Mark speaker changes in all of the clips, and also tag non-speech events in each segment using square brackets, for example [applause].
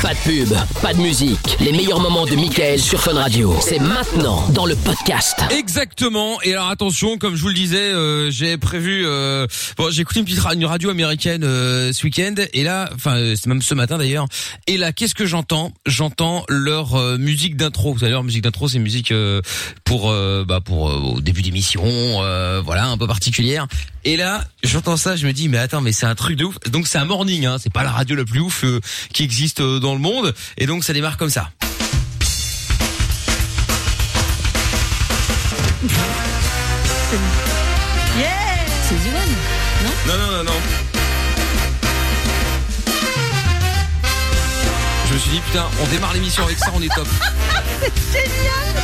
Speaker 1: Pas de pub, pas de musique. Les meilleurs moments de Michael sur Fun Radio. C'est maintenant dans le podcast.
Speaker 2: Exactement. Et alors attention, comme je vous le disais, euh, j'ai prévu. euh, bon, j'ai écouté une petite ra- une radio américaine euh, ce week-end, et là, enfin, euh, c'est même ce matin d'ailleurs. Et là, qu'est-ce que j'entends J'entends leur euh, musique d'intro. Vous savez, leur musique d'intro, c'est une musique euh, pour, euh, bah, pour euh, au début d'émission, euh, voilà, un peu particulière. Et là, j'entends ça, je me dis, mais attends, mais c'est un truc de ouf. Donc c'est un morning, hein. C'est pas la radio la plus ouf euh, qui existe euh, dans le monde. Et donc ça démarre comme ça.
Speaker 3: C'est Ziwan, non
Speaker 2: Non, non, non, non. Je me suis dit, putain, on démarre l'émission avec ça, on est top. Ah,
Speaker 3: C'est génial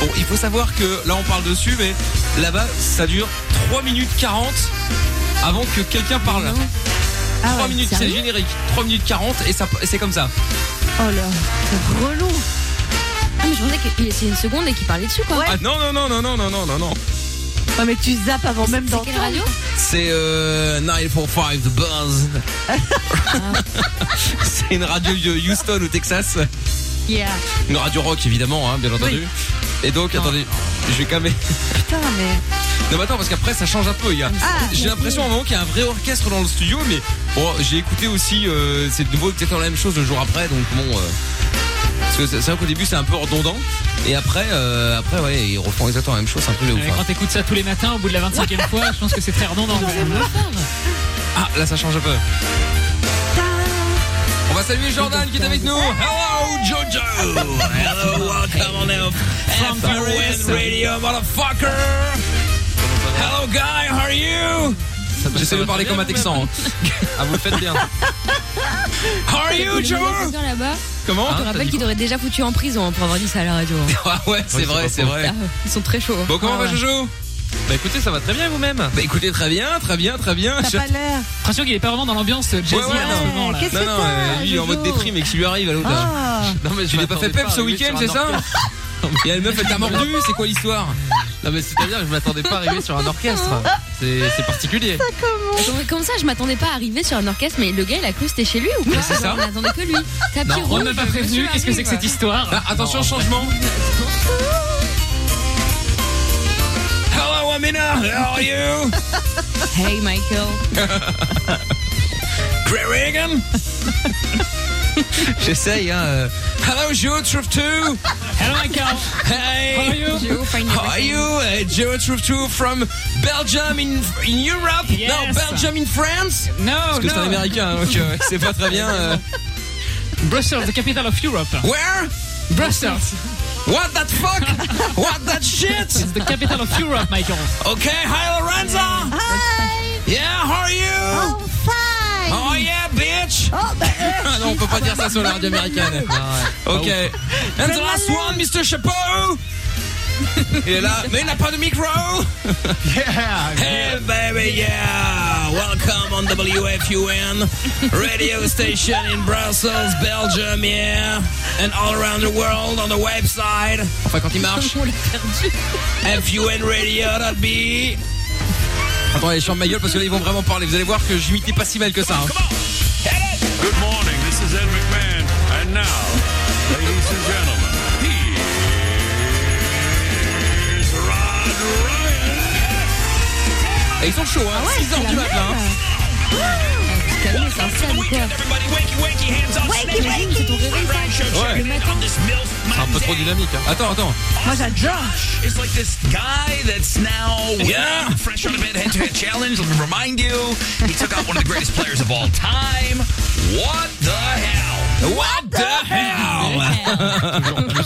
Speaker 2: Bon, il faut savoir que là, on parle dessus, mais là-bas, ça dure 3 minutes 40 avant que quelqu'un parle. 3 minutes, c'est le générique. 3 minutes 40 et, ça, et c'est comme ça.
Speaker 3: Oh là, c'est relou Ah mais je pensais qu'il essayait une seconde et qu'il parlait dessus quoi.
Speaker 2: Ah, non, non, non, non, non, non, non, non, non.
Speaker 4: Non Ah, mais tu zappes avant même
Speaker 3: C'est quelle
Speaker 4: d'entendre.
Speaker 3: radio
Speaker 2: C'est euh, 945 The Buzz. [laughs] c'est une radio de Houston au Texas.
Speaker 5: Ah.
Speaker 3: Yeah.
Speaker 2: Une radio rock, évidemment, hein, bien entendu. Et donc, attendez, je vais quand même...
Speaker 4: Putain mais
Speaker 2: Non mais attends parce qu'après ça change un peu. Il y a-
Speaker 4: Ah.
Speaker 2: j'ai l'impression à un moment qu'il y a un vrai orchestre dans le studio, mais bon j'ai écouté aussi euh, c'est de nouveau exactement la même chose le jour après, donc bon. euh, parce que c'est c'est vrai qu'au début c'est un peu redondant et après euh, après ouais ils refont exactement la même chose, c'est un truc de ouf.
Speaker 6: Ouais,
Speaker 2: hein.
Speaker 6: Quand t'écoutes ça tous les matins, au bout de la
Speaker 4: [laughs]
Speaker 6: 25e fois, je pense que c'est très redondant.
Speaker 2: Ah là ça change un peu. On va saluer Jordan qui est avec nous. Ah, Hello Jojo. Hello welcome on the FRN Radio motherfucker. Hello guy how are you? J'essaie de parler comme un texan. hein. Ah vous le faites bien. How are you Joe?
Speaker 3: là-bas.
Speaker 2: Comment
Speaker 4: Ah,
Speaker 3: Je te rappelle qu'il t'aurait déjà foutu en prison hein, pour avoir dit ça à la radio. hein.
Speaker 2: [laughs] Ah ouais [laughs] c'est vrai c'est vrai.
Speaker 3: Ah, Ils sont très chauds.
Speaker 2: Bon comment
Speaker 3: Ah,
Speaker 2: va
Speaker 3: ouais.
Speaker 2: Jojo? Bah écoutez ça va très bien vous-même. Bah écoutez très bien très bien très bien.
Speaker 4: t'as pas l'air.
Speaker 6: L'impression qu'il est pas vraiment dans l'ambiance jazzy
Speaker 2: Ouais, ouais,
Speaker 6: en ce
Speaker 2: non.
Speaker 6: moment là.
Speaker 4: ah, Qu'est-ce
Speaker 2: Non
Speaker 4: que
Speaker 2: non
Speaker 4: t'as,
Speaker 2: euh, lui il est en
Speaker 4: Jojo
Speaker 2: mode déprime et que ce qui lui arrive à l'autre. là.
Speaker 4: Ah,
Speaker 2: Non mais je n'ai pas fait pep ce week-end, c'est ça Il y a une meuf, elle t'a mordu, [laughs] c'est quoi l'histoire Non mais c'est-à-dire, je m'attendais pas à arriver sur un orchestre. C'est particulier.
Speaker 3: Ah, Attends, Comme ça, je m'attendais pas à arriver sur un orchestre, mais le gars, il a cru que c'était chez lui ou quoi
Speaker 2: c'est ça.
Speaker 3: On attendait que lui. Tapis
Speaker 2: Non,
Speaker 3: rouge,
Speaker 6: On m'a pas prévenu,
Speaker 3: monsieur
Speaker 6: qu'est-ce que c'est
Speaker 3: arrive.
Speaker 6: que cette histoire
Speaker 2: Ah, attention, changement. Hello Amina, how
Speaker 6: [laughs]
Speaker 2: are you
Speaker 3: Hey Michael.
Speaker 2: [laughs] Great Reagan [laughs] J'essaye, hein. euh, Hello Joe, Truth 2
Speaker 6: Hello Michael, how are
Speaker 2: Hey
Speaker 6: you
Speaker 3: Joe, find
Speaker 2: How are you Uh, Joe, Truth 2 from Belgium in, in Europe
Speaker 6: Yes.
Speaker 2: No, Belgium in France
Speaker 6: No,
Speaker 2: Parce que c'est un
Speaker 6: no.
Speaker 2: américain, donc euh, c'est pas très
Speaker 6: [laughs]
Speaker 2: bien. euh,
Speaker 6: Brussels, the capital of Europe.
Speaker 2: Where
Speaker 6: Brussels,
Speaker 2: What
Speaker 6: [laughs]
Speaker 2: that fuck What that shit
Speaker 6: the capital of Europe, Michael.
Speaker 2: Okay, hi Lorenza Yeah, how are you Oh yeah, bitch Ah [laughs] non, on peut pas dire ça sur la radio
Speaker 7: [laughs]
Speaker 2: américaine.
Speaker 7: Ah
Speaker 2: Ok. And the last one, Mr. Chapeau [laughs] Il est là, mais il n'a pas de
Speaker 3: [laughs]
Speaker 2: micro Hey baby, yeah Welcome on WFUN Radio station in Brussels, Belgium, yeah And all around the world on the website Enfin, quand il marche
Speaker 3: [laughs] On l'a perdu.
Speaker 2: FUNradio.be Attends, allez, chante ma gueule parce que là, ils vont vraiment parler. Vous allez voir que j'imitais pas si mal que ça. hein.
Speaker 8: Good morning, this is Ed McMahon. And now, ladies and gentlemen, here's Rod Ryan.
Speaker 2: Et ils sont chauds,
Speaker 3: Ah
Speaker 2: hein, 6 heures du matin. hein.
Speaker 3: Calme, Ah, c'est un sale, quoi.
Speaker 8: Everybody wakey wakey, hands on
Speaker 3: Wakey, wakey, c'est ton réveil, ça.
Speaker 2: Ouais.
Speaker 3: Le matin.
Speaker 2: C'est un peu trop dynamique. hein. Attends, attends.
Speaker 4: moi j'adore.
Speaker 8: It's like this guy that's now
Speaker 2: Yeah.
Speaker 8: fresh out of bed, head to head challenge. Let me remind you, he took out one of the greatest players of all time. What the hell?
Speaker 2: What the hell [laughs]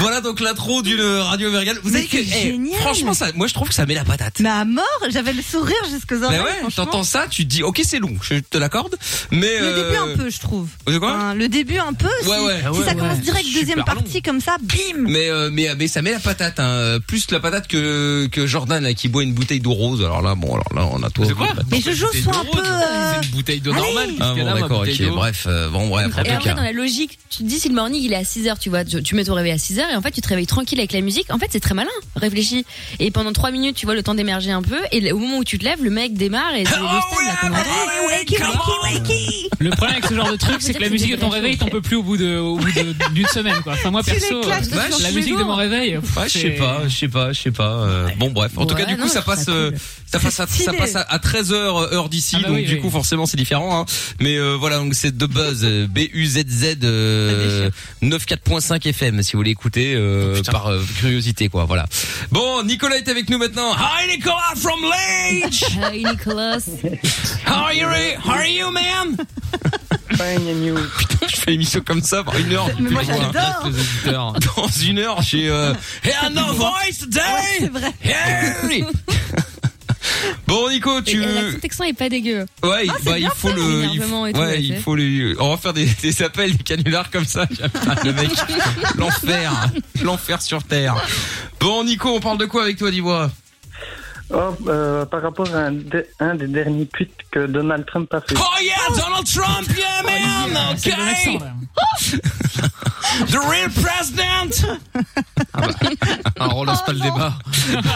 Speaker 2: Voilà donc l'intro d'une radio vergale. Vous savez que,
Speaker 4: c'est
Speaker 2: eh,
Speaker 4: génial.
Speaker 2: franchement, ça, moi je trouve que ça met la patate.
Speaker 4: Mais à mort, j'avais le sourire jusqu'aux oreilles.
Speaker 2: Mais Ben ouais,
Speaker 4: franchement.
Speaker 2: t'entends ça, tu te dis, ok, c'est long, je te l'accorde, mais.
Speaker 4: Le
Speaker 2: euh,
Speaker 4: début un peu, je trouve.
Speaker 2: de quoi
Speaker 4: Hein, Le début un peu. si-
Speaker 2: Ouais, ouais, Ah
Speaker 4: si
Speaker 2: ouais,
Speaker 4: ça commence
Speaker 2: ouais.
Speaker 4: direct
Speaker 2: Super
Speaker 4: deuxième partie comme ça, bim.
Speaker 2: Mais, euh, mais mais ça met la patate hein. plus la patate que que Jordan là, qui boit une bouteille d'eau rose alors là bon alors là on a tout
Speaker 9: C'est quoi
Speaker 4: Mais Jojo soit un peu. euh,
Speaker 9: C'est une bouteille d'eau
Speaker 4: allez.
Speaker 9: normale. qu'est-ce
Speaker 2: ah
Speaker 9: qu'il y a
Speaker 2: bon
Speaker 9: là, ma
Speaker 2: d'accord
Speaker 9: bouteille
Speaker 2: ok
Speaker 9: d'eau
Speaker 2: bref euh, bon bref en
Speaker 3: Et
Speaker 2: tout
Speaker 3: après,
Speaker 2: cas
Speaker 3: dans la logique, tu te dis si le morning, il est à 6 heures, tu vois. Tu, tu mets ton réveil à 6 heures et en fait, tu te réveilles tranquille avec la musique. En fait, c'est très malin. Réfléchis. Et pendant 3 minutes, tu vois le temps d'émerger un peu. Et le- au moment où tu te lèves, le mec démarre
Speaker 2: Ah
Speaker 3: et c'est le stade, là, qu'on entend.
Speaker 4: Wakey, wakey, wakey.
Speaker 6: Le problème avec ce genre de truc, c'est que la
Speaker 3: Peut-être
Speaker 6: musique
Speaker 3: que
Speaker 6: de ton
Speaker 3: c'est
Speaker 6: réveil, t'en peux plus au bout de- au bout de- d'une semaine, quoi. Enfin, moi,
Speaker 4: Tu
Speaker 6: perso,
Speaker 4: les classes
Speaker 6: euh,
Speaker 4: de
Speaker 2: vache,
Speaker 6: la
Speaker 4: sur
Speaker 6: musique de
Speaker 4: Sudo.
Speaker 6: mon réveil. pff,
Speaker 2: Ouais, Ah, je sais
Speaker 6: c'est-
Speaker 2: pas, je sais pas, je sais pas. euh, bon bref, en tout cas
Speaker 3: Ouais,
Speaker 2: du coup
Speaker 3: non,
Speaker 2: ça
Speaker 3: je trouve
Speaker 2: passe,
Speaker 3: ça
Speaker 2: euh,
Speaker 3: cool.
Speaker 2: ça passe, à, ça
Speaker 4: Stylé.
Speaker 2: passe à, à 13 h heure d'ici,
Speaker 6: Ah bah
Speaker 2: donc
Speaker 6: oui,
Speaker 2: du
Speaker 6: oui.
Speaker 2: coup forcément c'est différent. Hein. Mais euh, voilà donc c'est de buzz B U Z Z euh, 94.5 FM si vous voulez écouter euh, par euh, curiosité quoi. Voilà. Bon Nicolas est avec nous maintenant. Hi Nicolas from Lage.
Speaker 3: [laughs] Hey, Nicolas.
Speaker 2: How are you? eh? How are you man? Putain je fais l'émission comme ça par une heure.
Speaker 4: Mais moi,
Speaker 2: Putain,
Speaker 4: j'adore.
Speaker 2: les auditeurs. [laughs] Dans une heure j'ai euh, Hear no voice today.
Speaker 4: Ouais, c'est vrai.
Speaker 2: Hey bon Nico,
Speaker 3: Et- et
Speaker 2: oh, tu
Speaker 3: L'accent texan est pas dégueu.
Speaker 2: ouais,
Speaker 3: Ah, c'est
Speaker 2: bah il
Speaker 3: bien
Speaker 2: faut
Speaker 3: fait,
Speaker 2: le il faut,
Speaker 3: l'énervement et tout,
Speaker 2: ouais,
Speaker 3: ouais,
Speaker 2: il
Speaker 3: c'est-
Speaker 2: faut les on va faire des, [laughs] des appels des canulars comme ça. Putain,
Speaker 3: [laughs]
Speaker 2: le mec l'enfer, l'enfer sur terre. Bon Nico, on parle de quoi avec toi Dibois
Speaker 9: Oh, euh, par rapport à un, de- un des derniers tweets que Donald Trump a fait.
Speaker 2: Oh yeah, Donald Trump,
Speaker 3: Oh,
Speaker 2: yeah man.
Speaker 6: C'est bon accent, là.
Speaker 2: The real president. Ah, on relance
Speaker 3: Oh,
Speaker 2: pas le
Speaker 3: [laughs]
Speaker 2: débat.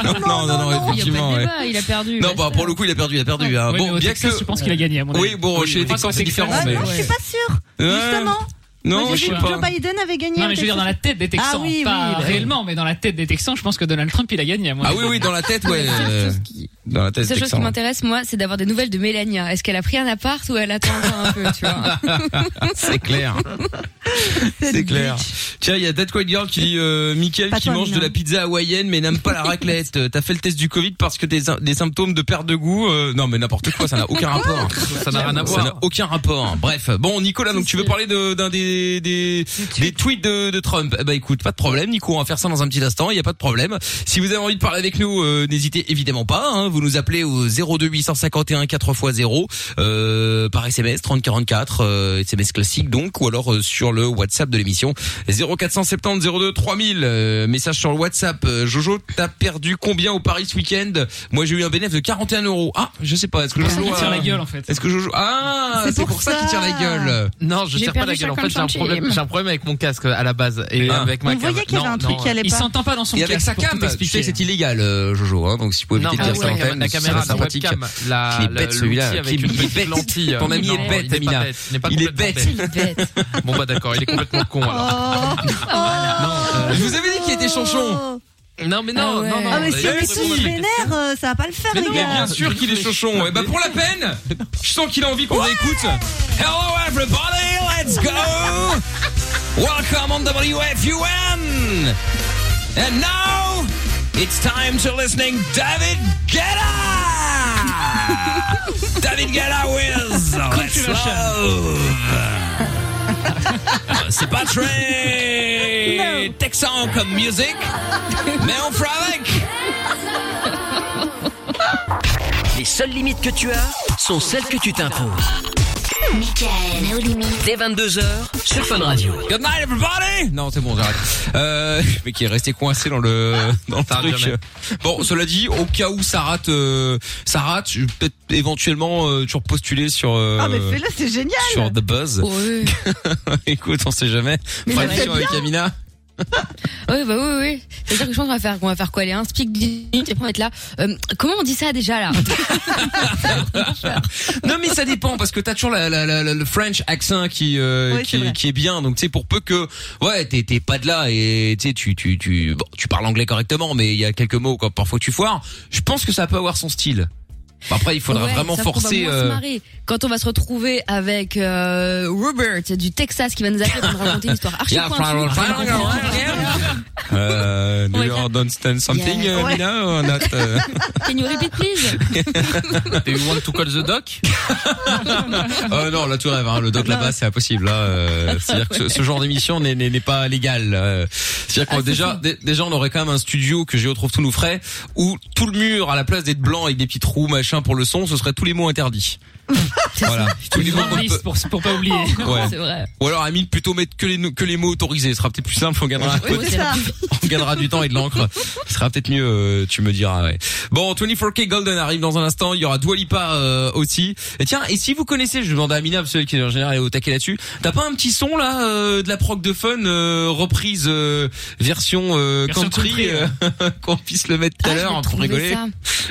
Speaker 2: non non non, non,
Speaker 3: Il a pas
Speaker 2: effectivement
Speaker 3: de
Speaker 2: ouais.
Speaker 3: débat, il euh. a perdu.
Speaker 2: Non,
Speaker 3: basta.
Speaker 2: bah pour le coup, il a perdu, il a perdu. hein.
Speaker 6: Oui, mais
Speaker 2: Bon,
Speaker 6: au
Speaker 2: bien que
Speaker 6: Texas, je pense qu'il a gagné, à mon avis.
Speaker 2: Oui, bon, chez les
Speaker 6: je pense
Speaker 2: Texans,
Speaker 6: qu'au
Speaker 2: c'est
Speaker 6: Texas,
Speaker 2: différent,
Speaker 4: Ah
Speaker 2: mais-
Speaker 4: non, je suis pas sûre. Justement.
Speaker 2: Non,
Speaker 4: Moi,
Speaker 2: je
Speaker 4: j'ai
Speaker 2: sais
Speaker 4: vu que
Speaker 2: pas.
Speaker 4: Joe Biden avait gagné.
Speaker 6: Non, mais je veux dire, dans la tête des Texans.
Speaker 4: Ah oui, oui,
Speaker 6: pas
Speaker 4: bah oui.
Speaker 6: réellement, mais dans la tête des Texans, je pense que Donald Trump, il a gagné, à mon
Speaker 2: Ah
Speaker 6: avis.
Speaker 2: oui, oui, dans la tête,
Speaker 6: [laughs]
Speaker 2: ouais. euh, Dans la
Speaker 3: La
Speaker 2: tête,
Speaker 3: seule chose qui
Speaker 2: excellent.
Speaker 3: m'intéresse, moi, c'est d'avoir des nouvelles de Mélania. Est-ce qu'elle a pris un appart ou elle attend encore un peu,
Speaker 2: [laughs]
Speaker 3: tu vois
Speaker 2: C'est clair. C'est clair. Tiens, il y a Dead Quiet Girl qui dit euh, Mickaël
Speaker 4: Pas
Speaker 2: qui
Speaker 4: toi,
Speaker 2: mange
Speaker 4: Mina.
Speaker 2: de la pizza hawaïenne mais n'aime pas la raclette. Euh, T'as fait le test du Covid parce que t'es des symptômes de perte de goût. euh, non, mais n'importe quoi, ça n'a aucun rapport.
Speaker 6: Ça n'a rien à
Speaker 2: Ça n'a
Speaker 6: voir.
Speaker 2: aucun rapport. Bref, bon Nicolas, donc tu veux parler de- d'un des des, des tweets de, de Trump. Eh ben écoute, pas de problème, Nico, on va faire ça dans un petit instant. Il y a pas de problème. Si vous avez envie de parler avec nous, euh, n'hésitez évidemment pas. hein. vous nous appelez au 02 851 4 x 0 euh, par SMS 3044 euh, SMS classique donc, ou alors euh, sur le WhatsApp de l'émission 0470 02 3000. euh, message sur le WhatsApp. Euh, Jojo, t'as perdu combien au Paris ce week-end Moi, j'ai eu un bénéfice de 41 euros. Ah, je sais pas. Est-ce que
Speaker 6: C'est pour ça qu'il
Speaker 2: Jojo a-
Speaker 6: tire la gueule, en fait.
Speaker 2: est-ce que Jojo Ah,
Speaker 4: C'est
Speaker 2: c'est pour,
Speaker 4: pour
Speaker 2: ça,
Speaker 4: ça.
Speaker 2: qu'il tire la gueule.
Speaker 7: Non, je
Speaker 3: J'ai
Speaker 7: tire pas
Speaker 3: perdu
Speaker 7: la gueule. En fait, j'ai un
Speaker 3: 50
Speaker 7: problème, j'ai un problème avec mon casque à la base et
Speaker 2: Ah.
Speaker 7: avec ma
Speaker 4: On
Speaker 7: cam.
Speaker 4: voyait qu'il y avait
Speaker 7: Non,
Speaker 4: un truc
Speaker 7: non,
Speaker 4: qui allait
Speaker 6: Il
Speaker 4: pas.
Speaker 6: s'entend pas dans son
Speaker 2: Et
Speaker 6: casque.
Speaker 2: avec sa
Speaker 6: pour
Speaker 2: cam,
Speaker 6: tout
Speaker 2: tu sais
Speaker 6: expliquer.
Speaker 2: que c'est illégal, euh, Jojo. hein, donc si vous pouvez
Speaker 7: Non,
Speaker 2: éviter de
Speaker 7: ah
Speaker 2: dire ça
Speaker 7: ouais,
Speaker 2: en
Speaker 7: la
Speaker 2: antenne, ce serait
Speaker 7: caméra, la
Speaker 2: sympathique.
Speaker 7: webcam, la,
Speaker 2: Il est bête,
Speaker 7: la-
Speaker 2: celui-là.
Speaker 7: l'outil avec
Speaker 2: Il est
Speaker 7: une petite
Speaker 2: bête.
Speaker 7: lentille.
Speaker 2: Ton ami
Speaker 7: Non,
Speaker 2: est
Speaker 7: il
Speaker 2: bête,
Speaker 7: pas
Speaker 2: Amina.
Speaker 7: bête, Il est, pas
Speaker 2: Il est
Speaker 7: complètement
Speaker 2: bête.
Speaker 3: Il est bête.
Speaker 7: [laughs] Bon bah d'accord, il est complètement con alors.
Speaker 3: Oh.
Speaker 2: [laughs]
Speaker 4: Ah,
Speaker 2: Euh, Je vous avais dit qu'il était chanchon. Eh,
Speaker 4: Oh.
Speaker 7: Non mais non,
Speaker 3: Ah ouais.
Speaker 7: non, non.
Speaker 4: Ah, mais si
Speaker 7: d'ailleurs,
Speaker 4: on est
Speaker 7: pour répondre
Speaker 4: tous
Speaker 7: à la question-
Speaker 4: vénères, euh, ça va pas le faire,
Speaker 2: Mais
Speaker 4: les
Speaker 2: non, mais bien
Speaker 4: gars.
Speaker 2: sûr qu'il est chanchon. Et bah pour la peine, je sens qu'il a envie qu'on l'écoute. Hello everybody, let's go. Welcome on WFUN. And now it's time to listening David Guetta. David Guetta with Let's Love. Euh, C'est pas très texan comme musique, mais on fera avec.
Speaker 1: Les seules limites que tu as sont celles que tu t'imposes.
Speaker 10: Michael, no limit.
Speaker 1: Dès 22h sur Fun Radio.
Speaker 2: Good night everybody. Non, c'est bon, j'arrête. Euh, mais qui est resté coincé dans le dans le
Speaker 7: Ça revient
Speaker 2: truc. Bon, cela dit, au cas où ça rate, euh, ça rate, je vais peut-être éventuellement euh, toujours postuler sur euh,
Speaker 4: Ah, mais fais-le, c'est génial.
Speaker 2: sur The Buzz.
Speaker 3: Oui,
Speaker 2: [laughs] Écoute, on sait jamais. Fera
Speaker 3: ça va
Speaker 2: l'émission avec Amina.
Speaker 3: oui, bah oui, oui. C'est-à-dire que je pense qu'on va faire, qu'on va faire quoi, les un speak minutes et puis on va être là. Euh, comment on dit ça déjà là
Speaker 2: Non, mais ça dépend parce que t'as toujours la, la- la- la- le French accent qui euh,
Speaker 4: Oui, c'est
Speaker 2: qui,
Speaker 4: vrai.
Speaker 2: qui est bien. Donc tu sais, pour peu que ouais, t'es t'es pas de là et tu sais, tu tu tu bon, tu parles anglais correctement, mais il y a quelques mots quand parfois tu foires. Je pense que ça peut avoir son style. Après, il faudra
Speaker 3: Ouais,
Speaker 2: vraiment
Speaker 3: ça, on va
Speaker 2: forcer.
Speaker 3: moins se
Speaker 2: euh,
Speaker 3: marrer. Quand on va se retrouver avec euh, Robert du Texas qui va nous appeler pour nous raconter
Speaker 2: [laughs]
Speaker 3: une histoire archi
Speaker 2: Yeah,
Speaker 3: pointue.
Speaker 2: Euh, do
Speaker 3: [laughs] Ouais,
Speaker 2: you
Speaker 3: bien.
Speaker 2: understand something,
Speaker 3: Yeah.
Speaker 2: euh,
Speaker 4: Ouais.
Speaker 2: Mina, or not,
Speaker 3: [laughs]
Speaker 2: euh?
Speaker 3: Can you repeat please
Speaker 2: [laughs]
Speaker 7: Do you want to call the
Speaker 3: [laughs]
Speaker 7: doc
Speaker 2: Oh non, là tu rêves, hein, le
Speaker 3: Ah,
Speaker 2: doc là-bas c'est impossible. Là, euh, c'est-à-dire que ce, ce genre d'émission n'est, n'est, n'est pas légal. euh. c'est-à-dire
Speaker 3: Ah,
Speaker 2: qu'on déjà, dé- déjà on aurait quand même un studio que j'ai retrouve tout nous frais
Speaker 3: [laughs]
Speaker 2: où tout le mur à la place d'être blanc avec des petits trous machin pour le son, ce serait tous les mots interdits. Voilà. Tous les mots qu'on
Speaker 6: Journaliste, pour, pour pas oublier.
Speaker 2: [laughs] Ouais.
Speaker 3: C'est vrai.
Speaker 2: Ou alors à mille plutôt mettre que les no- que les mots autorisés, ce sera peut-être plus simple, on gagnera un peu
Speaker 3: Oui, c'est la plus-
Speaker 2: [laughs] on gagnera
Speaker 7: Oh.
Speaker 2: du temps et de l'encre. Ce sera peut-être mieux, euh, tu me diras. Ouais. Bon, 24K Golden arrive dans un instant. Il y aura Dua Lipa euh, aussi. Et tiens, et si vous connaissez, je demande à Amina, parce qu'elle en général est au taquet là-dessus. T'as pas un petit son là euh, de la prog de fun euh, reprise euh, version, euh,
Speaker 6: Version
Speaker 2: country,
Speaker 6: country,
Speaker 2: euh, [laughs] qu'on puisse le mettre tout à
Speaker 3: Ah, je vais
Speaker 2: l'heure hein, pour
Speaker 3: trouver
Speaker 2: rigoler.
Speaker 3: ça.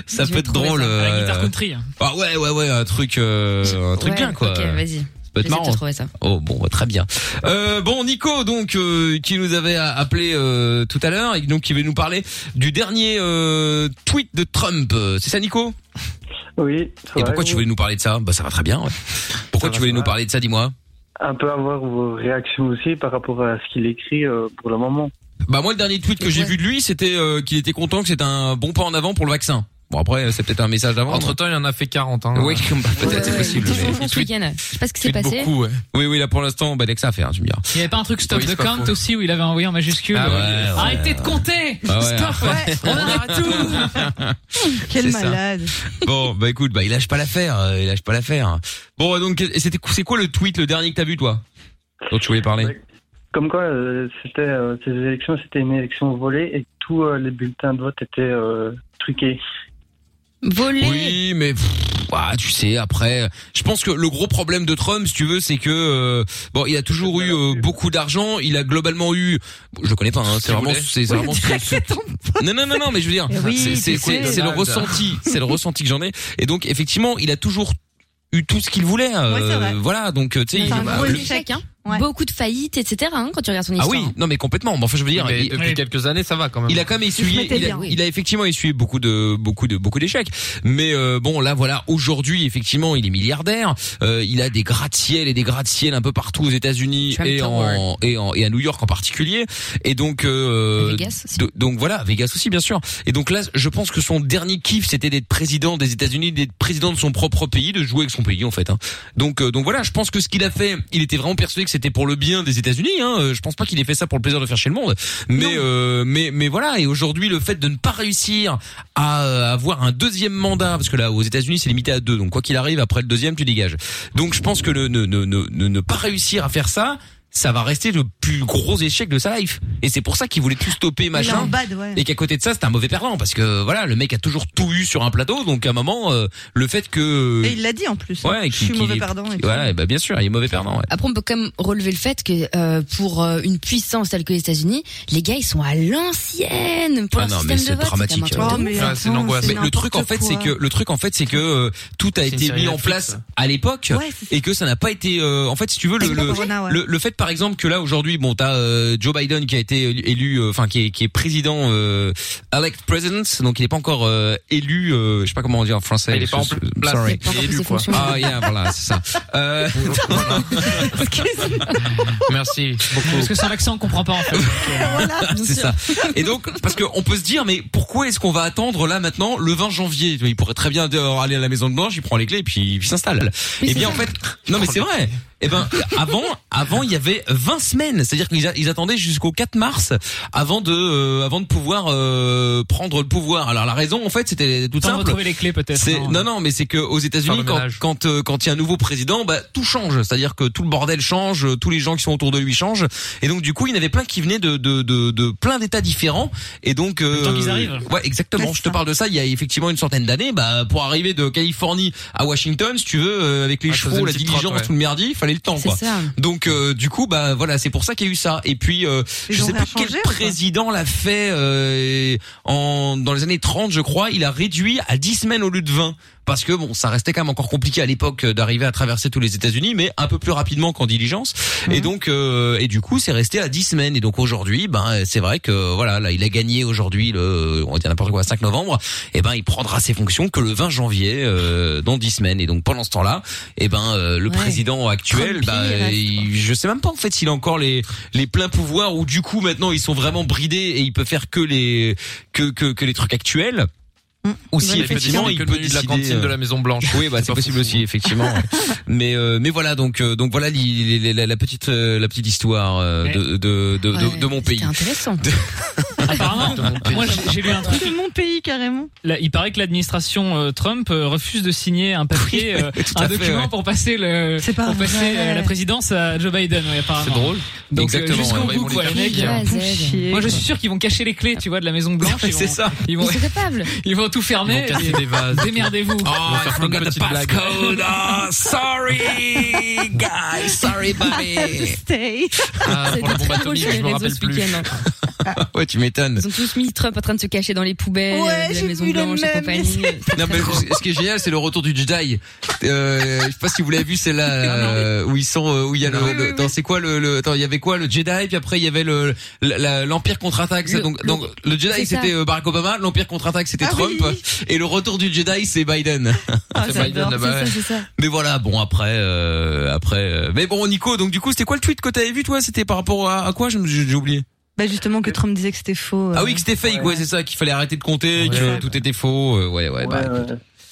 Speaker 2: Ça
Speaker 3: Je
Speaker 2: peut
Speaker 3: vais
Speaker 2: être
Speaker 3: trouver
Speaker 2: drôle.
Speaker 3: ça.
Speaker 6: À la
Speaker 2: euh,
Speaker 6: guitare country. hein.
Speaker 2: ah ouais, ouais, ouais, un truc, euh, un truc
Speaker 3: Ouais,
Speaker 2: bien quoi.
Speaker 3: Ok, vas-y.
Speaker 2: Ça peut être
Speaker 3: J'essaie de
Speaker 2: marrant.
Speaker 3: te trouver ça.
Speaker 2: Oh bon, bah, très bien. Euh, bon, Nico, donc euh, qui nous avait a- appelé euh, tout à l'heure et donc qui veut nous parler du dernier euh, tweet de Trump. Euh, C'est ça, Nico
Speaker 9: Oui. c'est
Speaker 2: Et
Speaker 9: vrai,
Speaker 2: pourquoi tu
Speaker 9: oui.
Speaker 2: voulais nous parler de ça Bah ça va très bien. ouais. Pourquoi
Speaker 9: Ça va,
Speaker 2: tu voulais
Speaker 9: ça
Speaker 2: nous
Speaker 9: va.
Speaker 2: parler de ça Dis-moi.
Speaker 9: Un peu avoir vos réactions aussi par rapport à ce qu'il écrit euh, pour le moment.
Speaker 2: Bah moi, le dernier tweet que
Speaker 3: Et
Speaker 2: j'ai
Speaker 3: ouais.
Speaker 2: vu de lui, c'était euh, qu'il était content que c'était un bon pas en avant pour le vaccin. Bon après, c'est peut-être un message d'avant.
Speaker 7: Entre temps, il en a fait 40. Hein.
Speaker 2: Oui, bah, peut-être
Speaker 3: Ouais,
Speaker 2: c'est
Speaker 3: ouais,
Speaker 2: possible.
Speaker 3: ils
Speaker 2: mais-
Speaker 3: font ce week-end. Je sais pas ce qui s'est
Speaker 7: C'est
Speaker 3: passé.
Speaker 7: beaucoup, ouais.
Speaker 2: Oui, oui, là pour l'instant, bah dès que ça à faire, tu me diras.
Speaker 6: Il y avait pas un truc stop
Speaker 7: Oui,
Speaker 6: de
Speaker 7: c'est pas
Speaker 6: count
Speaker 7: faux.
Speaker 6: aussi où il avait envoyé en majuscule.
Speaker 2: Ah ouais,
Speaker 6: euh,
Speaker 2: ouais,
Speaker 6: Arrêtez de compter.
Speaker 2: Ah [laughs] ouais,
Speaker 6: Stop. On arrête tout.
Speaker 2: [laughs]
Speaker 4: Quel
Speaker 2: C'est ça.
Speaker 4: malade.
Speaker 2: [laughs] Bon, bah écoute, bah il lâche pas l'affaire, euh, il lâche pas l'affaire. Bon, bah, donc et c'était c'est quoi le tweet le dernier que t'as vu toi Dont tu voulais parler
Speaker 9: Ouais. Comme quoi, euh, c'était euh, ces élections, c'était une élection volée et tous euh, les bulletins de vote étaient euh, truqués.
Speaker 3: Voler.
Speaker 2: Oui, mais pff, bah, tu sais après, je pense que le gros problème de Trump, si tu veux, c'est que euh, bon, il a toujours eu euh, beaucoup d'argent, il a globalement eu, je le connais pas, hein, c'est
Speaker 7: Qui
Speaker 2: vraiment,
Speaker 7: voulait
Speaker 2: c'est c'est vraiment
Speaker 4: Oui, direct, c'est ton-
Speaker 2: Non, non, non, non, mais je veux dire,
Speaker 4: Mais [laughs] oui,
Speaker 2: c'est- c'est
Speaker 4: tu
Speaker 2: c'est-
Speaker 4: sais.
Speaker 2: c'est le
Speaker 4: [laughs]
Speaker 7: Donald.
Speaker 2: ressenti, c'est le ressenti que j'en ai. Et donc, effectivement, il a toujours eu tout ce qu'il voulait.
Speaker 4: Ouais, c'est
Speaker 2: euh,
Speaker 4: vrai.
Speaker 2: voilà, donc euh, tu sais,
Speaker 4: C'est
Speaker 2: il-
Speaker 4: un
Speaker 2: bah,
Speaker 4: gros
Speaker 2: le-
Speaker 4: échec.
Speaker 3: Chacun.
Speaker 4: Ouais.
Speaker 3: hein. Beaucoup de faillites, etc. hein, quand tu regardes son
Speaker 2: ah
Speaker 3: histoire.
Speaker 2: oui, non, mais complètement. Mais enfin, je veux dire,
Speaker 7: Mais
Speaker 2: il-
Speaker 7: depuis
Speaker 6: oui.
Speaker 7: quelques années, ça va quand même.
Speaker 2: Il a quand même essuyé,
Speaker 4: mettait
Speaker 2: il a,
Speaker 4: bien,
Speaker 3: oui.
Speaker 2: il a effectivement essuyé beaucoup de beaucoup de beaucoup d'échecs. Mais euh, bon, là voilà, aujourd'hui effectivement, il est milliardaire. Euh, il a des gratte-ciel et des gratte-ciel un peu partout aux États-Unis
Speaker 3: Trump
Speaker 2: et en, et en et à New York en particulier. Et donc euh,
Speaker 3: Vegas aussi.
Speaker 2: do- donc voilà, Vegas aussi bien sûr. Et donc là, je pense que son dernier kiff, c'était d'être président des États-Unis, d'être président de son propre pays, de jouer avec son pays en fait. hein. Donc euh, donc voilà, je pense que ce qu'il a fait, il était vraiment persuadé que c'était pour le bien des États-Unis. Hein. Euh, Je pense pas qu'il ait fait ça pour le plaisir de faire chez le monde. Mais euh, mais mais voilà. Et aujourd'hui, le fait de ne pas réussir à euh, avoir un deuxième mandat, parce que là, aux États-Unis, c'est limité à deux. Donc quoi qu'il arrive, après le deuxième, tu dégages. Donc je pense que le, ne, ne, ne, ne, ne pas réussir à faire ça, ça va rester le plus gros échec de sa life. Et c'est pour ça qu'il voulait tout stopper,
Speaker 4: Il est en
Speaker 2: machin.
Speaker 4: bad, ouais.
Speaker 2: Et qu'à côté de ça, c'est un mauvais perdant parce que voilà, le mec a toujours tout eu sur un plateau. Donc à un moment, euh, le fait que
Speaker 4: Et il l'a dit en plus. hein.
Speaker 2: ouais,
Speaker 4: je
Speaker 2: qu'il-
Speaker 4: suis
Speaker 2: qu'il
Speaker 4: mauvais
Speaker 2: est-
Speaker 4: perdant. et tout.
Speaker 2: voilà, et bah, bien sûr, il est mauvais perdant. Ouais.
Speaker 3: Après, on peut quand même relever le fait que euh, pour euh, une puissance telle que les États-Unis, les gars, ils sont à l'ancienne pour
Speaker 2: Ah
Speaker 3: leur
Speaker 2: non, mais
Speaker 3: système
Speaker 2: c'est
Speaker 3: de vote.
Speaker 2: dramatique. hein. Oh,
Speaker 3: quand même un truc de ouf.
Speaker 7: Ah, c'est
Speaker 4: attends,
Speaker 7: l'angoisse.
Speaker 4: Oh, c'est
Speaker 2: Mais le truc en
Speaker 4: n'importe
Speaker 2: fait, c'est
Speaker 4: quoi.
Speaker 2: que le truc en fait, c'est que euh, tout a
Speaker 7: C'est une
Speaker 2: été
Speaker 7: série
Speaker 2: mis en
Speaker 7: Netflix,
Speaker 2: place
Speaker 7: ça.
Speaker 2: à l'époque
Speaker 4: Ouais, c'est ça.
Speaker 2: et que ça n'a pas été. euh, en fait, si tu veux, le,
Speaker 4: C'est pas
Speaker 2: le,
Speaker 4: Corona, ouais.
Speaker 2: le, le fait par exemple que là aujourd'hui, bon, t'as euh, Joe Biden qui a été élu, euh, enfin qui est qui est président euh, elect president, donc il n'est pas encore euh, élu. euh, je sais pas comment on dit en français.
Speaker 7: Ah, il est pas en
Speaker 2: Sorry.
Speaker 7: place.
Speaker 2: Sorry.
Speaker 3: Pas encore
Speaker 7: Il est
Speaker 3: pris
Speaker 7: élu,
Speaker 3: ses
Speaker 7: quoi.
Speaker 3: fonctions.
Speaker 2: Ah yeah, voilà, c'est ça. Euh,
Speaker 7: Merci beaucoup.
Speaker 6: Parce que sans l'accent, on comprend pas en
Speaker 2: [laughs]
Speaker 6: fait. [laughs]
Speaker 2: c'est ça. Et donc, parce que on peut se dire, mais pourquoi est-ce qu'on va attendre là maintenant le 20 janvier Il pourrait très bien dire, aller à la Maison de Blanche, il prend les clés et puis il s'installe. Eh
Speaker 3: Oui, c'est
Speaker 2: bien, en
Speaker 3: ça.
Speaker 2: fait, non mais c'est vrai. Eh ben, avant, avant il y avait 20 semaines, c'est-à-dire qu'ils a- ils attendaient jusqu'au 4 mars avant de, euh, avant de pouvoir euh, prendre le pouvoir. Alors la raison, en fait, c'était toute
Speaker 6: Attends de
Speaker 2: simple.
Speaker 6: retrouver les clés peut-être.
Speaker 2: C'est non non mais c'est que aux États-Unis
Speaker 7: Faire le
Speaker 2: quand
Speaker 7: ménage.
Speaker 2: quand euh, quand il y a un nouveau président bah tout change c'est-à-dire que tout le bordel change euh, tous les gens qui sont autour de lui changent et donc du coup il y en avait plein qui venaient de de de, de plein d'états différents et donc euh,
Speaker 6: Le temps qu'ils arrivent.
Speaker 2: ouais exactement
Speaker 4: Ouais,
Speaker 2: je
Speaker 4: c'est
Speaker 2: te
Speaker 4: ça.
Speaker 2: parle de ça il y a effectivement une centaine d'années bah pour arriver de Californie à Washington si tu veux euh, avec les
Speaker 7: Ah, ça faisait
Speaker 2: chevaux
Speaker 7: une
Speaker 2: la
Speaker 7: petite
Speaker 2: diligence
Speaker 7: trotte, ouais.
Speaker 2: tout le merdier fallait le temps
Speaker 3: C'est
Speaker 2: quoi
Speaker 3: ça.
Speaker 2: donc euh, du coup bah voilà, c'est pour ça qu'il y a eu ça. Et puis euh,
Speaker 4: Ils
Speaker 2: je
Speaker 4: ont
Speaker 2: sais
Speaker 4: rien
Speaker 2: plus quel
Speaker 4: changé, ou quoi
Speaker 2: président l'a fait euh, en dans les années 30 je crois, il a réduit à 10 semaines au lieu de 20 parce que bon, ça restait quand même encore compliqué à l'époque euh, d'arriver à traverser tous les États-Unis mais un peu plus rapidement qu'en diligence. Et donc euh, et du coup, c'est resté à 10 semaines et donc aujourd'hui, ben c'est vrai que voilà, là il a gagné aujourd'hui le on va dire n'importe quoi 5 novembre, et ben il prendra ses fonctions que le 20 janvier euh, dans 10 semaines et donc pendant ce temps-là, et ben euh, le
Speaker 3: Ouais.
Speaker 2: président actuel
Speaker 3: Trump,
Speaker 2: bah
Speaker 3: il reste,
Speaker 2: il-
Speaker 3: quoi.
Speaker 2: je sais même pas en fait s'il a encore les les pleins pouvoirs ou du coup maintenant ils sont vraiment bridés et il peut faire que les que que, que les trucs actuels ou si
Speaker 7: Il a fait
Speaker 2: effectivement
Speaker 7: décider
Speaker 2: il
Speaker 7: que Mm. le
Speaker 2: peut
Speaker 7: menu de la
Speaker 2: décider,
Speaker 7: cantine de
Speaker 2: euh,
Speaker 7: la Maison Blanche.
Speaker 2: oui, bah c'est
Speaker 7: pas
Speaker 2: possible
Speaker 7: fou,
Speaker 2: aussi, effectivement.
Speaker 7: [laughs]
Speaker 2: mais euh, mais voilà donc euh, donc voilà li- li- la, la petite euh, la petite histoire euh,
Speaker 6: Mais-
Speaker 2: de, de, de, de-
Speaker 3: Ouais,
Speaker 2: de mon pays.
Speaker 3: C'était intéressant.
Speaker 6: Ah, Apparemment, moi j'ai- j'ai lu un truc.
Speaker 4: De mon pays, carrément.
Speaker 6: Là, il paraît que l'administration euh, Trump euh, refuse de signer un
Speaker 2: [laughs]
Speaker 6: papier, euh,
Speaker 2: tout à
Speaker 6: un
Speaker 2: fait,
Speaker 6: document
Speaker 2: ouais.
Speaker 6: pour passer le,
Speaker 4: C'est pas
Speaker 6: pour passer
Speaker 4: vrai.
Speaker 6: euh, la présidence à Joe Biden. ouais, apparemment.
Speaker 7: C'est drôle.
Speaker 6: Donc euh,
Speaker 2: Exactement,
Speaker 6: jusqu'au
Speaker 2: ouais, ils
Speaker 6: bout,
Speaker 2: vont les
Speaker 6: quoi, les mecs.
Speaker 2: faire
Speaker 3: chier. Ouais,
Speaker 4: Font
Speaker 3: zèbre.
Speaker 4: chier.
Speaker 6: Moi, je suis sûr qu'ils vont cacher les clés, tu vois, de la Maison Blanche. ils
Speaker 2: C'est
Speaker 6: vont-
Speaker 2: ça.
Speaker 6: [laughs] Ils vont,
Speaker 3: Ils sont capables.
Speaker 6: [laughs] ils vont tout fermer.
Speaker 7: Ils vont casser
Speaker 6: et-
Speaker 7: des vases.
Speaker 6: Démerdez-vous.
Speaker 2: Oh, I
Speaker 7: faire plein de
Speaker 2: forgot the
Speaker 7: petites blagues.
Speaker 2: passcode. Oh, sorry, guys. Sorry, buddy.
Speaker 4: Stay.
Speaker 7: Ah,
Speaker 3: C'était
Speaker 7: pour la bombe
Speaker 3: très drôle
Speaker 7: atomique,
Speaker 3: sur les
Speaker 7: je me
Speaker 3: réseaux
Speaker 7: rappelle
Speaker 3: ce
Speaker 7: plus.
Speaker 3: week-end.
Speaker 2: [laughs]
Speaker 3: hein.
Speaker 2: Ouais, tu m'étonnes.
Speaker 3: Ils ont tous mis Trump en train de se cacher dans les poubelles
Speaker 4: Ouais,
Speaker 3: euh, de
Speaker 4: j'ai
Speaker 3: la Maison
Speaker 4: vu le
Speaker 3: Blanche et
Speaker 4: même,
Speaker 3: compagnie.
Speaker 4: mais
Speaker 3: C'est
Speaker 2: Non,
Speaker 3: très
Speaker 2: mais
Speaker 3: drôle.
Speaker 2: ce qui est génial, c'est le retour du Jedi. Euh, je sais pas si vous l'avez vu, c'est
Speaker 3: [laughs]
Speaker 2: là euh, où ils sont, euh, où il y a le,
Speaker 4: Oui,
Speaker 2: le-
Speaker 4: oui, oui.
Speaker 2: attends, c'est quoi le, le- attends, il y avait quoi le Jedi, puis après il y avait le la- la- l'Empire contre-attaque. ça,
Speaker 3: Le-
Speaker 2: Donc,
Speaker 3: le-
Speaker 2: donc le Jedi
Speaker 3: c'est ça.
Speaker 2: c'était euh, Barack Obama, l'Empire contre-attaque c'était
Speaker 4: Ah
Speaker 2: Trump,
Speaker 4: oui.
Speaker 2: et le retour du Jedi [laughs] c'est Biden.
Speaker 4: Ah,
Speaker 7: C'est
Speaker 4: j'adore.
Speaker 7: Biden là-bas.
Speaker 3: C'est ça, c'est ça.
Speaker 2: Mais voilà, bon après, euh, après, euh, mais bon Nico, donc du coup c'était quoi le tweet que t'avais vu toi C'était par rapport à, à quoi Je me- J'ai j'ai oublié.
Speaker 4: Bah justement que Trump disait que c'était faux.
Speaker 2: Ah
Speaker 4: euh.
Speaker 2: oui, que c'était fake, ouais, c'est ça, qu'il fallait arrêter de compter,
Speaker 7: Ouais.
Speaker 2: que tout était faux, euh, ouais, ouais.
Speaker 9: Ouais,
Speaker 2: bah,
Speaker 9: ouais.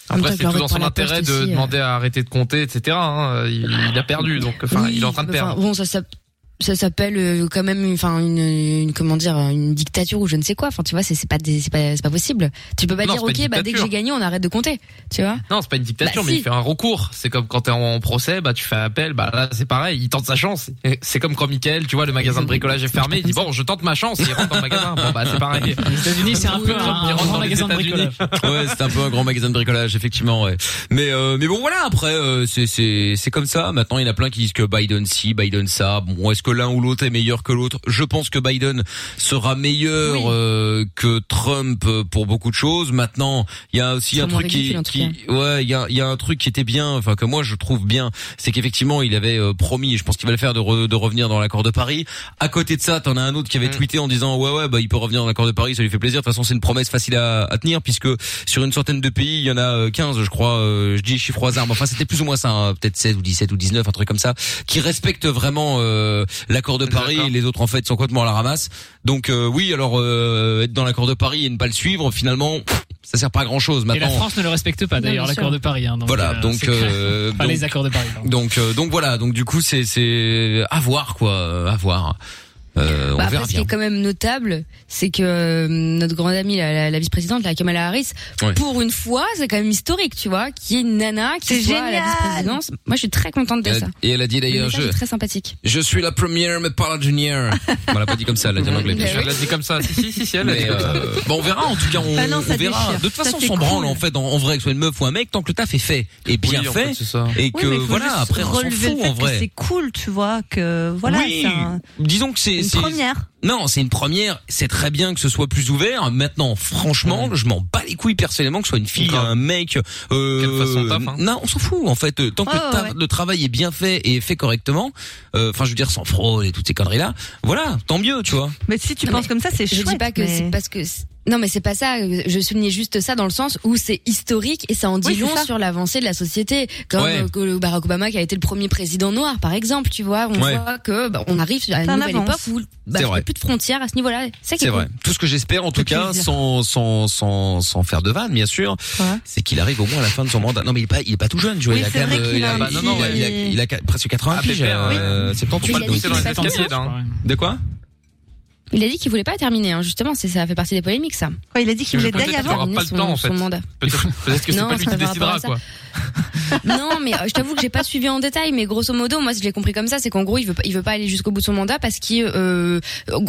Speaker 3: En même temps,
Speaker 7: Après,
Speaker 3: je
Speaker 7: c'est
Speaker 3: leur
Speaker 7: tout dans
Speaker 3: réponds à
Speaker 7: son
Speaker 3: la
Speaker 7: intérêt
Speaker 3: poste
Speaker 7: de
Speaker 3: aussi, euh.
Speaker 7: demander à arrêter de compter, etc. hein. Il, il a perdu, donc enfin,
Speaker 3: Oui,
Speaker 7: il est en train de
Speaker 3: enfin,
Speaker 7: perdre.
Speaker 3: Bon, ça s'appelle. Ça s'appelle euh, quand même, enfin une, une- comment dire, une dictature ou je ne sais quoi. Enfin, tu vois, c'est c'est pas, des- c'est pas, c'est pas possible. Tu peux pas
Speaker 7: Non,
Speaker 3: dire,
Speaker 7: c'est pas
Speaker 3: ok,
Speaker 7: une
Speaker 3: bah dès que
Speaker 7: dictature.
Speaker 3: j'ai gagné, on arrête de compter. Tu vois
Speaker 7: Non, c'est pas une dictature,
Speaker 3: Bah,
Speaker 7: mais
Speaker 3: si.
Speaker 7: il fait un recours. C'est comme quand t'es en procès, bah tu fais appel. Bah là, c'est pareil. Il tente sa chance. Et C'est comme quand Michael, tu vois, le magasin de bricolage est fermé. Il dit bon, je tente ma chance. Et il rentre dans le magasin. Bon bah c'est
Speaker 3: [laughs]
Speaker 7: pareil.
Speaker 6: Les États-Unis, c'est un peu un,
Speaker 7: Il
Speaker 6: un
Speaker 7: rentre
Speaker 6: grand
Speaker 7: dans les
Speaker 6: magasin de
Speaker 7: États-Unis.
Speaker 6: bricolage.
Speaker 2: ouais, c'est un peu un grand magasin de bricolage, effectivement. Ouais. Mais euh, mais bon, voilà. Après, euh, c'est c'est c'est comme ça. Maintenant, il y en a plein qui disent que Biden si, Biden ça. Bon, est-ce que l'un ou l'autre est meilleur que l'autre Je pense que Biden sera meilleur
Speaker 3: Oui.
Speaker 2: euh, que Trump euh, pour beaucoup de choses. Maintenant, il y a aussi
Speaker 3: C'est
Speaker 2: un
Speaker 3: moins
Speaker 2: truc qui,
Speaker 3: ridicule, en tout
Speaker 2: qui ouais, il y a il y a un truc qui était bien, enfin que moi je trouve bien, c'est qu'effectivement il avait euh, promis, et je pense qu'il va le faire de, re- de revenir dans l'accord de Paris. À côté de ça, t'en as un autre qui avait
Speaker 7: Mm.
Speaker 2: tweeté en disant ouais ouais bah il peut revenir dans l'accord de Paris, ça lui fait plaisir. De toute façon, c'est une promesse facile à, à tenir puisque sur une centaine de pays, il y en a euh, 15, je crois, euh, je dis chiffre au hasard, mais enfin c'était plus ou moins ça, hein, peut-être 16 ou 17 ou 19, un truc comme ça, qui respectent vraiment euh, l'accord de Paris
Speaker 7: D'accord.
Speaker 2: et les autres en fait sont complètement à la ramasse. Donc euh, oui, alors euh, être dans l'accord de Paris et ne pas le suivre, finalement, ça sert pas à grand-chose
Speaker 6: Et la
Speaker 2: maintenant.
Speaker 6: France ne le respecte pas, d'ailleurs,
Speaker 3: Non, bien
Speaker 6: l'accord
Speaker 3: sûr.
Speaker 6: de Paris. hein, donc,
Speaker 2: Bah Voilà,
Speaker 6: euh,
Speaker 2: donc
Speaker 6: c'est clair.
Speaker 2: euh,
Speaker 6: Enfin,
Speaker 2: donc-
Speaker 6: les accords de Paris. pardon.
Speaker 2: donc euh, donc voilà, donc du coup c'est c'est à voir quoi, euh, à voir. Euh, on
Speaker 3: Bah,
Speaker 2: verra
Speaker 3: après, ce qui
Speaker 2: bien.
Speaker 3: est quand même notable, c'est que euh, notre grande amie, la, la- la vice-présidente, la Kamala Harris,
Speaker 2: Ouais.
Speaker 3: pour une fois, c'est quand même historique, tu vois, qui est une nana, qui
Speaker 4: C'est
Speaker 3: soit à la
Speaker 4: génial.
Speaker 3: vice-présidence. Moi, je suis très contente de
Speaker 2: Elle
Speaker 3: ça.
Speaker 2: a- Et elle a dit
Speaker 3: Le
Speaker 2: d'ailleurs
Speaker 3: message
Speaker 2: je
Speaker 3: est très sympathique.
Speaker 2: je suis la première mais pas la junior. On l'a pas dit comme ça, elle l'a dit en anglais. bien sûr.
Speaker 7: Je l'ai dit comme ça. Si si si, si elle.
Speaker 2: Mais
Speaker 7: elle-
Speaker 2: euh, bah, on verra en tout cas on,
Speaker 4: Ah non, ça
Speaker 2: on verra
Speaker 4: déchire.
Speaker 2: de toute
Speaker 4: Ça,
Speaker 2: façon on
Speaker 4: c'est
Speaker 2: s'en branle
Speaker 4: cool.
Speaker 2: en fait en, en vrai que ce soit une meuf ou un mec tant que le taf est fait et bien
Speaker 7: Oui, en
Speaker 2: fait,
Speaker 7: fait, c'est ça.
Speaker 2: et
Speaker 4: Oui,
Speaker 2: que
Speaker 4: mais il faut
Speaker 2: voilà
Speaker 4: juste
Speaker 2: après on s'en
Speaker 4: relever le
Speaker 2: fout
Speaker 4: fait
Speaker 2: en
Speaker 4: que
Speaker 2: vrai
Speaker 4: C'est cool, tu vois, que voilà,
Speaker 2: oui
Speaker 4: c'est un-
Speaker 2: disons que c'est
Speaker 4: une
Speaker 2: c'est-
Speaker 4: première.
Speaker 2: non c'est une première c'est très bien que ce soit plus ouvert maintenant franchement je m'en bats les couilles personnellement que ce soit une fille
Speaker 7: Grave.
Speaker 2: un mec euh,
Speaker 7: Qu'elle fasse son taf, hein.
Speaker 2: non on s'en fout en fait Euh, tant que
Speaker 4: Ouais,
Speaker 2: le, ta-
Speaker 4: ouais, ouais.
Speaker 2: le travail est bien fait et fait correctement euh, enfin je veux dire sans fraude et toutes ces conneries là voilà tant mieux tu vois
Speaker 4: Mais si tu
Speaker 3: Non,
Speaker 4: penses
Speaker 3: mais
Speaker 4: comme ça, c'est
Speaker 3: Je
Speaker 4: chouette.
Speaker 3: dis pas que
Speaker 4: mais-
Speaker 3: c'est parce que c'est- non, mais c'est pas ça. Je soulignais juste ça dans le sens où c'est historique et ça en dit
Speaker 4: Oui, c'est
Speaker 3: long
Speaker 4: ça.
Speaker 3: sur l'avancée de la société. Comme
Speaker 2: Ouais.
Speaker 3: euh, que le Barack Obama qui a été le premier président noir, par exemple, tu vois, on
Speaker 2: Ouais.
Speaker 3: voit que bah, on arrive à une
Speaker 4: Ça
Speaker 3: nouvelle époque
Speaker 4: avance.
Speaker 3: où bah,
Speaker 2: C'est
Speaker 3: il y a
Speaker 2: vrai.
Speaker 3: plus de frontières à ce niveau-là. C'est ça qui
Speaker 2: C'est
Speaker 3: est cool.
Speaker 2: vrai. Tout ce que j'espère, en tout
Speaker 4: fait
Speaker 2: cas,
Speaker 4: plaisir.
Speaker 2: sans, sans, sans, sans faire de vanne, bien sûr,
Speaker 4: Ouais.
Speaker 2: c'est qu'il arrive au moins à la fin de son mandat. Non, mais il est pas, il est pas tout jeune, tu vois.
Speaker 4: Oui,
Speaker 2: il a
Speaker 4: c'est
Speaker 2: quand
Speaker 4: vrai
Speaker 2: même, euh,
Speaker 4: qu'il
Speaker 2: il a,
Speaker 4: a
Speaker 2: bah,
Speaker 4: un
Speaker 2: non, non,
Speaker 4: petit-
Speaker 2: il a, il a presque 80
Speaker 7: Ah,
Speaker 2: piges,
Speaker 7: pépère,
Speaker 2: euh, 70
Speaker 7: Faut
Speaker 3: Oui,
Speaker 7: pas le
Speaker 3: il a dit
Speaker 7: pousser dans
Speaker 3: qu'il
Speaker 7: les
Speaker 3: est pas
Speaker 7: escaliers là. hein.
Speaker 2: De quoi?
Speaker 3: Il a dit qu'il voulait pas terminer, hein. justement, c'est ça fait partie des polémiques, ça.
Speaker 4: Quoi, il a dit qu'il
Speaker 7: Je
Speaker 4: voulait
Speaker 7: peut-être
Speaker 4: d'ailleurs
Speaker 7: qu'il aura
Speaker 4: avant.
Speaker 7: pas le
Speaker 3: son,
Speaker 7: temps, en
Speaker 3: son
Speaker 7: fait.
Speaker 3: mandat.
Speaker 7: Peut-être peut-être que c'est
Speaker 3: Non,
Speaker 7: pas lui qui
Speaker 3: c'est pas par rapport
Speaker 7: décidera
Speaker 3: à ça.
Speaker 5: [laughs]
Speaker 7: quoi.
Speaker 3: non, mais euh, je t'avoue que j'ai pas suivi en détail, mais grosso modo, moi, si je l'ai compris comme ça, c'est qu'en gros, il veut pas, il veut pas aller jusqu'au bout de son mandat parce qu'il, euh,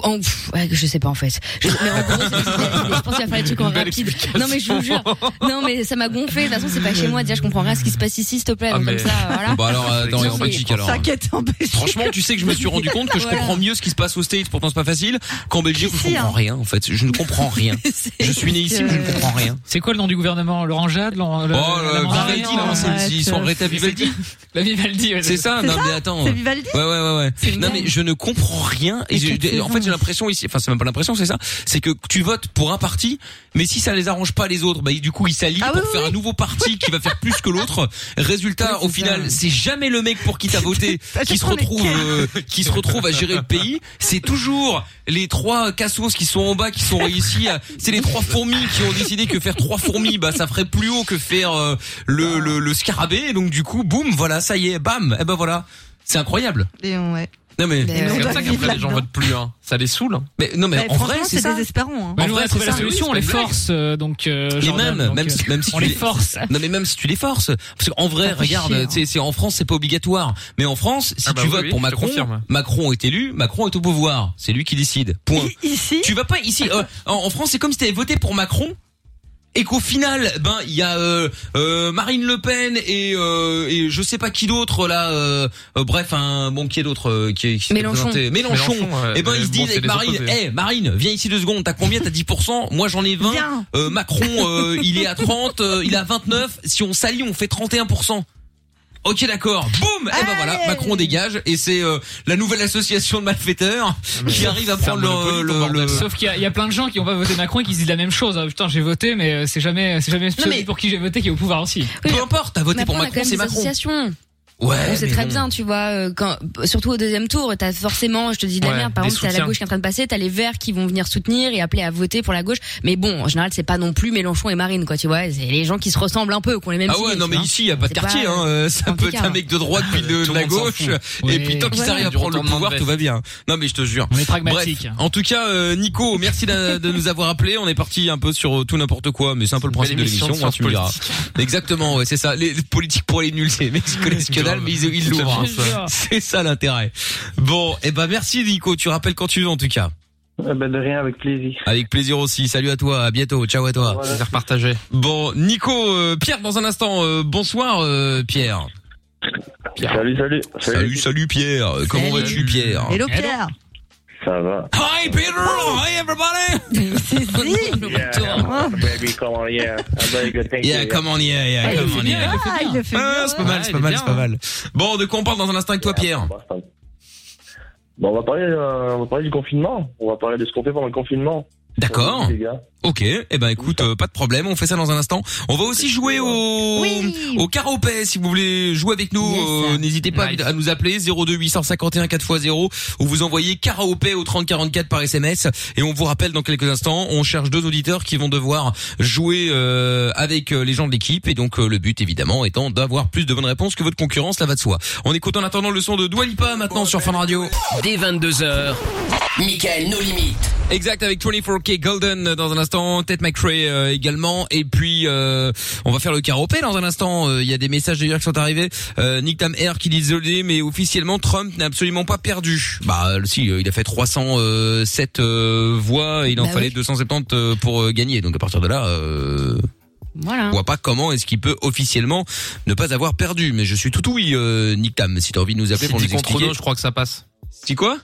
Speaker 3: en, pff, ouais, je sais pas en fait. Je, mais en gros, c'est- c'est- je pense qu'il va faire des trucs en
Speaker 7: Une belle
Speaker 3: rapide. Non, mais je vous jure. Non, mais ça m'a gonflé. De toute façon, c'est pas chez moi. Déjà, je comprends rien à ce qui se passe ici, s'il te plaît.
Speaker 7: Ah,
Speaker 3: Donc,
Speaker 7: mais-
Speaker 3: comme ça, voilà.
Speaker 2: Bah alors, euh, attends,
Speaker 3: Non,
Speaker 2: et en
Speaker 3: mais-
Speaker 2: Belgique alors.
Speaker 4: T'inquiète, en Belgique.
Speaker 2: Franchement, tu sais que je me suis rendu compte
Speaker 5: [laughs]
Speaker 2: que je
Speaker 3: Voilà.
Speaker 2: comprends mieux ce qui se passe aux States, pourtant c'est pas facile, qu'en Belgique, je
Speaker 4: Ici,
Speaker 2: comprends
Speaker 4: hein.
Speaker 2: rien, en fait. Je ne comprends rien. Je suis né ici, mais je ne comprends rien.
Speaker 6: C'est quoi le nom du gouvernement Laurent Jade Laurent- le-
Speaker 2: Oh,
Speaker 6: la
Speaker 2: là,
Speaker 6: mandarine,
Speaker 2: Vivaldi, là,
Speaker 6: euh,
Speaker 2: c'est-
Speaker 4: arrête.
Speaker 2: ils sont arrêtés à Vivaldi.
Speaker 6: [laughs] La Vivaldi, ouais,
Speaker 2: C'est ça?
Speaker 4: C'est
Speaker 2: Non,
Speaker 4: ça
Speaker 2: mais attends.
Speaker 4: C'est Vivaldi
Speaker 2: Ouais, ouais, ouais, ouais.
Speaker 4: C'est
Speaker 2: Non,
Speaker 4: dingue.
Speaker 2: mais je ne comprends rien. Et
Speaker 4: Et
Speaker 2: j'ai-
Speaker 4: quatre
Speaker 2: j'ai- en fait,
Speaker 4: saisons.
Speaker 2: j'ai l'impression ici, enfin, c'est même pas l'impression, c'est ça. C'est que tu votes pour un parti, mais si ça les arrange pas les autres, bah, du coup, ils s'allient
Speaker 4: Ah
Speaker 2: pour
Speaker 4: oui,
Speaker 2: faire un nouveau parti qui va faire plus
Speaker 4: [laughs]
Speaker 2: que l'autre. Résultat, au final, c'est jamais le mec pour qui t'as voté
Speaker 4: À chaque
Speaker 2: qui se
Speaker 4: fois, on est
Speaker 2: retrouve,
Speaker 4: quatre.
Speaker 2: euh, qui se retrouve à gérer le pays. C'est toujours les trois cassos qui sont en bas qui sont réussis à, c'est les trois fourmis qui ont décidé que faire trois fourmis, bah, ça ferait plus haut que faire, euh, le, le, le scarabée. Donc, du coup, boum, voilà, ça y est, bam, et ben voilà. Eh C'est incroyable.
Speaker 4: Et on- ouais.
Speaker 2: Non mais
Speaker 3: Mais
Speaker 7: C'est
Speaker 3: on
Speaker 7: comme
Speaker 3: doit
Speaker 7: ça
Speaker 4: vivre
Speaker 7: qu'après les gens
Speaker 4: là-dedans.
Speaker 7: votent plus. Hein. Ça les saoule. hein.
Speaker 2: Mais non mais
Speaker 4: Bah,
Speaker 2: en vrai
Speaker 4: franchement,
Speaker 2: c'est ça.
Speaker 4: désespérant. hein.
Speaker 6: Mais
Speaker 2: En
Speaker 6: nous, on
Speaker 2: vrai,
Speaker 6: a trouvé
Speaker 2: c'est
Speaker 6: la
Speaker 2: ça.
Speaker 6: solution, on les
Speaker 2: C'est une blague.
Speaker 6: force, euh, donc. euh,
Speaker 2: Les
Speaker 6: Jordan,
Speaker 2: mêmes,
Speaker 6: donc,
Speaker 2: même
Speaker 6: euh,
Speaker 2: si- même si
Speaker 6: on
Speaker 2: tu
Speaker 6: les
Speaker 2: les-
Speaker 6: force.
Speaker 2: [laughs] Non mais même si tu les forces, parce qu'en vrai,
Speaker 4: Ça fait
Speaker 2: regarde,
Speaker 4: chier, hein.
Speaker 2: tu sais, c'est en France, c'est pas obligatoire. Mais en France, si
Speaker 7: Ah bah
Speaker 2: tu
Speaker 7: oui,
Speaker 2: votes
Speaker 7: oui,
Speaker 2: pour
Speaker 7: je te
Speaker 2: Macron,
Speaker 7: confirme.
Speaker 2: Macron est élu, Macron est au pouvoir, c'est lui qui décide. Point.
Speaker 4: I- Ici,
Speaker 2: tu vas pas
Speaker 4: [laughs]
Speaker 2: ici. euh, en, en France, c'est comme si t'avais voté pour Macron. Et qu'au final, ben il y a euh, euh, Marine Le Pen et, euh, et je sais pas qui d'autre là. euh, euh, bref, un bon qui est d'autre euh, qui, qui s'est
Speaker 3: Mélenchon.
Speaker 2: présenté Mélenchon.
Speaker 7: Mélenchon, ouais.
Speaker 2: et ben
Speaker 7: Mais
Speaker 2: ils se
Speaker 7: bon,
Speaker 2: disent
Speaker 7: c'est
Speaker 2: avec
Speaker 7: les
Speaker 2: Marine, eh,
Speaker 7: opposés.
Speaker 2: hey, Marine, viens ici deux secondes. T'as combien T'as 10 Moi j'en ai 20.
Speaker 4: viens.
Speaker 2: Euh, Macron, euh, il est à 30, euh, il est à 29. Si on s'allie, on fait 31%. Ok, d'accord. Boum Et ben voilà,
Speaker 4: Allez
Speaker 2: Macron dégage. Et c'est euh, la nouvelle association de malfaiteurs
Speaker 7: Ah,
Speaker 2: qui arrive à
Speaker 7: C'est un
Speaker 2: prendre le...
Speaker 7: monopole, ton
Speaker 2: le,
Speaker 7: bordel.
Speaker 2: le-
Speaker 6: Sauf qu'il y, a- il y a plein de gens qui ont pas voté Macron et qui se disent la même chose. Ah, putain, j'ai voté, mais euh, c'est jamais, c'est jamais celui
Speaker 2: mais-
Speaker 6: pour qui j'ai voté qui est au pouvoir aussi.
Speaker 3: Oui,
Speaker 2: Peu importe, t'as voté
Speaker 3: Mais
Speaker 2: pour
Speaker 3: après, on a
Speaker 2: Macron,
Speaker 3: quand même
Speaker 2: c'est
Speaker 3: des
Speaker 2: Macron.
Speaker 3: associations.
Speaker 2: Ouais,
Speaker 3: on sait
Speaker 2: mais
Speaker 3: très
Speaker 2: bon.
Speaker 3: bien, tu vois, euh, quand, surtout au deuxième tour, t'as forcément, je te dis de la
Speaker 7: Ouais,
Speaker 3: merde, par
Speaker 7: des
Speaker 3: exemple, t'as la
Speaker 7: soutiens.
Speaker 3: gauche qui est en train de passer, t'as les verts qui vont venir soutenir et appeler à voter pour la gauche. Mais bon, en général, c'est pas non plus Mélenchon et Marine, quoi, tu vois, c'est les gens qui se ressemblent un peu, qui ont les mêmes
Speaker 2: Ah ouais,
Speaker 3: idées,
Speaker 2: non
Speaker 3: tu
Speaker 2: mais
Speaker 3: vois.
Speaker 2: ici, y a pas de
Speaker 3: C'est
Speaker 2: quartier,
Speaker 3: pas-
Speaker 2: hein. euh, Ça
Speaker 3: un
Speaker 2: peut être
Speaker 3: écart.
Speaker 2: un mec de droite puis
Speaker 3: [laughs]
Speaker 2: de, de
Speaker 7: Ah, Tout le
Speaker 2: la
Speaker 7: monde s'en
Speaker 2: gauche. euh,
Speaker 7: fout.
Speaker 2: Et
Speaker 6: Ouais.
Speaker 2: puis tant qu'il
Speaker 7: Voilà.
Speaker 2: s'arrive à
Speaker 7: Du
Speaker 2: prendre le
Speaker 7: retournement de
Speaker 2: pouvoir,
Speaker 7: veste.
Speaker 2: tout va bien. Non mais je te jure.
Speaker 6: On est
Speaker 2: Bref,
Speaker 6: pragmatique.
Speaker 2: en tout cas, euh, Nico, merci d'a- de nous avoir appelé. On est parti un peu sur euh, tout n'importe quoi, mais c'est un peu le principe de
Speaker 7: Belle émission
Speaker 2: l'émission.
Speaker 7: de
Speaker 2: hein, tu me diras.
Speaker 7: sciences
Speaker 2: Exactement, ouais, c'est ça. Les les politiques pour les nuls, les mecs ils connaissent que dalle, mais ils ils l'ouvrent. hein.
Speaker 6: Je te jure.
Speaker 2: C'est ça l'intérêt. Bon, et ben merci Nico. Tu rappelles quand tu veux en tout cas.
Speaker 9: Eh ben, de rien, avec plaisir.
Speaker 2: Avec plaisir aussi. Salut à toi. À bientôt. Ciao à toi.
Speaker 9: Voilà.
Speaker 7: C'est repartagé.
Speaker 2: Bon, Nico, euh, Pierre, dans un instant. euh, bonsoir, euh, Pierre.
Speaker 7: Pierre.
Speaker 9: Salut, salut.
Speaker 2: Salut, salut, Pierre. Euh, Comment
Speaker 4: Salut.
Speaker 2: vas-tu, Pierre
Speaker 4: Hello Pierre.
Speaker 9: Ça va.
Speaker 2: Hi, Peter.
Speaker 5: Oh.
Speaker 2: Hi, everybody.
Speaker 4: C'est si.
Speaker 9: [laughs] Yeah, baby, come on, yeah. I'm very good, thank
Speaker 2: Yeah,
Speaker 9: you.
Speaker 2: come on, yeah, yeah, come on, yeah.
Speaker 4: Ah, il le fait
Speaker 2: Ah,
Speaker 4: bien.
Speaker 2: c'est pas mal,
Speaker 7: Ouais,
Speaker 2: c'est
Speaker 7: il
Speaker 2: pas
Speaker 7: est
Speaker 2: mal,
Speaker 7: bien,
Speaker 2: c'est pas
Speaker 7: hein.
Speaker 2: mal. Bon, de quoi on parle dans un instant avec toi, Pierre
Speaker 9: Bon, on va parler, euh, on va parler du confinement. On va parler de ce qu'on fait pendant le confinement.
Speaker 2: D'accord.
Speaker 9: Les gars.
Speaker 2: Ok. Eh ben, écoute, euh, pas de problème. On fait ça dans un instant. On va aussi jouer au
Speaker 4: Oui.
Speaker 2: au karaopé. Si vous voulez jouer avec nous,
Speaker 4: Yes.
Speaker 2: euh, n'hésitez pas
Speaker 7: Nice.
Speaker 2: à nous appeler 02 851 4x0 ou vous envoyez karaopé au 3044 par SMS. Et on vous rappelle dans quelques instants, on cherche deux auditeurs qui vont devoir jouer euh, avec euh, les gens de l'équipe. Et donc euh, le but évidemment étant d'avoir plus de bonnes réponses que votre concurrence, là va de soi. On écoute en attendant le son de Dua Lipa maintenant sur Fun Radio.
Speaker 1: Dès 22h, Michael nos limites.
Speaker 2: Exact avec 24K Golden dans un instant, Ted McRae euh, également et puis euh, on va faire le karaopé dans un instant, Euh, il y a des messages d'ailleurs qui sont arrivés. Euh, Nick Tam Air qui dit désolé mais officiellement Trump n'a absolument pas perdu. Bah euh, si, euh, il a fait 307 euh, voix et il en
Speaker 3: Bah
Speaker 2: fallait
Speaker 3: oui.
Speaker 2: 270 euh, pour euh, gagner. Donc à partir de là euh,
Speaker 3: Voilà.
Speaker 2: on voit pas comment est-ce qu'il peut officiellement ne pas avoir perdu mais je suis tout oui euh, Nick Tam si tu as envie de nous appeler
Speaker 7: Si
Speaker 2: pour nous
Speaker 7: dit contre
Speaker 2: expliquer.
Speaker 7: nous, je crois que ça passe.
Speaker 2: C'est quoi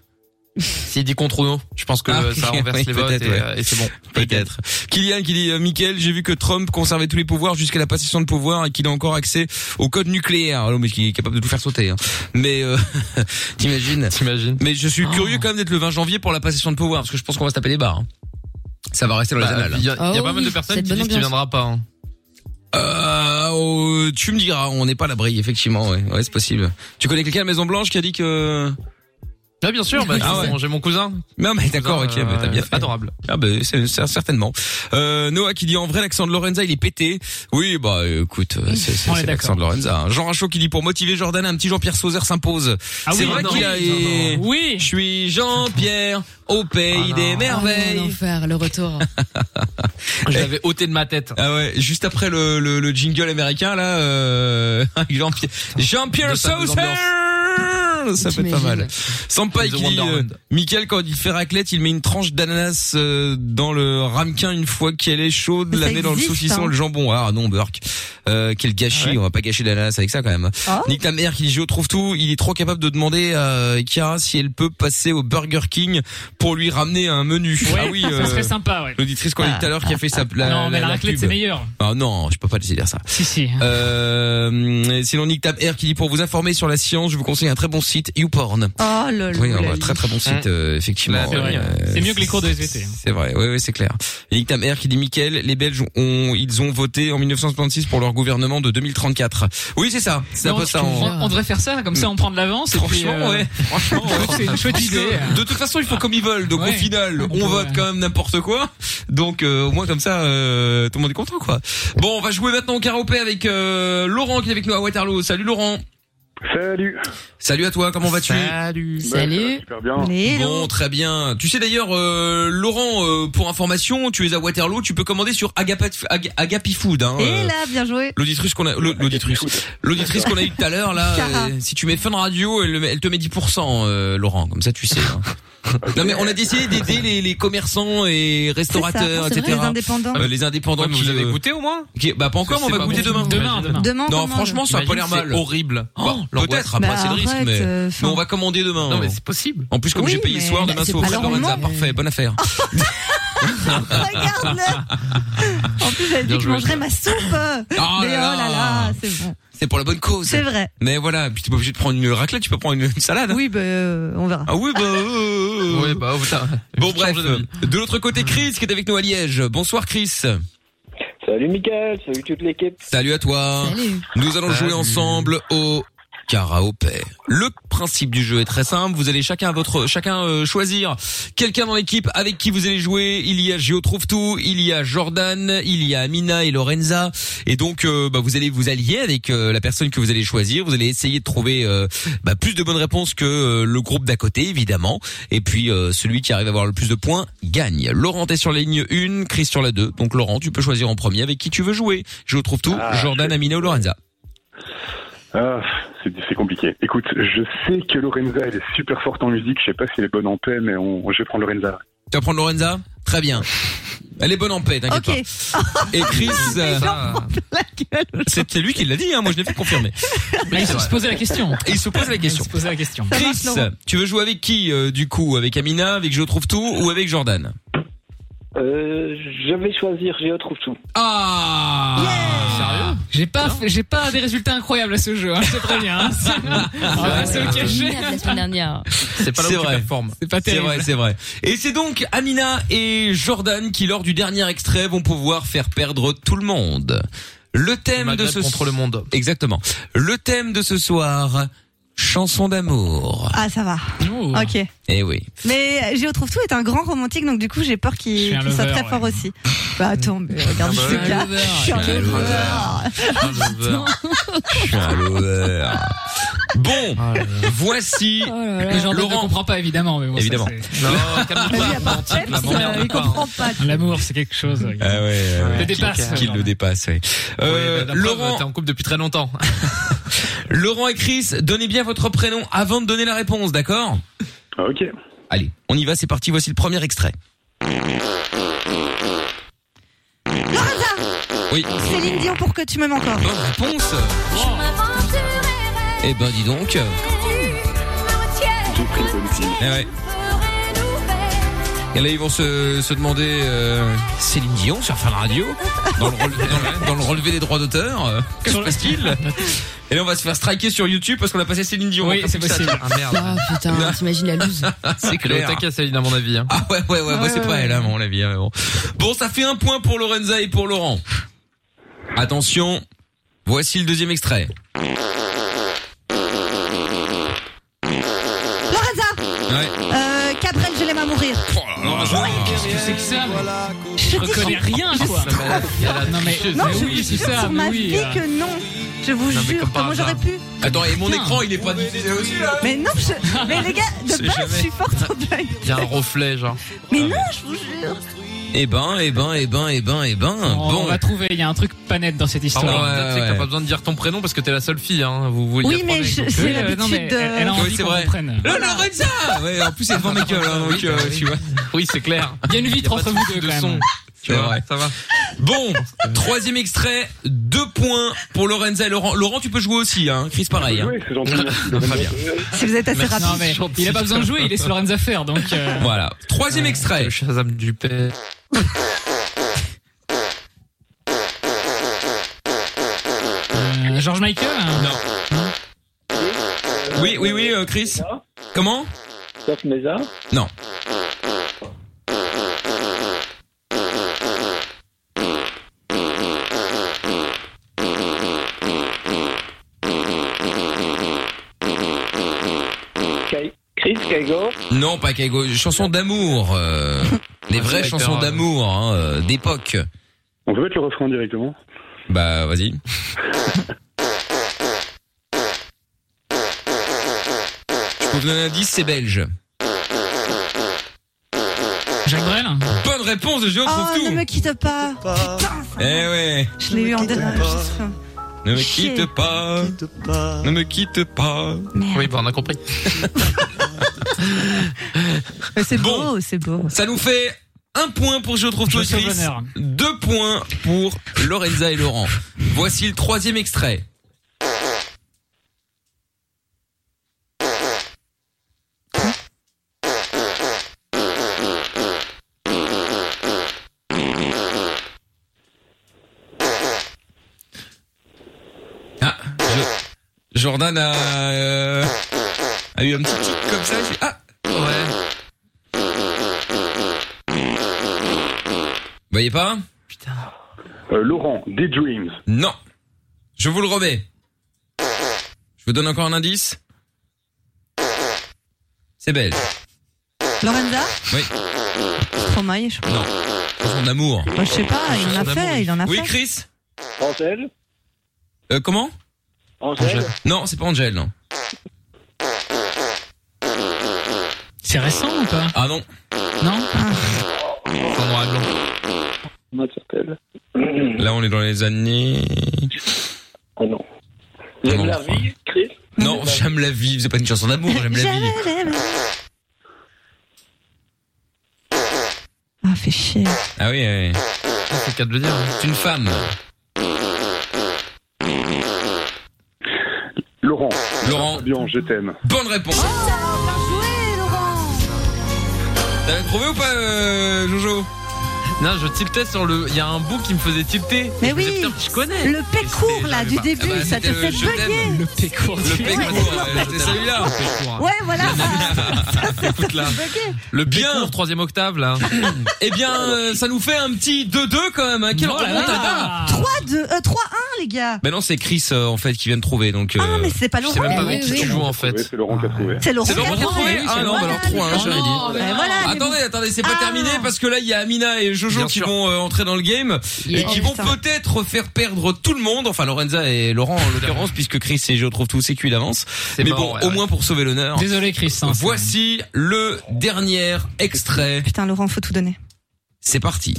Speaker 7: Si dit contre nous, je pense que
Speaker 2: Ah,
Speaker 7: euh, [laughs] ça
Speaker 2: oui,
Speaker 7: renverse
Speaker 2: oui,
Speaker 7: les votes
Speaker 2: peut-être,
Speaker 7: et,
Speaker 2: ouais.
Speaker 7: euh, et c'est bon.
Speaker 2: Peut-être. Kylian qui dit, euh, Mickaël, j'ai vu que Trump conservait tous les pouvoirs jusqu'à la passation de pouvoir et qu'il a encore accès au code nucléaire. Alors, mais qui est capable de tout faire sauter. hein. Mais euh, [laughs] t'imagines
Speaker 7: T'imagines Oh.
Speaker 2: Mais je suis curieux quand même d'être le 20 janvier pour la passation de pouvoir parce que je pense qu'on va se taper des barres. hein. Ça va rester dans les
Speaker 7: Bah,
Speaker 2: annales.
Speaker 7: Il y a, il y a
Speaker 3: Oh
Speaker 7: pas mal
Speaker 3: oui,
Speaker 7: de personnes
Speaker 3: cette
Speaker 7: qui
Speaker 3: bonne
Speaker 7: disent qu'il
Speaker 3: ambiance.
Speaker 7: viendra pas. hein.
Speaker 2: Euh, oh, tu me diras, on n'est pas à l'abri, effectivement. Ouais, ouais c'est possible. Tu connais quelqu'un à la Maison Blanche qui a dit que...
Speaker 7: Ah
Speaker 2: [laughs]
Speaker 7: bien sûr, bah,
Speaker 2: Ah
Speaker 7: c'est
Speaker 2: ouais.
Speaker 7: bon, j'ai mon cousin.
Speaker 2: Non mais d'accord, ok,
Speaker 7: Cousin,
Speaker 2: bah, t'as bien
Speaker 7: euh,
Speaker 2: fait.
Speaker 7: Adorable.
Speaker 2: Ah ben c'est c'est- certainement. Euh, Noah qui dit en vrai l'accent de Lorenza il est pété. Oui bah euh, écoute euh, c'est c'est-
Speaker 6: On est
Speaker 2: c'est l'accent
Speaker 6: d'accord.
Speaker 2: de Lorenza. hein. Jean Rachaud qui dit pour motiver Jordan un petit Jean-Pierre Sauzère s'impose.
Speaker 6: Ah
Speaker 2: c'est
Speaker 6: oui,
Speaker 2: vrai
Speaker 6: non,
Speaker 2: qu'il a.
Speaker 6: oui, non, non. Oui.
Speaker 2: Je suis Jean-Pierre au pays
Speaker 7: Ah non.
Speaker 2: des
Speaker 3: Oh, non,
Speaker 2: merveilles.
Speaker 3: l'enfer, le retour.
Speaker 2: [laughs]
Speaker 7: Je l'avais ôté de ma tête.
Speaker 2: Ah ouais, juste après le, le, le jingle américain là, euh, [laughs] Jean-Pierre Jean-Pierre
Speaker 7: Le fameux
Speaker 2: Sauzère. Ça peut être pas mal. Sampai
Speaker 7: The
Speaker 2: qui dit, euh,
Speaker 7: Wonderland.
Speaker 2: Michael quand il fait raclette, il met une tranche d'ananas euh, dans le ramequin une fois qu'elle est chaude,
Speaker 4: Mais
Speaker 2: la
Speaker 4: ça
Speaker 2: met dans le
Speaker 4: existe,
Speaker 2: saucisson,
Speaker 4: hein.
Speaker 2: le jambon. Ah non, Burke. Euh, quel gâchis, on va pas gâcher l'ananas avec ça quand même.
Speaker 4: Oh.
Speaker 2: Nick ta mère qui dit, je trouve tout, il est trop capable de demander à Kiara si elle peut passer au Burger King pour lui ramener un menu.
Speaker 6: Ouais,
Speaker 2: ah oui,
Speaker 6: ça
Speaker 2: euh,
Speaker 6: serait sympa, ouais.
Speaker 2: l'auditrice qu'on a dit tout
Speaker 4: Ah.
Speaker 2: à l'heure qui a fait sa la,
Speaker 6: non, mais la, raclette,
Speaker 2: pub.
Speaker 6: c'est meilleur.
Speaker 2: Ah non, je peux pas laisser dire ça.
Speaker 6: Si, si.
Speaker 2: Euh, sinon Nick Tam Air qui dit pour vous informer sur la science, je vous conseille un très bon site YouPorn.
Speaker 4: Oh lol.
Speaker 2: Oui, un très très bon site, euh, effectivement. Euh,
Speaker 7: Là, c'est vrai.
Speaker 6: C'est mieux que les cours de SVT.
Speaker 2: C'est vrai, oui, oui, c'est clair. Et Nick Tam Air qui dit Michael, les Belges ont, ils ont voté en 1956 pour leur gouvernement de 2034. Oui, c'est ça. C'est un
Speaker 6: Non,
Speaker 2: peu ça.
Speaker 6: on,
Speaker 2: en-
Speaker 6: on devrait faire ça, comme ça on prend de l'avance. et puis,
Speaker 2: Franchement,
Speaker 6: euh,
Speaker 2: ouais. Franchement,
Speaker 6: je
Speaker 2: ouais.
Speaker 6: trouve que C'est une [laughs] chouette
Speaker 2: Parce que,
Speaker 6: idée.
Speaker 2: de toute façon, ils font comme ils veulent. Donc au
Speaker 6: Ouais.
Speaker 2: final, on
Speaker 6: Ouais.
Speaker 2: vote quand même n'importe quoi. Donc euh, au moins comme ça, euh, tout le monde est content, quoi. Bon, on va jouer maintenant au karaopé avec euh, Laurent qui est avec nous à Waterloo. Salut Laurent.
Speaker 11: Salut. Bah,
Speaker 2: Salut à toi, comment vas-tu
Speaker 7: Salut.
Speaker 3: Salut.
Speaker 11: Super bien.
Speaker 2: Bon, très bien. Tu sais d'ailleurs, euh, Laurent, euh, pour information, tu es à Waterloo, tu peux commander sur Agapa- Ag- Agapi Food. Hein, euh,
Speaker 5: Et Eh là, bien joué.
Speaker 2: L'auditrice qu'on a, l'au- l'auditrice, l'auditrice qu'on a eu tout à l'heure là,
Speaker 5: Cara.
Speaker 2: euh, si tu mets Fun Radio, elle, le met- elle te met 10%, euh, Laurent, comme ça tu sais. hein. Non mais on a décidé d'aider les, les commerçants et restaurateurs,
Speaker 5: C'est ça,
Speaker 2: etc.
Speaker 5: les indépendants.
Speaker 2: Euh, les indépendants
Speaker 7: Ouais, mais
Speaker 2: qui,
Speaker 7: vous avez
Speaker 2: euh,
Speaker 7: goûté au moins
Speaker 2: qui- bah pas encore, mais on
Speaker 7: C'est
Speaker 2: va
Speaker 7: pas
Speaker 2: goûter
Speaker 7: bon.
Speaker 2: demain.
Speaker 6: Demain, demain.
Speaker 5: Demain,
Speaker 2: Non,
Speaker 5: commande.
Speaker 2: franchement, ça a pas
Speaker 7: Imagine,
Speaker 2: l'air
Speaker 7: c'est
Speaker 2: mal.
Speaker 7: horrible.
Speaker 2: Bah,
Speaker 7: Oh, l'angoisse.
Speaker 2: Peut-être, après
Speaker 5: Bah,
Speaker 2: c'est le risque,
Speaker 5: arrête,
Speaker 2: mais,
Speaker 5: euh,
Speaker 2: mais on
Speaker 5: enfin.
Speaker 2: va commander demain.
Speaker 7: Non mais c'est possible.
Speaker 2: En plus, comme
Speaker 5: Oui,
Speaker 2: j'ai payé
Speaker 5: mais-
Speaker 2: soir, demain
Speaker 5: Bah,
Speaker 2: c'est
Speaker 5: c'est
Speaker 2: au
Speaker 5: pas
Speaker 2: Fred
Speaker 5: normal.
Speaker 2: Lorenza. Parfait, bonne affaire.
Speaker 5: [laughs]
Speaker 2: [laughs]
Speaker 5: Regarde-le. En plus, j'avais dit
Speaker 7: Bien
Speaker 5: que je
Speaker 7: joué.
Speaker 5: mangerais
Speaker 2: [laughs]
Speaker 5: ma soupe. Mais
Speaker 2: Ah là
Speaker 5: oh
Speaker 2: là.
Speaker 5: là là, c'est bon.
Speaker 2: C'est pour la bonne cause.
Speaker 5: C'est vrai.
Speaker 2: Mais voilà, puis t'es pas obligé de prendre une raclette, tu peux prendre une, une salade.
Speaker 5: Oui, bah, euh, on verra.
Speaker 2: Ah oui, bah. euh, euh,
Speaker 7: Ouais bah oh, putain. euh.
Speaker 2: Bon
Speaker 7: Changer
Speaker 2: bref,
Speaker 7: de vie.
Speaker 2: de l'autre côté Chris qui est avec nous à Liège. Bonsoir Chris.
Speaker 1: Salut Mickaël, salut toute l'équipe.
Speaker 2: Salut à toi.
Speaker 3: Salut.
Speaker 2: Nous allons
Speaker 7: Salut.
Speaker 2: jouer ensemble au karaopé. Le principe du jeu est très simple. Vous allez chacun à votre chacun euh, choisir quelqu'un dans l'équipe avec qui vous allez jouer. Il y a Gio trouve tout, il y a Jordan, il y a Amina et Lorenza. Et donc euh, bah, vous allez vous allier avec euh, la personne que vous allez choisir. Vous allez essayer de trouver euh, bah, plus de bonnes réponses que euh, le groupe d'à côté évidemment. Et puis euh, celui qui arrive à avoir le plus de points gagne. Laurent est sur la ligne 1, Chris sur la 2. Donc Laurent, tu peux choisir en premier avec qui tu veux jouer. Gio trouve tout,
Speaker 1: Ah,
Speaker 2: Jordan, Amina ou Lorenza.
Speaker 11: Ah, c'est c'est compliqué. Écoute, je sais que Lorenza, elle est super forte en musique. Je sais pas si elle est bonne en paix, mais on, je vais prendre Lorenza.
Speaker 2: Tu vas prendre Lorenza Très bien. Elle est bonne en paix, t'inquiète
Speaker 5: Ok.
Speaker 2: pas. Et
Speaker 5: [laughs]
Speaker 2: Chris, euh,
Speaker 7: Ça,
Speaker 5: La gueule.
Speaker 2: c'était lui qui l'a dit, hein, moi je l'ai
Speaker 6: [laughs]
Speaker 2: fait confirmer.
Speaker 6: Là, il faut
Speaker 7: vrai.
Speaker 6: se poser la question.
Speaker 2: Et [laughs] il se pose la question.
Speaker 6: Il se poser la question.
Speaker 5: Ça
Speaker 2: Chris,
Speaker 5: marche, Laurent.
Speaker 2: tu veux jouer avec qui euh, du coup Avec Amina, avec Je trouve tout ou avec Jordan
Speaker 1: Euh, je vais choisir Géo Trouve Tout.
Speaker 2: Ah
Speaker 7: Sérieux
Speaker 6: J'ai pas, fait- j'ai pas des résultats incroyables à ce jeu, hein, je te préviens. Hein.
Speaker 7: [laughs]
Speaker 6: C'est- On va pas se
Speaker 7: Ah,
Speaker 6: le cacher.
Speaker 3: Minable la semaine dernière.
Speaker 7: C'est pas là
Speaker 2: C'est
Speaker 7: où tu
Speaker 2: vrai.
Speaker 7: performes.
Speaker 6: C'est pas
Speaker 2: C'est
Speaker 6: terrible.
Speaker 2: vrai, c'est vrai. Et c'est donc Amina et Jordan qui, lors du dernier extrait, vont pouvoir faire perdre tout le monde. Le thème de
Speaker 7: Maghreb
Speaker 2: ce
Speaker 7: contre le monde.
Speaker 2: exactement. Le thème de ce soir, chanson d'amour.
Speaker 5: Ah, ça va.
Speaker 6: Oh.
Speaker 5: Ok.
Speaker 2: Eh oui.
Speaker 5: Mais Géo Trouve Tout est un grand romantique, donc du coup, j'ai peur
Speaker 6: Je suis
Speaker 5: qu'il
Speaker 6: un
Speaker 5: qu'il soit
Speaker 6: lover,
Speaker 5: très
Speaker 6: ouais.
Speaker 5: fort aussi. Bah attends, mais regarde,
Speaker 7: Ah bah
Speaker 5: je
Speaker 7: ouais.
Speaker 5: suis là. Je suis un
Speaker 2: Je suis un
Speaker 5: lover.
Speaker 7: Ah, le
Speaker 2: Ah
Speaker 7: beurre.
Speaker 2: Bon,
Speaker 7: Ah, le beurre.
Speaker 2: voici.
Speaker 3: Oh là là.
Speaker 6: Les gens ne
Speaker 2: Laurent.
Speaker 6: comprend pas évidemment, mais bon, ça,
Speaker 2: Évidemment.
Speaker 6: c'est-
Speaker 7: Non,
Speaker 5: Mais lui, à
Speaker 7: calme-toi.
Speaker 5: part Peps,
Speaker 7: la
Speaker 5: euh,
Speaker 7: merde,
Speaker 5: il
Speaker 7: quoi.
Speaker 5: comprend pas.
Speaker 6: L'amour, c'est quelque chose. regarde.
Speaker 2: Ah ouais, ouais, ouais.
Speaker 6: Le dépasse.
Speaker 2: Qu'il le dépasse, ouais. Euh,
Speaker 7: Ouais, la preuve,
Speaker 2: Laurent,
Speaker 7: t'es en couple depuis très longtemps.
Speaker 2: [laughs] Laurent et Chris, donnez bien votre prénom avant de donner la réponse, d'accord
Speaker 11: Ah, ok.
Speaker 2: Allez, on y va, c'est parti, voici le premier extrait. Oui.
Speaker 5: Céline Dion pour que tu m'aimes encore.
Speaker 2: Bonne réponse Eh ben dis donc
Speaker 11: J'ai pris bonne fille.
Speaker 2: Eh ouais. Et là ils vont se, se demander euh, Céline Dion sur Fun Radio dans le, relevé, dans le- dans le relevé des droits d'auteur euh, Que se passe-t-il Et là on va se faire striker sur YouTube parce qu'on a passé Céline Dion
Speaker 6: Oui,
Speaker 2: Comme
Speaker 6: c'est
Speaker 2: ça.
Speaker 6: possible.
Speaker 7: Ah merde.
Speaker 3: Oh
Speaker 2: [laughs]
Speaker 3: putain, t'imagines la loose.
Speaker 2: Ah, C'est
Speaker 7: Elle est au
Speaker 2: clair
Speaker 7: taquet, Céline, à mon avis. hein.
Speaker 2: Ah ouais ouais ouais, moi, c'est
Speaker 5: Ouais,
Speaker 2: pas
Speaker 5: ouais.
Speaker 2: elle à mon avis hein, mais bon. bon ça fait un point pour Lorenza et pour Laurent Attention Voici le deuxième extrait
Speaker 5: Lorenza,
Speaker 2: Ouais
Speaker 5: euh, Cabrel, je l'aime à mourir.
Speaker 2: Ah. Oh,
Speaker 6: Qu'est-ce que c'est que ça mais Je reconnais rien, quoi.
Speaker 7: Non, mais elle a- elle a
Speaker 6: Non, mais,
Speaker 7: triché,
Speaker 5: Non,
Speaker 6: mais
Speaker 5: je
Speaker 6: oui,
Speaker 5: vous
Speaker 6: c'est
Speaker 5: jure
Speaker 6: ça,
Speaker 5: sur
Speaker 6: mais
Speaker 5: ma
Speaker 6: oui.
Speaker 5: vie
Speaker 6: euh,
Speaker 5: que non. Je vous
Speaker 7: Non, mais
Speaker 5: jure,
Speaker 7: comme par
Speaker 5: comment j'aurais
Speaker 7: hasard.
Speaker 5: pu
Speaker 2: Attends et mon
Speaker 6: Putain.
Speaker 2: écran il est pas diffusé aussi là
Speaker 5: Mais non, je... mais les gars, de
Speaker 2: C'est
Speaker 5: base,
Speaker 2: jamais.
Speaker 5: je suis forte en blague.
Speaker 7: Il y a un reflet, genre.
Speaker 5: Mais non, je vous jure.
Speaker 2: Eh ben, eh ben, eh ben, eh ben, eh ben.
Speaker 7: Oh,
Speaker 6: On
Speaker 2: bon.
Speaker 6: on va trouver, il y a un truc pas net dans cette
Speaker 7: Par contre,
Speaker 6: histoire.
Speaker 2: ouais,
Speaker 7: tu sais que t'as
Speaker 2: ouais.
Speaker 7: pas besoin
Speaker 2: [laughs]
Speaker 7: de dire ton prénom parce que t'es la seule fille, hein. Vous, vous, il y a
Speaker 5: Oui,
Speaker 7: trois
Speaker 5: mais
Speaker 7: mecs,
Speaker 5: je-
Speaker 7: donc,
Speaker 5: j'ai
Speaker 7: euh,
Speaker 6: Oui, euh, non, mais
Speaker 5: l'habitude de.
Speaker 6: Elle elle a
Speaker 2: Oui,
Speaker 6: envie
Speaker 2: c'est
Speaker 6: qu'on
Speaker 2: vrai.
Speaker 6: comprenne.
Speaker 2: Là, Lorenza Ouais, en plus, c'est devant mes gueules, hein, donc, euh, tu vois.
Speaker 7: bah Oui, c'est clair.
Speaker 6: Il y a une vitre entre vous deux,
Speaker 7: De
Speaker 6: quand
Speaker 7: son.
Speaker 6: même.
Speaker 7: Tu
Speaker 2: C'est
Speaker 7: vois,
Speaker 2: vrai.
Speaker 7: ça va.
Speaker 2: Bon, troisième extrait, deux points pour Lorenza et Laurent. Laurent, tu peux jouer aussi, hein. Chris, pareil. hein.
Speaker 11: Oui, c'est gentil. merci.
Speaker 2: [laughs] Très bien.
Speaker 5: Si vous êtes assez
Speaker 7: Merci.
Speaker 6: Non,
Speaker 5: rapide.
Speaker 6: mais
Speaker 7: Gentil.
Speaker 6: il a pas besoin de jouer, il est sur Lorenza Fer, donc. euh,
Speaker 2: Voilà. Troisième extrait.
Speaker 7: Le Shazam du père.
Speaker 6: euh, George Michael hein.
Speaker 2: Non. Oui, oui, oui, euh, Chris. Comment
Speaker 1: Sauf Mesa.
Speaker 2: Non.
Speaker 1: Kai- Chris Kaigo.
Speaker 2: Non, pas Kaigo. Chanson d'amour. euh, des vraies
Speaker 7: Michael,
Speaker 2: chansons
Speaker 7: euh.
Speaker 2: d'amour, hein, euh, d'époque.
Speaker 11: On peut mettre le refrain [laughs] directement.
Speaker 2: Bah, vas-y. vous donne un indice, c'est belge.
Speaker 6: Jacques Brel
Speaker 2: Bonne réponse de Géo trouve
Speaker 4: Oh, ne
Speaker 2: tout.
Speaker 4: me quitte pas. Putain,
Speaker 2: Eh ouais.
Speaker 4: je l'ai eu en dernier enregistrement.
Speaker 2: Ne me
Speaker 4: Chier.
Speaker 2: quitte pas. Ne me quitte pas.
Speaker 7: Oui, bah, on a compris.
Speaker 4: Mais c'est
Speaker 2: Bon.
Speaker 5: Oh,
Speaker 4: beau, c'est beau.
Speaker 2: Ça nous fait un point pour Je trouve tout et
Speaker 6: suis au
Speaker 2: Chris.
Speaker 6: bonheur.
Speaker 2: Deux points pour Lorenza et Laurent. Voici le troisième extrait. Ah, je- Jordan a, euh, a eu un petit tic comme ça. j'ai- Ah, ouais. Vous voyez pas
Speaker 9: Euh, Laurent, des Dreams.
Speaker 2: Non. Je vous le remets. Je vous donne encore un indice. C'est belge.
Speaker 4: Lorenza
Speaker 2: Oui.
Speaker 4: Stromae, je crois.
Speaker 2: Non. Son amour.
Speaker 4: Moi, je sais pas, il en a
Speaker 2: Son amour,
Speaker 4: fait,
Speaker 2: oui.
Speaker 4: il en a
Speaker 2: Oui,
Speaker 4: fait.
Speaker 2: Chris
Speaker 12: Ansel
Speaker 2: Euh, Comment
Speaker 12: Ansel
Speaker 2: Non, c'est pas Angel, non.
Speaker 6: C'est récent ou pas
Speaker 2: Ah non. Ah.
Speaker 6: Non
Speaker 7: Sans noir et blanc.
Speaker 12: Comment s'appelle
Speaker 2: Là, on est dans les années...
Speaker 12: Oh non.
Speaker 2: Non,
Speaker 12: J'aime la
Speaker 2: je crois.
Speaker 12: vie, Chris
Speaker 2: Non, j'aime la vie. Vous avez pas une chanson d'amour, j'aime la vie.
Speaker 4: Ah, fait chier.
Speaker 2: Ah oui, oui.
Speaker 7: C'est le cas de le dire. hein.
Speaker 2: C'est une femme.
Speaker 9: Laurent.
Speaker 2: Laurent.
Speaker 9: Bien, je t'aime.
Speaker 2: Bonne réponse. T'avais trouvé ou pas, euh, Jojo
Speaker 7: Non, je tiltais sur le. Il y a un bout qui me faisait tilter.
Speaker 4: Mais
Speaker 7: Je me disais,
Speaker 4: oui.
Speaker 7: putain, je connais.
Speaker 4: Le pécourt, là, du
Speaker 2: Ah
Speaker 4: début,
Speaker 2: bah,
Speaker 4: ça
Speaker 2: c'était
Speaker 4: te
Speaker 2: le
Speaker 4: fait
Speaker 2: je
Speaker 4: bugger.
Speaker 2: t'aime.
Speaker 6: Le pécourt
Speaker 2: Le
Speaker 6: du-
Speaker 2: pec, ouais, c'était celui-là.
Speaker 7: hein.
Speaker 4: Ouais,
Speaker 7: [laughs]
Speaker 4: voilà.
Speaker 2: Écoute, là. Le bien.
Speaker 7: Bien, troisième octave là.
Speaker 2: [coughs] Eh bien, euh, ça nous fait un petit 2-2 quand même. Hein. Quelle
Speaker 6: Oh là
Speaker 2: remontada
Speaker 6: là
Speaker 4: 3, 2, euh, 3, 1, les gars.
Speaker 2: Mais non, c'est Chris euh, en fait qui vient de trouver. Donc, euh,
Speaker 4: Ah, mais c'est pas
Speaker 7: Je sais
Speaker 4: Laurent.
Speaker 7: même pas
Speaker 3: Oui,
Speaker 7: avec qui
Speaker 3: oui.
Speaker 7: tu joues en
Speaker 9: Oui,
Speaker 7: fait. Ah,
Speaker 9: c'est Laurent qui a trouvé.
Speaker 4: C'est Laurent.
Speaker 2: c'est Laurent qui a trouvé.
Speaker 6: oui,
Speaker 2: Ah
Speaker 6: c'est
Speaker 2: non,
Speaker 6: Laurent.
Speaker 2: bah alors 3 1
Speaker 6: Oh
Speaker 2: j'aurais dit.
Speaker 6: non, mais
Speaker 4: Ouais,
Speaker 6: non.
Speaker 4: voilà. les-
Speaker 2: Attendez, attendez, c'est pas
Speaker 4: Ah.
Speaker 2: terminé parce que là il y a Amina et Jojo
Speaker 7: Bien
Speaker 2: qui
Speaker 7: sûr.
Speaker 2: vont euh, entrer dans le game et
Speaker 3: Yeah.
Speaker 2: qui
Speaker 4: Oh,
Speaker 2: vont
Speaker 4: putain.
Speaker 2: peut-être faire perdre tout le monde, enfin Lorenza et Laurent en l'occurrence puisque Chris et Jojo trouvent tout c'est cuit d'avance.
Speaker 7: C'est
Speaker 2: Mais
Speaker 7: mort,
Speaker 2: bon,
Speaker 7: ouais,
Speaker 2: au
Speaker 7: ouais.
Speaker 2: moins pour sauver l'honneur.
Speaker 6: Désolé Chris. hein, c'est-
Speaker 2: Voici le dernier extrait.
Speaker 4: Putain, Laurent, faut tout donner.
Speaker 2: C'est parti.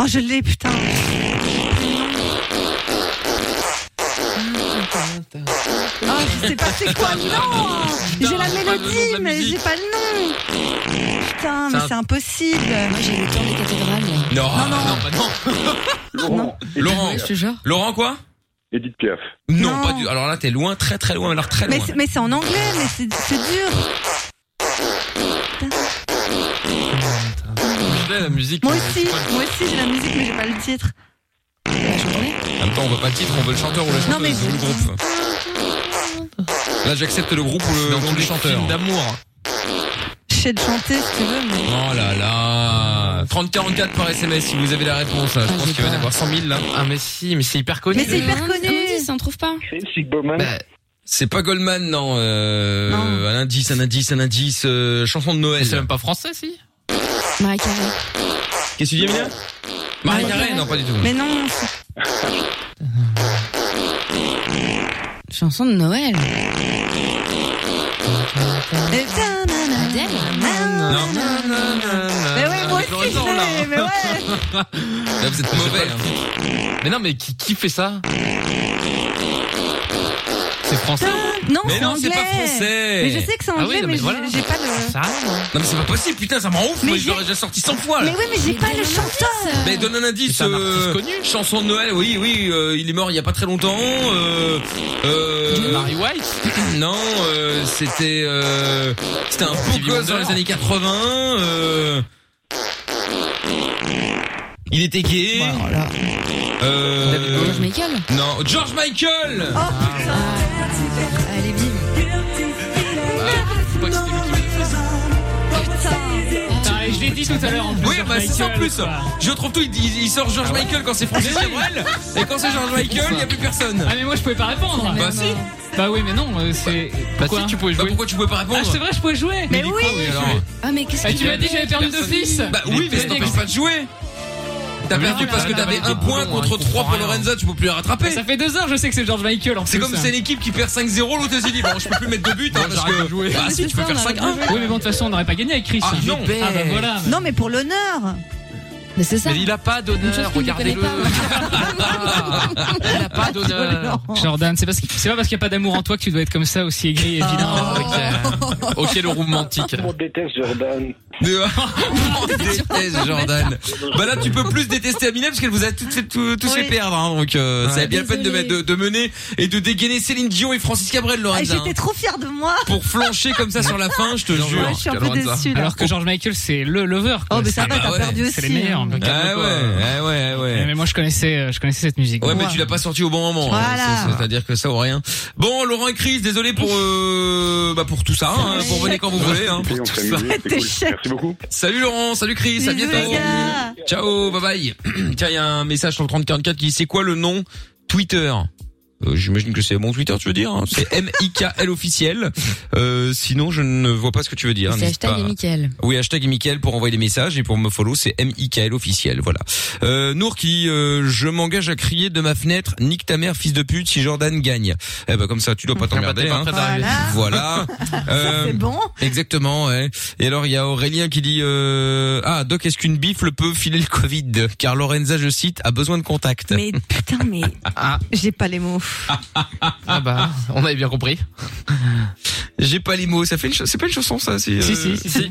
Speaker 4: Oh, je l'ai, putain. Ah, je sais pas c'est quoi, hein non J'ai la
Speaker 7: c'est pas le nom de
Speaker 4: mélodie,
Speaker 7: la
Speaker 4: mais
Speaker 7: musique.
Speaker 4: j'ai pas le nom Putain, mais
Speaker 7: C'est un-
Speaker 4: c'est impossible
Speaker 3: Moi, j'ai le temps des cathédrales. là.
Speaker 2: Non, non, non, bah non.
Speaker 9: Laurent,
Speaker 2: Laurent,
Speaker 3: Ouais, je te jure.
Speaker 2: Laurent quoi
Speaker 9: Edith Piaf.
Speaker 2: non,
Speaker 4: Non.
Speaker 2: pas du. Alors là, t'es loin, très très loin, alors très
Speaker 4: Mais
Speaker 2: loin.
Speaker 4: c'est- mais c'est en anglais, mais c'est c'est dur
Speaker 7: Je l'ai, la musique.
Speaker 4: Moi
Speaker 7: euh,
Speaker 4: aussi,
Speaker 7: c'est pas-
Speaker 4: moi aussi j'ai la musique, mais j'ai pas le titre.
Speaker 2: En même temps, on veut pas le titre, on veut le chanteur ou la chanteuse
Speaker 4: mais
Speaker 2: ou le groupe. Là, j'accepte le groupe ou le
Speaker 7: Dans
Speaker 2: nom
Speaker 7: tous
Speaker 2: du
Speaker 7: les
Speaker 2: chanteur.
Speaker 7: films d'amour.
Speaker 4: Je sais le chanter si tu veux, mais...
Speaker 2: Oh là là 3044 par SMS si vous avez la réponse. Je pense
Speaker 3: j'ai
Speaker 2: qu'il va y en
Speaker 3: pas.
Speaker 2: avoir 100 000 là.
Speaker 7: Ah, mais si, mais c'est hyper connu.
Speaker 4: Ah, Mais c'est hyper
Speaker 3: Comment-
Speaker 4: connu.
Speaker 3: Comment on dit, ça, on trouve pas
Speaker 12: Chris Sigberman
Speaker 7: Bah,
Speaker 2: C'est pas Goldman, non. Euh,
Speaker 4: Non.
Speaker 2: Un indice, un indice, un indice. euh, chanson de Noël.
Speaker 7: c'est même pas français, si
Speaker 3: Marie Carré.
Speaker 2: Qu'est-ce que tu dis, Emilia Marie
Speaker 4: Marie
Speaker 2: Carré
Speaker 4: Carré.
Speaker 2: Non, pas du tout.
Speaker 4: Mais
Speaker 7: [laughs]
Speaker 4: non, c'est-
Speaker 3: Chanson de Noël.
Speaker 4: Et ta- na- na-
Speaker 3: Adèle
Speaker 4: na-
Speaker 2: Non.
Speaker 4: Mais oui, moi
Speaker 7: j'aurais
Speaker 4: aussi
Speaker 7: tort, là.
Speaker 4: je l'ai, mais ouais
Speaker 2: Là, vous êtes
Speaker 7: Je sais
Speaker 2: mauvais.
Speaker 7: pas.
Speaker 2: hein.
Speaker 7: Mais non, mais qui, qui fait ça C'est français
Speaker 4: Ah,
Speaker 7: Ah
Speaker 4: Non,
Speaker 2: Mais
Speaker 4: c'est
Speaker 2: non,
Speaker 4: anglais.
Speaker 2: c'est pas
Speaker 4: Mais
Speaker 2: français.
Speaker 4: je sais que c'est
Speaker 7: oui,
Speaker 4: anglais,
Speaker 7: non, mais
Speaker 4: mais, j'ai-
Speaker 7: voilà.
Speaker 4: j'ai pas le.
Speaker 7: Ça arrive, hein.
Speaker 2: Non, mais c'est pas possible, putain, ça me rend ouf.
Speaker 4: Mais
Speaker 2: Moi, je
Speaker 4: j'ai-
Speaker 2: l'aurais déjà sorti 100 fois là.
Speaker 4: Mais oui, mais j'ai pas
Speaker 3: Mais
Speaker 4: le
Speaker 3: donne-moi
Speaker 4: chanteur.
Speaker 3: un indice, euh,
Speaker 2: Mais donne un indice.
Speaker 7: C'est un artiste
Speaker 2: euh,
Speaker 7: connu.
Speaker 2: Chanson de Noël, oui, oui. euh, il est mort il y a pas très longtemps. Euh, euh,
Speaker 7: Barry White
Speaker 2: [coughs] non, euh, c'était euh, c'était un beau
Speaker 7: Stevie
Speaker 2: gosse dans
Speaker 7: Wonder.
Speaker 2: les années 80. euh, il était gay. Euh,
Speaker 3: George Michael.
Speaker 2: non, George Michael.
Speaker 4: Oh putain.
Speaker 3: Allez, bim.
Speaker 6: Ah,
Speaker 7: Faut pas que c'était lui qui faisait ça.
Speaker 6: Putain, et je l'ai dit tout à l'heure en plus.
Speaker 2: Oui,
Speaker 6: sur
Speaker 2: bah c'est ça en
Speaker 6: Michael,
Speaker 2: plus.
Speaker 6: quoi. Ah
Speaker 2: Je trouve tout. Il, il- il sort George Michael quand c'est Francis Cabrel, et quand c'est George Michael, il y a plus personne.
Speaker 6: Ah mais moi je pouvais pas répondre.
Speaker 2: Bah si.
Speaker 6: Bah oui mais non euh, c'est.
Speaker 7: Bah
Speaker 6: Pourquoi
Speaker 7: si, tu pouvais
Speaker 2: Bah
Speaker 7: jouer.
Speaker 2: pourquoi tu pouvais pas répondre
Speaker 6: Ah c'est vrai je pouvais jouer.
Speaker 4: Mais
Speaker 2: Ah
Speaker 4: oui.
Speaker 2: oui, alors.
Speaker 3: Ah, mais qu'est-ce
Speaker 6: Ah,
Speaker 3: que
Speaker 6: tu m'as dit que j'avais perdu d'office.
Speaker 2: Bah oui, mais ça
Speaker 7: Personne.
Speaker 2: t'empêche pas de jouer. T'as
Speaker 7: Mais
Speaker 2: perdu
Speaker 7: non,
Speaker 2: parce
Speaker 7: là,
Speaker 2: que
Speaker 7: là,
Speaker 2: t'avais
Speaker 7: là,
Speaker 2: un
Speaker 7: il est
Speaker 2: point
Speaker 7: bon, hein,
Speaker 2: contre
Speaker 7: il comprend
Speaker 2: 3 pour
Speaker 7: rien.
Speaker 2: Lorenza, tu peux plus la rattraper.
Speaker 6: Ça fait deux heures, je sais que c'est George Michael en
Speaker 2: C'est
Speaker 6: plus,
Speaker 2: comme
Speaker 6: hein.
Speaker 2: c'est l'équipe qui perd 5-0, l'autre elle s'est dit bon je peux plus mettre de but hein, parce
Speaker 6: j'arrête
Speaker 2: que
Speaker 6: de jouer.
Speaker 2: bah
Speaker 6: Mais
Speaker 2: si
Speaker 6: c'est
Speaker 2: tu peux
Speaker 6: ça,
Speaker 2: faire
Speaker 6: on
Speaker 2: 5-1.
Speaker 6: arrête de jouer. Oui, mais bon, de toute façon, on n'aurait pas gagné avec Chris.
Speaker 2: Ah,
Speaker 6: non. Ah, bah voilà.
Speaker 5: Non, mais pour l'honneur.
Speaker 3: Mais c'est ça.
Speaker 7: Mais il a pas d'honneur, regardez-le. Il a
Speaker 2: Euh,
Speaker 7: pas
Speaker 5: Ah,
Speaker 7: d'honneur.
Speaker 6: Jordan, c'est parce que- c'est pas parce qu'il n'y a pas d'amour en toi que tu dois être comme ça aussi aigri euh, et
Speaker 5: Ah.
Speaker 6: vilain.
Speaker 2: [laughs]
Speaker 7: Ok, le romantique.
Speaker 12: On déteste Jordan.
Speaker 2: euh, On déteste Oh, Jordan. Bah là tu peux plus détester Amina parce qu'elle vous a toutes fait- tout- tous fait perdre hein, donc euh, ça a bien la peine de, mettre- de, de mener et de dégainer Céline Dion et Francis Cabrel
Speaker 5: Ah,
Speaker 2: Lorenza. hein.
Speaker 5: J'étais trop fière de moi.
Speaker 2: Pour flancher [laughs] comme ça sur la fin, je te
Speaker 5: Ouais,
Speaker 2: jure.
Speaker 5: je suis un peu déçue, là.
Speaker 6: Alors que George Michael, c'est le lover. quoi.
Speaker 5: Oh, mais ça
Speaker 6: C'est-
Speaker 5: va, t'as
Speaker 6: Ah ouais,
Speaker 5: perdu
Speaker 6: C'est les
Speaker 5: aussi,
Speaker 6: meilleurs.
Speaker 5: hein.
Speaker 6: donc,
Speaker 2: Ah
Speaker 6: calme-toi.
Speaker 2: ouais, ah ouais, ah ouais.
Speaker 6: Mais moi, je connaissais, euh, je connaissais cette musique.
Speaker 2: Ouais, mais tu l'as pas sorti au bon moment. hein.
Speaker 6: Voilà.
Speaker 2: C'est- C'est-à-dire que ça ou rien. Bon, Laurent et Chris, désolé pour euh, bah pour tout ça. hein, pour venir quand vous voulez. Hein, pour
Speaker 9: On
Speaker 2: tout
Speaker 9: s'est
Speaker 2: ça.
Speaker 9: amusé, c'est cool. Merci beaucoup.
Speaker 2: Salut Laurent, salut Chris, à
Speaker 9: Bisous,
Speaker 2: bientôt.
Speaker 9: les gars.
Speaker 2: Ciao, bye bye. [clears throat] Tiens, il y a un message sur le 3044 qui dit c'est quoi le nom Twitter Euh, J'imagine que c'est mon Twitter, tu veux dire hein C'est M-I-K-L officiel. Euh, sinon, je ne vois pas ce que tu veux dire. hein,
Speaker 3: C'est
Speaker 2: n'hésite
Speaker 3: hashtag
Speaker 2: pas.
Speaker 3: et Mickaël.
Speaker 2: Oui, hashtag Mickaël pour envoyer des messages et pour me follow, c'est M-I-K-L officiel, voilà. Euh, Nour qui, euh, je m'engage à crier de ma fenêtre, nique ta mère, fils de pute, si Jordan gagne. Eh ben, comme ça, tu dois
Speaker 8: Ah
Speaker 2: pas
Speaker 8: bah,
Speaker 2: t'emmerder,
Speaker 7: pas
Speaker 2: hein.
Speaker 7: prêt d'arriver.
Speaker 2: Voilà. Euh,
Speaker 5: bon.
Speaker 2: Exactement, ouais. Et alors, il y a Aurélien qui dit, euh, ah, Doc, est-ce qu'une bifle peut filer le Covid? Car Lorenza, je cite, a besoin de contact.
Speaker 5: Mais putain,
Speaker 2: [laughs]
Speaker 5: mais j'ai pas les mots.
Speaker 7: Ah bah, on avait bien compris.
Speaker 2: J'ai pas les mots, ça fait une cha- c'est pas une chanson ça, c'est
Speaker 7: [laughs] Si,
Speaker 2: euh,
Speaker 7: si,
Speaker 4: [laughs]
Speaker 7: si, si.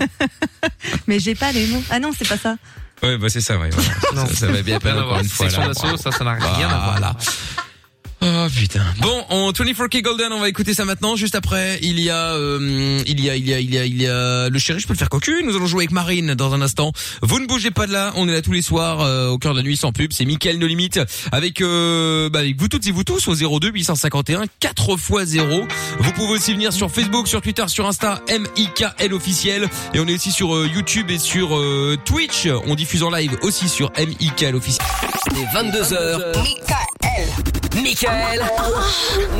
Speaker 5: Mais j'ai pas les mots. Ah non, c'est pas ça.
Speaker 2: Ouais, bah c'est ça, ouais. voilà. ça, ça va bien
Speaker 7: Rien
Speaker 2: pas
Speaker 7: à
Speaker 2: encore
Speaker 7: voir,
Speaker 2: une fois
Speaker 7: section
Speaker 2: là.
Speaker 7: d'assaut, ça, ça n'a rien à voir.
Speaker 2: Voilà. Oh putain. Bon, en 24K Golden, on va écouter ça maintenant. Juste après, il y a, euh, il y a, il y a, il y a, il y a le chéri. Je peux le faire cocu. Nous allons jouer avec Marine dans un instant. Vous ne bougez pas de là. On est là tous les soirs euh, au cœur de la nuit sans pub. C'est Mickaël No Limite avec, euh, bah, avec vous toutes et vous tous au 02 851 4 x 0. Vous pouvez aussi venir sur Facebook, sur Twitter, sur Insta, M I K L officiel. Et on est aussi sur euh, YouTube et sur euh, Twitch. On diffuse en live aussi sur M I K L officiel.
Speaker 1: Les 22h. Michael. Michael.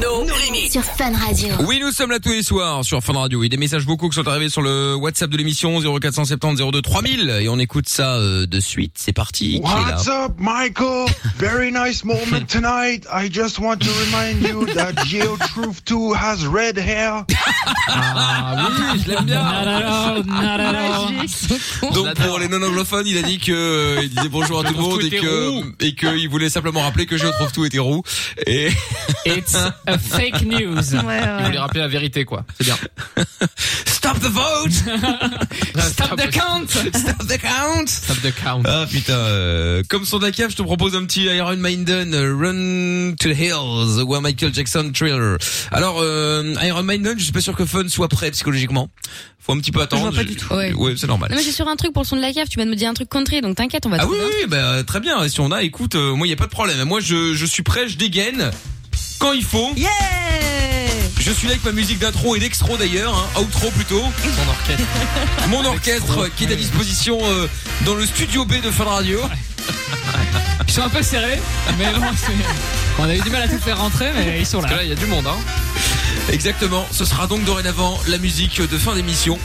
Speaker 1: No, limites.
Speaker 10: Sur Fun Radio.
Speaker 2: Oui, nous sommes là tous les soirs sur Fun Radio. Et des messages beaucoup qui sont arrivés sur le WhatsApp de l'émission 0470 02 3000 et on écoute ça euh, de suite. C'est parti. Qui est là
Speaker 13: What's up,
Speaker 2: [laughs]
Speaker 13: Michael? Very nice moment tonight. I just want to remind you that Geo Truth 2 has red hair.
Speaker 2: [laughs] Ah oui, je l'aime Donc pour les non anglophones, il a dit que euh, il disait bonjour à tout le monde et que et que il voulait simplement rappeler que je trouve tout était roux et
Speaker 6: It's a fake news.
Speaker 7: Il voulait rappeler la vérité, quoi. C'est bien.
Speaker 2: Stop the
Speaker 5: [laughs]
Speaker 2: vote.
Speaker 6: Stop the count.
Speaker 2: Stop the count.
Speaker 7: Stop the count.
Speaker 2: Ah putain, euh, comme son DACAF, je te propose un petit Iron Maiden euh, Run to the Hills ou un Michael Jackson Thriller. Alors euh, Iron Maiden, je suis pas sûr que Fun soit prêt psychologiquement. Faut un petit peu attendre.
Speaker 3: vois pas
Speaker 2: Je-
Speaker 3: du tout.
Speaker 2: Ouais,
Speaker 3: Ouais.
Speaker 2: c'est normal.
Speaker 3: Non mais j'ai sur un truc pour le son de la cave, tu vas me dire un truc contré, donc t'inquiète, on va
Speaker 2: Ah oui,
Speaker 3: trouver.
Speaker 2: oui, oui, bah, très bien. Si on a, écoute, euh, moi, il n'y a pas de problème. Moi, je, je suis prêt, je dégaine quand il faut.
Speaker 5: Yeah
Speaker 2: Je suis là avec ma musique d'intro et d'extro d'ailleurs, hein, outro plutôt.
Speaker 7: Mon orchestre.
Speaker 2: Mon orchestre qui est à disposition euh, dans le studio B de Fun Radio.
Speaker 6: Ils sont un peu serrés, mais bon, [laughs] c'est- on a eu du mal à tout faire rentrer, mais ils sont là.
Speaker 7: Parce que là, il y a du monde, hein.
Speaker 2: Exactement, ce sera donc dorénavant la musique de fin d'émission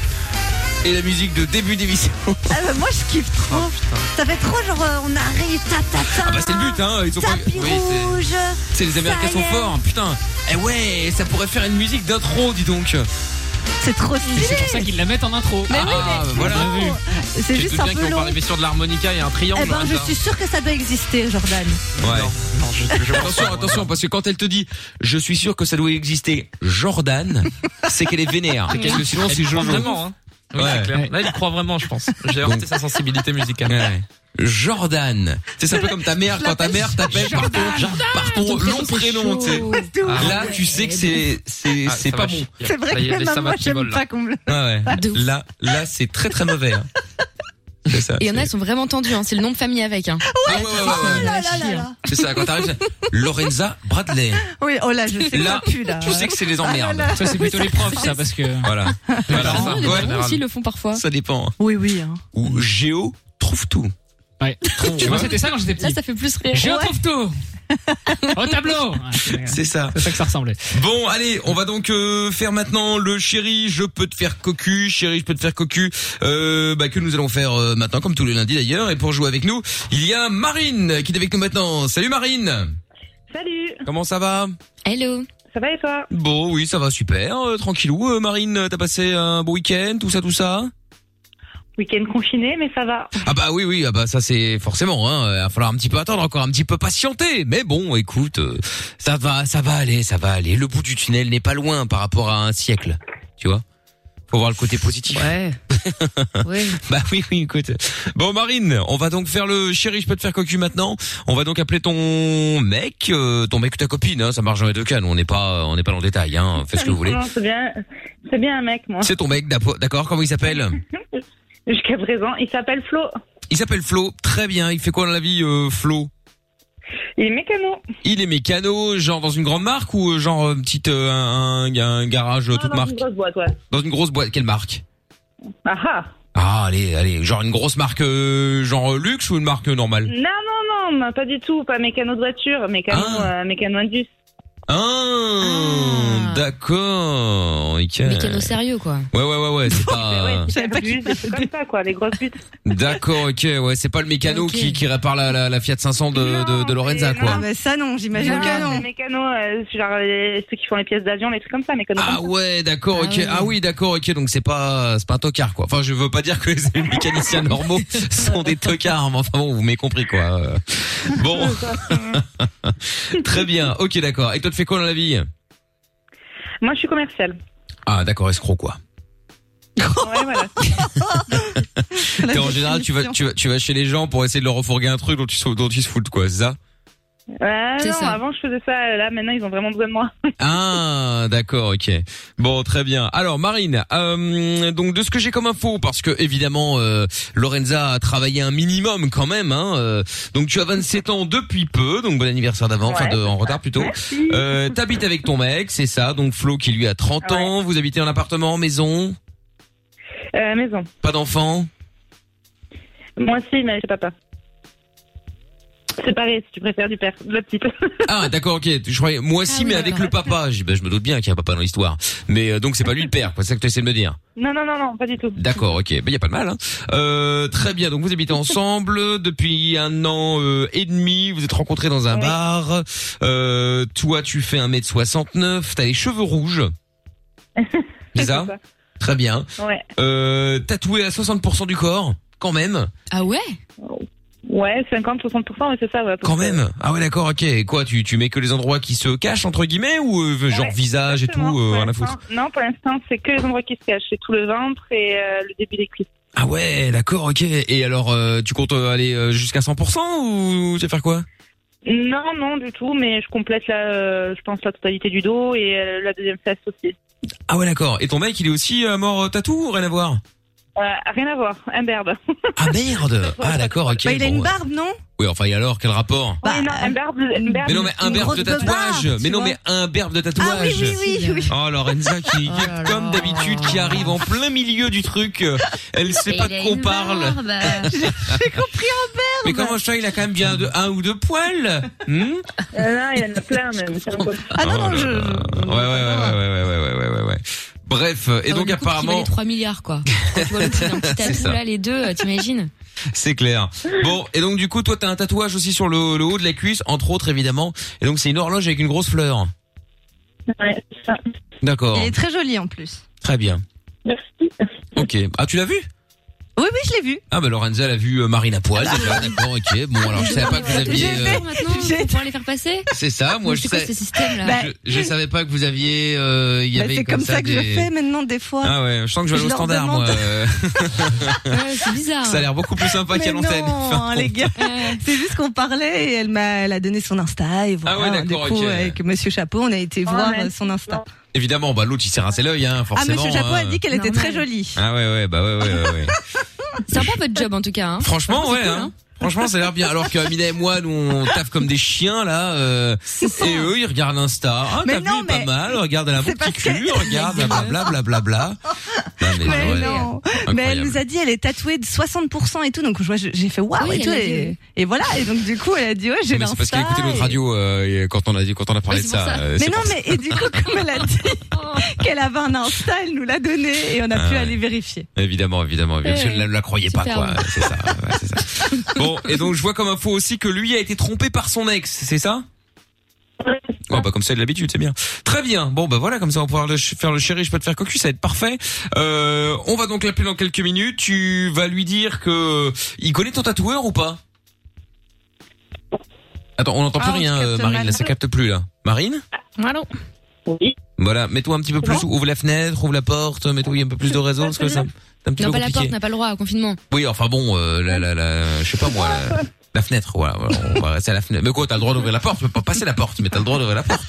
Speaker 2: et la musique de début d'émission.
Speaker 5: Ah bah, moi je kiffe trop. ça fait trop genre euh, on arrive, ta ta ta.
Speaker 2: Ah bah c'est le but hein, ils ont pas...
Speaker 5: Tapis
Speaker 2: Oui, c'est-
Speaker 5: rouge.
Speaker 2: c'est les Américains
Speaker 5: ça y
Speaker 2: sont
Speaker 5: est.
Speaker 2: forts, putain. Eh ouais, ça pourrait faire une musique d'intro, dis donc.
Speaker 5: C'est trop
Speaker 6: Et
Speaker 5: stylé.
Speaker 6: c'est pour ça qu'ils la mettent en intro.
Speaker 5: Mais oui,
Speaker 2: Ah, bah, voilà.
Speaker 5: C'est
Speaker 7: Tu te
Speaker 5: juste
Speaker 7: doutes
Speaker 5: un
Speaker 7: bien
Speaker 5: peu
Speaker 7: qu'on
Speaker 5: long.
Speaker 7: parlait bien sûr de l'harmonica et un triangle.
Speaker 5: Eh ben, je
Speaker 7: Lorenza.
Speaker 5: suis sûre que ça doit exister, Jordan.
Speaker 2: Ouais.
Speaker 7: Non, je, je pense
Speaker 2: Attention, attention, parce que quand elle te dit, je suis sûr que ça doit exister, Jordan, [laughs] c'est qu'elle est vénère.
Speaker 5: [laughs]
Speaker 2: Parce que sinon,
Speaker 7: Elle
Speaker 2: c'est
Speaker 7: y croit
Speaker 2: Jojo.
Speaker 7: Vraiment, hein. Oui,
Speaker 2: Ouais.
Speaker 7: c'est clair. Là, il y croit vraiment, je pense. J'ai inventé sa sensibilité musicale.
Speaker 2: Ouais. Jordan. Tu sais, C'est un peu comme ta mère, quand ta mère t'appelle par ton, par ton long prénom, tu sais. Ah, Là, tu sais que c'est, c'est,
Speaker 7: Ah,
Speaker 2: c'est
Speaker 7: ça
Speaker 2: pas
Speaker 7: va
Speaker 2: bon. Ah
Speaker 7: chier.
Speaker 5: C'est vrai
Speaker 7: Là, il y a
Speaker 5: que
Speaker 7: des
Speaker 5: même moi
Speaker 7: sabbats qui
Speaker 5: j'aime
Speaker 7: volent,
Speaker 5: pas
Speaker 7: là.
Speaker 5: qu'on me le-
Speaker 2: Ouais, ouais.
Speaker 3: De ouf.
Speaker 2: Là, là, c'est très très mauvais. [laughs] hein. ah, C'est ça.
Speaker 3: Et il y en a, ils sont vraiment tendus, hein. c'est le nom de famille avec. Hein.
Speaker 2: Ah ouais, ouais, ouais, ouais.
Speaker 5: là là
Speaker 6: [laughs]
Speaker 5: là là.
Speaker 2: C'est ça, quand t'arrives, c'est Lorenza Bradley.
Speaker 5: Oui, oh là, je sais que
Speaker 2: Là,
Speaker 5: ça pue Ah là.
Speaker 2: Tu sais que c'est les emmerdes.
Speaker 6: Ça, c'est plutôt les profs, ça, parce que.
Speaker 2: Voilà. Voilà.
Speaker 3: Ah, les
Speaker 2: Ouais,
Speaker 3: parents aussi le font parfois.
Speaker 2: Ça dépend.
Speaker 5: Oui, oui. hein.
Speaker 2: Ou Géo trouve tout.
Speaker 6: Ouais.
Speaker 2: Tu vois
Speaker 6: Moi, c'était ça quand j'étais
Speaker 3: Là,
Speaker 6: petit.
Speaker 3: ça fait plus rire.
Speaker 6: Je
Speaker 3: Ouais.
Speaker 6: retrouve tout. Au tableau
Speaker 2: C'est ça.
Speaker 6: C'est ça que ça ressemblait.
Speaker 2: Bon, allez, on va donc euh, faire maintenant le chéri, je peux te faire cocu, chéri, je peux te faire cocu, euh, bah, que nous allons faire euh, maintenant, comme tous les lundis d'ailleurs. Et pour jouer avec nous, il y a Marine qui est avec nous maintenant. Salut Marine
Speaker 14: Salut
Speaker 2: Comment ça va
Speaker 3: Hello
Speaker 14: Ça va et toi
Speaker 2: Bon, oui, ça va super, euh, tranquillou. Euh, Marine, euh, t'as passé un bon week-end, tout ça, tout ça
Speaker 14: Week-end confiné, mais ça va.
Speaker 2: Ah bah oui, oui, ah bah ça c'est forcément. Hein, il va falloir un petit peu attendre, encore un petit peu patienter. Mais bon, écoute, euh, ça va, ça va aller, ça va aller. Le bout du tunnel n'est pas loin par rapport à un siècle, tu vois. Faut voir le côté positif. [laughs]
Speaker 6: Ouais.
Speaker 2: Bah oui, oui, écoute. Bon, Marine, on va donc faire le chéri, je peux te faire cocu maintenant. On va donc appeler ton mec, euh, ton mec ou ta copine. Hein, ça marche dans les deux cas. Nous, on n'est pas, on n'est pas dans le détail. Hein, fais ce que vous
Speaker 14: [laughs]
Speaker 2: voulez.
Speaker 14: Non, C'est bien, c'est bien un mec, moi.
Speaker 2: C'est ton mec, d'apo- d'accord Comment il s'appelle
Speaker 14: Jusqu'à présent, il s'appelle Flo.
Speaker 2: Il s'appelle Flo. Très bien. Il fait quoi dans la vie, euh, Flo
Speaker 14: Il est mécano.
Speaker 2: Il est mécano, genre dans une grande marque ou euh, genre euh, petite euh, un, un- un garage euh,
Speaker 14: Ah,
Speaker 2: toute
Speaker 14: dans
Speaker 2: marque
Speaker 14: une grosse boîte, ouais.
Speaker 2: Dans une grosse boîte, quelle marque
Speaker 14: Ah ah.
Speaker 2: Ah allez, allez, genre une grosse marque euh, genre euh, luxe ou une marque euh, normale
Speaker 14: Non, non, non, non, pas du tout. Pas mécano de voiture, mécano, euh, mécano indus.
Speaker 2: Ah, d'accord. ok.
Speaker 3: Mécano sérieux, quoi.
Speaker 2: Ouais ouais ouais ouais, c'est
Speaker 14: Ouais,
Speaker 2: pas
Speaker 14: c'est indus, c'est comme ça, quoi, les grosses buttes.
Speaker 2: D'accord, OK, ouais, c'est pas le mécano qui qui répare la, la, la Fiat 500 de de, de Lorenza quoi.
Speaker 5: Ah, bah ça non, j'imagine que
Speaker 14: Les
Speaker 5: non.
Speaker 14: mécanos, euh, genre les- ceux qui font les pièces d'avion, les trucs comme ça, mécano.
Speaker 2: Ah ouais, d'accord, ok. Ah oui, d'accord, ok. Donc c'est pas, c'est pas un tocard, quoi. Enfin, je veux pas dire que [laughs] les mécaniciens normaux sont des tocards, mais enfin bon, vous m'avez compris, quoi. Euh, [laughs] Bon. Très bien. Ok, d'accord. Et toi, tu fais quoi dans la vie
Speaker 14: Moi, je
Speaker 2: [laughs]
Speaker 14: suis commerciale.
Speaker 2: Ah, d'accord, escroc, quoi.
Speaker 14: ouais, voilà.
Speaker 2: T'es en général, tu vas, tu vas, tu vas chez les gens pour essayer de leur refourguer un truc dont ils, sont- dont ils se foutent, quoi. C'est ça
Speaker 14: Ouais,
Speaker 3: C'est
Speaker 14: non,
Speaker 3: ça.
Speaker 14: avant, je faisais ça. Là, maintenant, ils ont vraiment besoin de moi.
Speaker 2: Ah, d'accord, ok. Bon, très bien. Alors, Marine, euh, donc de ce que j'ai comme info, parce que évidemment, euh, Lorenza a travaillé un minimum quand même. Hein, euh, donc tu as 27 ans depuis peu, donc bon anniversaire d'avant, enfin
Speaker 7: Ouais,
Speaker 2: de-
Speaker 7: c'est
Speaker 2: en retard plutôt. Euh, T'habites avec ton mec, c'est ça. Donc Flo qui lui a 30 ans. Vous habitez en appartement, maison,
Speaker 14: Euh, maison.
Speaker 2: pas d'enfant.
Speaker 14: Moi aussi, mais j'ai papa. Séparé, si tu préfères, du père, de la petite.
Speaker 2: Ah, d'accord, ok. Je croyais moi aussi, mais avec le papa. Je, ben, je me doute bien qu'il y a un papa dans l'histoire. Mais euh, donc c'est pas lui le père. quoi, C'est ça que tu essaies de me dire.
Speaker 14: [laughs] non, non, non, non, pas du tout.
Speaker 2: D'accord, ok. Ben y a pas de mal. Hein. Euh, très bien. Donc vous habitez ensemble [laughs] depuis un an euh, et demi. Vous êtes rencontrés dans un bar. Euh, toi, tu fais 1 m 69 T'as les cheveux [laughs] rouges. C'est ça. Très bien.
Speaker 14: Ouais.
Speaker 2: Euh, tatoué à 60% du corps, quand même.
Speaker 3: Ah ouais
Speaker 14: Ouais, 50, 60%, mais c'est ça, ouais.
Speaker 2: Quand même. Ah ouais, d'accord, ok. Et quoi, tu, tu mets que les endroits qui se cachent entre guillemets ou euh, genre visage et tout, euh, rien à foutre.
Speaker 14: Non, pour l'instant, c'est que les endroits qui se cachent. C'est tout le ventre et euh, le début des cuisses.
Speaker 2: Ah ouais, d'accord, ok. Et alors, euh, tu comptes euh, aller euh, jusqu'à 100% ou tu vas faire quoi
Speaker 14: Non, non, du tout, mais je complète, la, euh, je pense, la totalité du dos et euh, la deuxième fesse aussi.
Speaker 2: Ah ouais, d'accord. Et ton mec, il est aussi euh, mort euh, tatou ou rien à voir
Speaker 14: Euh, rien à voir, un berbe.
Speaker 2: Ah
Speaker 14: [laughs]
Speaker 2: merde Ah d'accord,
Speaker 14: Bah,
Speaker 2: ok. bon, ouais.
Speaker 14: non
Speaker 2: Oui, enfin, et alors, quel rapport
Speaker 14: Oui, non, un berbe. Une berbe
Speaker 2: mais non mais
Speaker 14: une
Speaker 2: un berbe
Speaker 14: grosse
Speaker 2: de tatouage Mais
Speaker 14: beubare, tu
Speaker 2: non
Speaker 14: vois.
Speaker 2: mais un berbe de tatouage
Speaker 14: Ah oui, oui, oui, oui.
Speaker 2: Oh Lorenza qui, qui, comme d'habitude qui arrive en plein milieu du truc euh, Elle sait pas de quoi on parle [laughs]
Speaker 4: J'ai compris en berbe.
Speaker 2: Mais comment ça il a quand même bien de- un ou deux poils hmm
Speaker 14: Euh, non, il y en [laughs] a plein, même. c'est un peu-
Speaker 2: Oh là là. Ouais ouais ouais ouais ouais ouais ouais ouais ouais ouais Bref, et donc apparemment
Speaker 3: les 3
Speaker 2: [laughs]
Speaker 3: milliards, quoi. Quand tu vois le prix d'un petit
Speaker 2: C'est
Speaker 3: tatou,
Speaker 2: ça.
Speaker 3: là, les deux, euh, t'imagines
Speaker 2: C'est clair. Bon, et donc du coup, toi, t'as un tatouage aussi sur le, le haut de la cuisse, entre autres, évidemment. Et donc, c'est une horloge avec une grosse fleur.
Speaker 14: Ouais, c'est ça.
Speaker 2: D'accord.
Speaker 5: Il est très joli en plus.
Speaker 2: Très bien.
Speaker 14: Merci.
Speaker 2: Ok. Ah, tu l'as vu
Speaker 5: Oui oui, je l'ai vu.
Speaker 2: Ah, bah Lorenza l'a vu euh, Marine à poil. déjà. D'accord, ok. Bon, alors, je savais pas que vous aviez... euh,
Speaker 3: maintenant pour pouvoir les faire passer
Speaker 2: C'est ça, moi,
Speaker 3: Mais
Speaker 2: je
Speaker 3: c'est quoi
Speaker 2: sais-
Speaker 3: ce système, là
Speaker 2: je, je savais pas que vous aviez... euh, Il y
Speaker 5: Bah,
Speaker 2: avait
Speaker 5: c'est
Speaker 2: comme,
Speaker 5: comme ça que je
Speaker 2: des-
Speaker 5: fais maintenant des fois.
Speaker 2: Ah ouais, je sens que je vais aller au
Speaker 5: leur
Speaker 2: standard,
Speaker 5: demande.
Speaker 2: moi. euh.
Speaker 5: [laughs] Ouais, c'est bizarre.
Speaker 2: ça a l'air beaucoup plus sympa
Speaker 5: Mais
Speaker 2: qu'à l'antenne.
Speaker 5: Non, les
Speaker 2: [laughs]
Speaker 5: gars, c'est juste qu'on parlait et elle m'a, elle a donné son Insta et voilà.
Speaker 2: Ah ouais, d'accord,
Speaker 5: du coup,
Speaker 2: ok.
Speaker 5: avec Monsieur Chapeau, on a été voir euh, son Insta.
Speaker 2: Évidemment, bah l'autre, il s'est rincé l'œil, hein,
Speaker 5: ah,
Speaker 2: forcément.
Speaker 5: Monsieur Chapeau a
Speaker 2: hein.
Speaker 5: dit qu'elle était très jolie.
Speaker 2: Ah ouais, ouais, bah ouais, ouais, ouais. ouais.
Speaker 3: C'est un peu votre job, en tout cas.
Speaker 2: [laughs]
Speaker 3: hein.
Speaker 2: Franchement,
Speaker 3: Franchement,
Speaker 2: ouais.
Speaker 3: c'est cool,
Speaker 2: hein.
Speaker 3: hein.
Speaker 2: Franchement, ça a l'air bien. Alors que Amina et moi, nous, on taffe comme des chiens, là. euh, et eux, ils regardent Insta. Ah,
Speaker 4: Mais
Speaker 2: t'as
Speaker 4: non,
Speaker 2: vu, pas
Speaker 4: mais
Speaker 2: mal. Regarde, elle a un beau petit cul. Regarde, blablabla. Bla, bla.
Speaker 5: Oh,
Speaker 2: Non, mais
Speaker 5: Mais
Speaker 2: ouais.
Speaker 5: non. Mais elle nous a dit elle est tatouée de 60% et tout donc moi je- j'ai fait waouh
Speaker 3: Oui,
Speaker 5: et tout
Speaker 3: elle a
Speaker 5: et, et voilà et donc du coup elle a dit ouais j'ai
Speaker 2: Non, mais c'est parce qu'elle
Speaker 5: l'insta
Speaker 2: écoutait notre radio euh, et quand on a dit quand on a parlé
Speaker 5: Ouais,
Speaker 2: de
Speaker 5: c'est pour
Speaker 2: ça. euh,
Speaker 5: mais
Speaker 2: c'est
Speaker 5: non
Speaker 2: pour ça.
Speaker 5: mais et du coup comme elle a dit
Speaker 3: [laughs]
Speaker 5: qu'elle avait un insta elle nous l'a donné et on a
Speaker 2: Ah
Speaker 5: pu
Speaker 2: ouais.
Speaker 5: aller vérifier.
Speaker 2: Évidemment, évidemment, bien
Speaker 5: Ouais,
Speaker 2: sûr,
Speaker 5: ouais.
Speaker 2: ne la croyez pas,
Speaker 5: Euh, Super.
Speaker 2: quoi. C'est ça, ouais, c'est
Speaker 5: [laughs]
Speaker 2: ça. Bon, et donc je vois comme info aussi que lui a été trompé par son ex, c'est ça Bon, bah comme ça, il a l'habitude, c'est bien. Très bien. Bon, bah voilà, comme ça, on va pouvoir le ch- faire le chéri, je peux te faire cocu, ça va être parfait. Euh, on va donc l'appeler dans quelques minutes. Tu vas lui dire que il connaît ton tatoueur ou pas Attends, on n'entend plus
Speaker 6: Ah, on
Speaker 2: rien,
Speaker 6: capte
Speaker 2: euh, Marine.
Speaker 6: mal.
Speaker 2: Là, ça capte plus là. Marine
Speaker 6: Allô
Speaker 2: Voilà, mets-toi un petit peu plus. Ouvre la fenêtre, ouvre la porte, mets-toi un peu plus de réseau, parce que ça, c'est un petit
Speaker 3: Non,
Speaker 2: peu
Speaker 3: pas la
Speaker 2: compliqué.
Speaker 3: porte, n'a pas le droit au confinement.
Speaker 2: Oui, enfin bon, euh, la, la, la, je sais pas moi, la, la fenêtre, voilà, voilà, on va rester à la fenêtre. Mais quoi, t'as le droit d'ouvrir la porte, tu peux pas passer la porte, mais t'as le droit d'ouvrir la porte.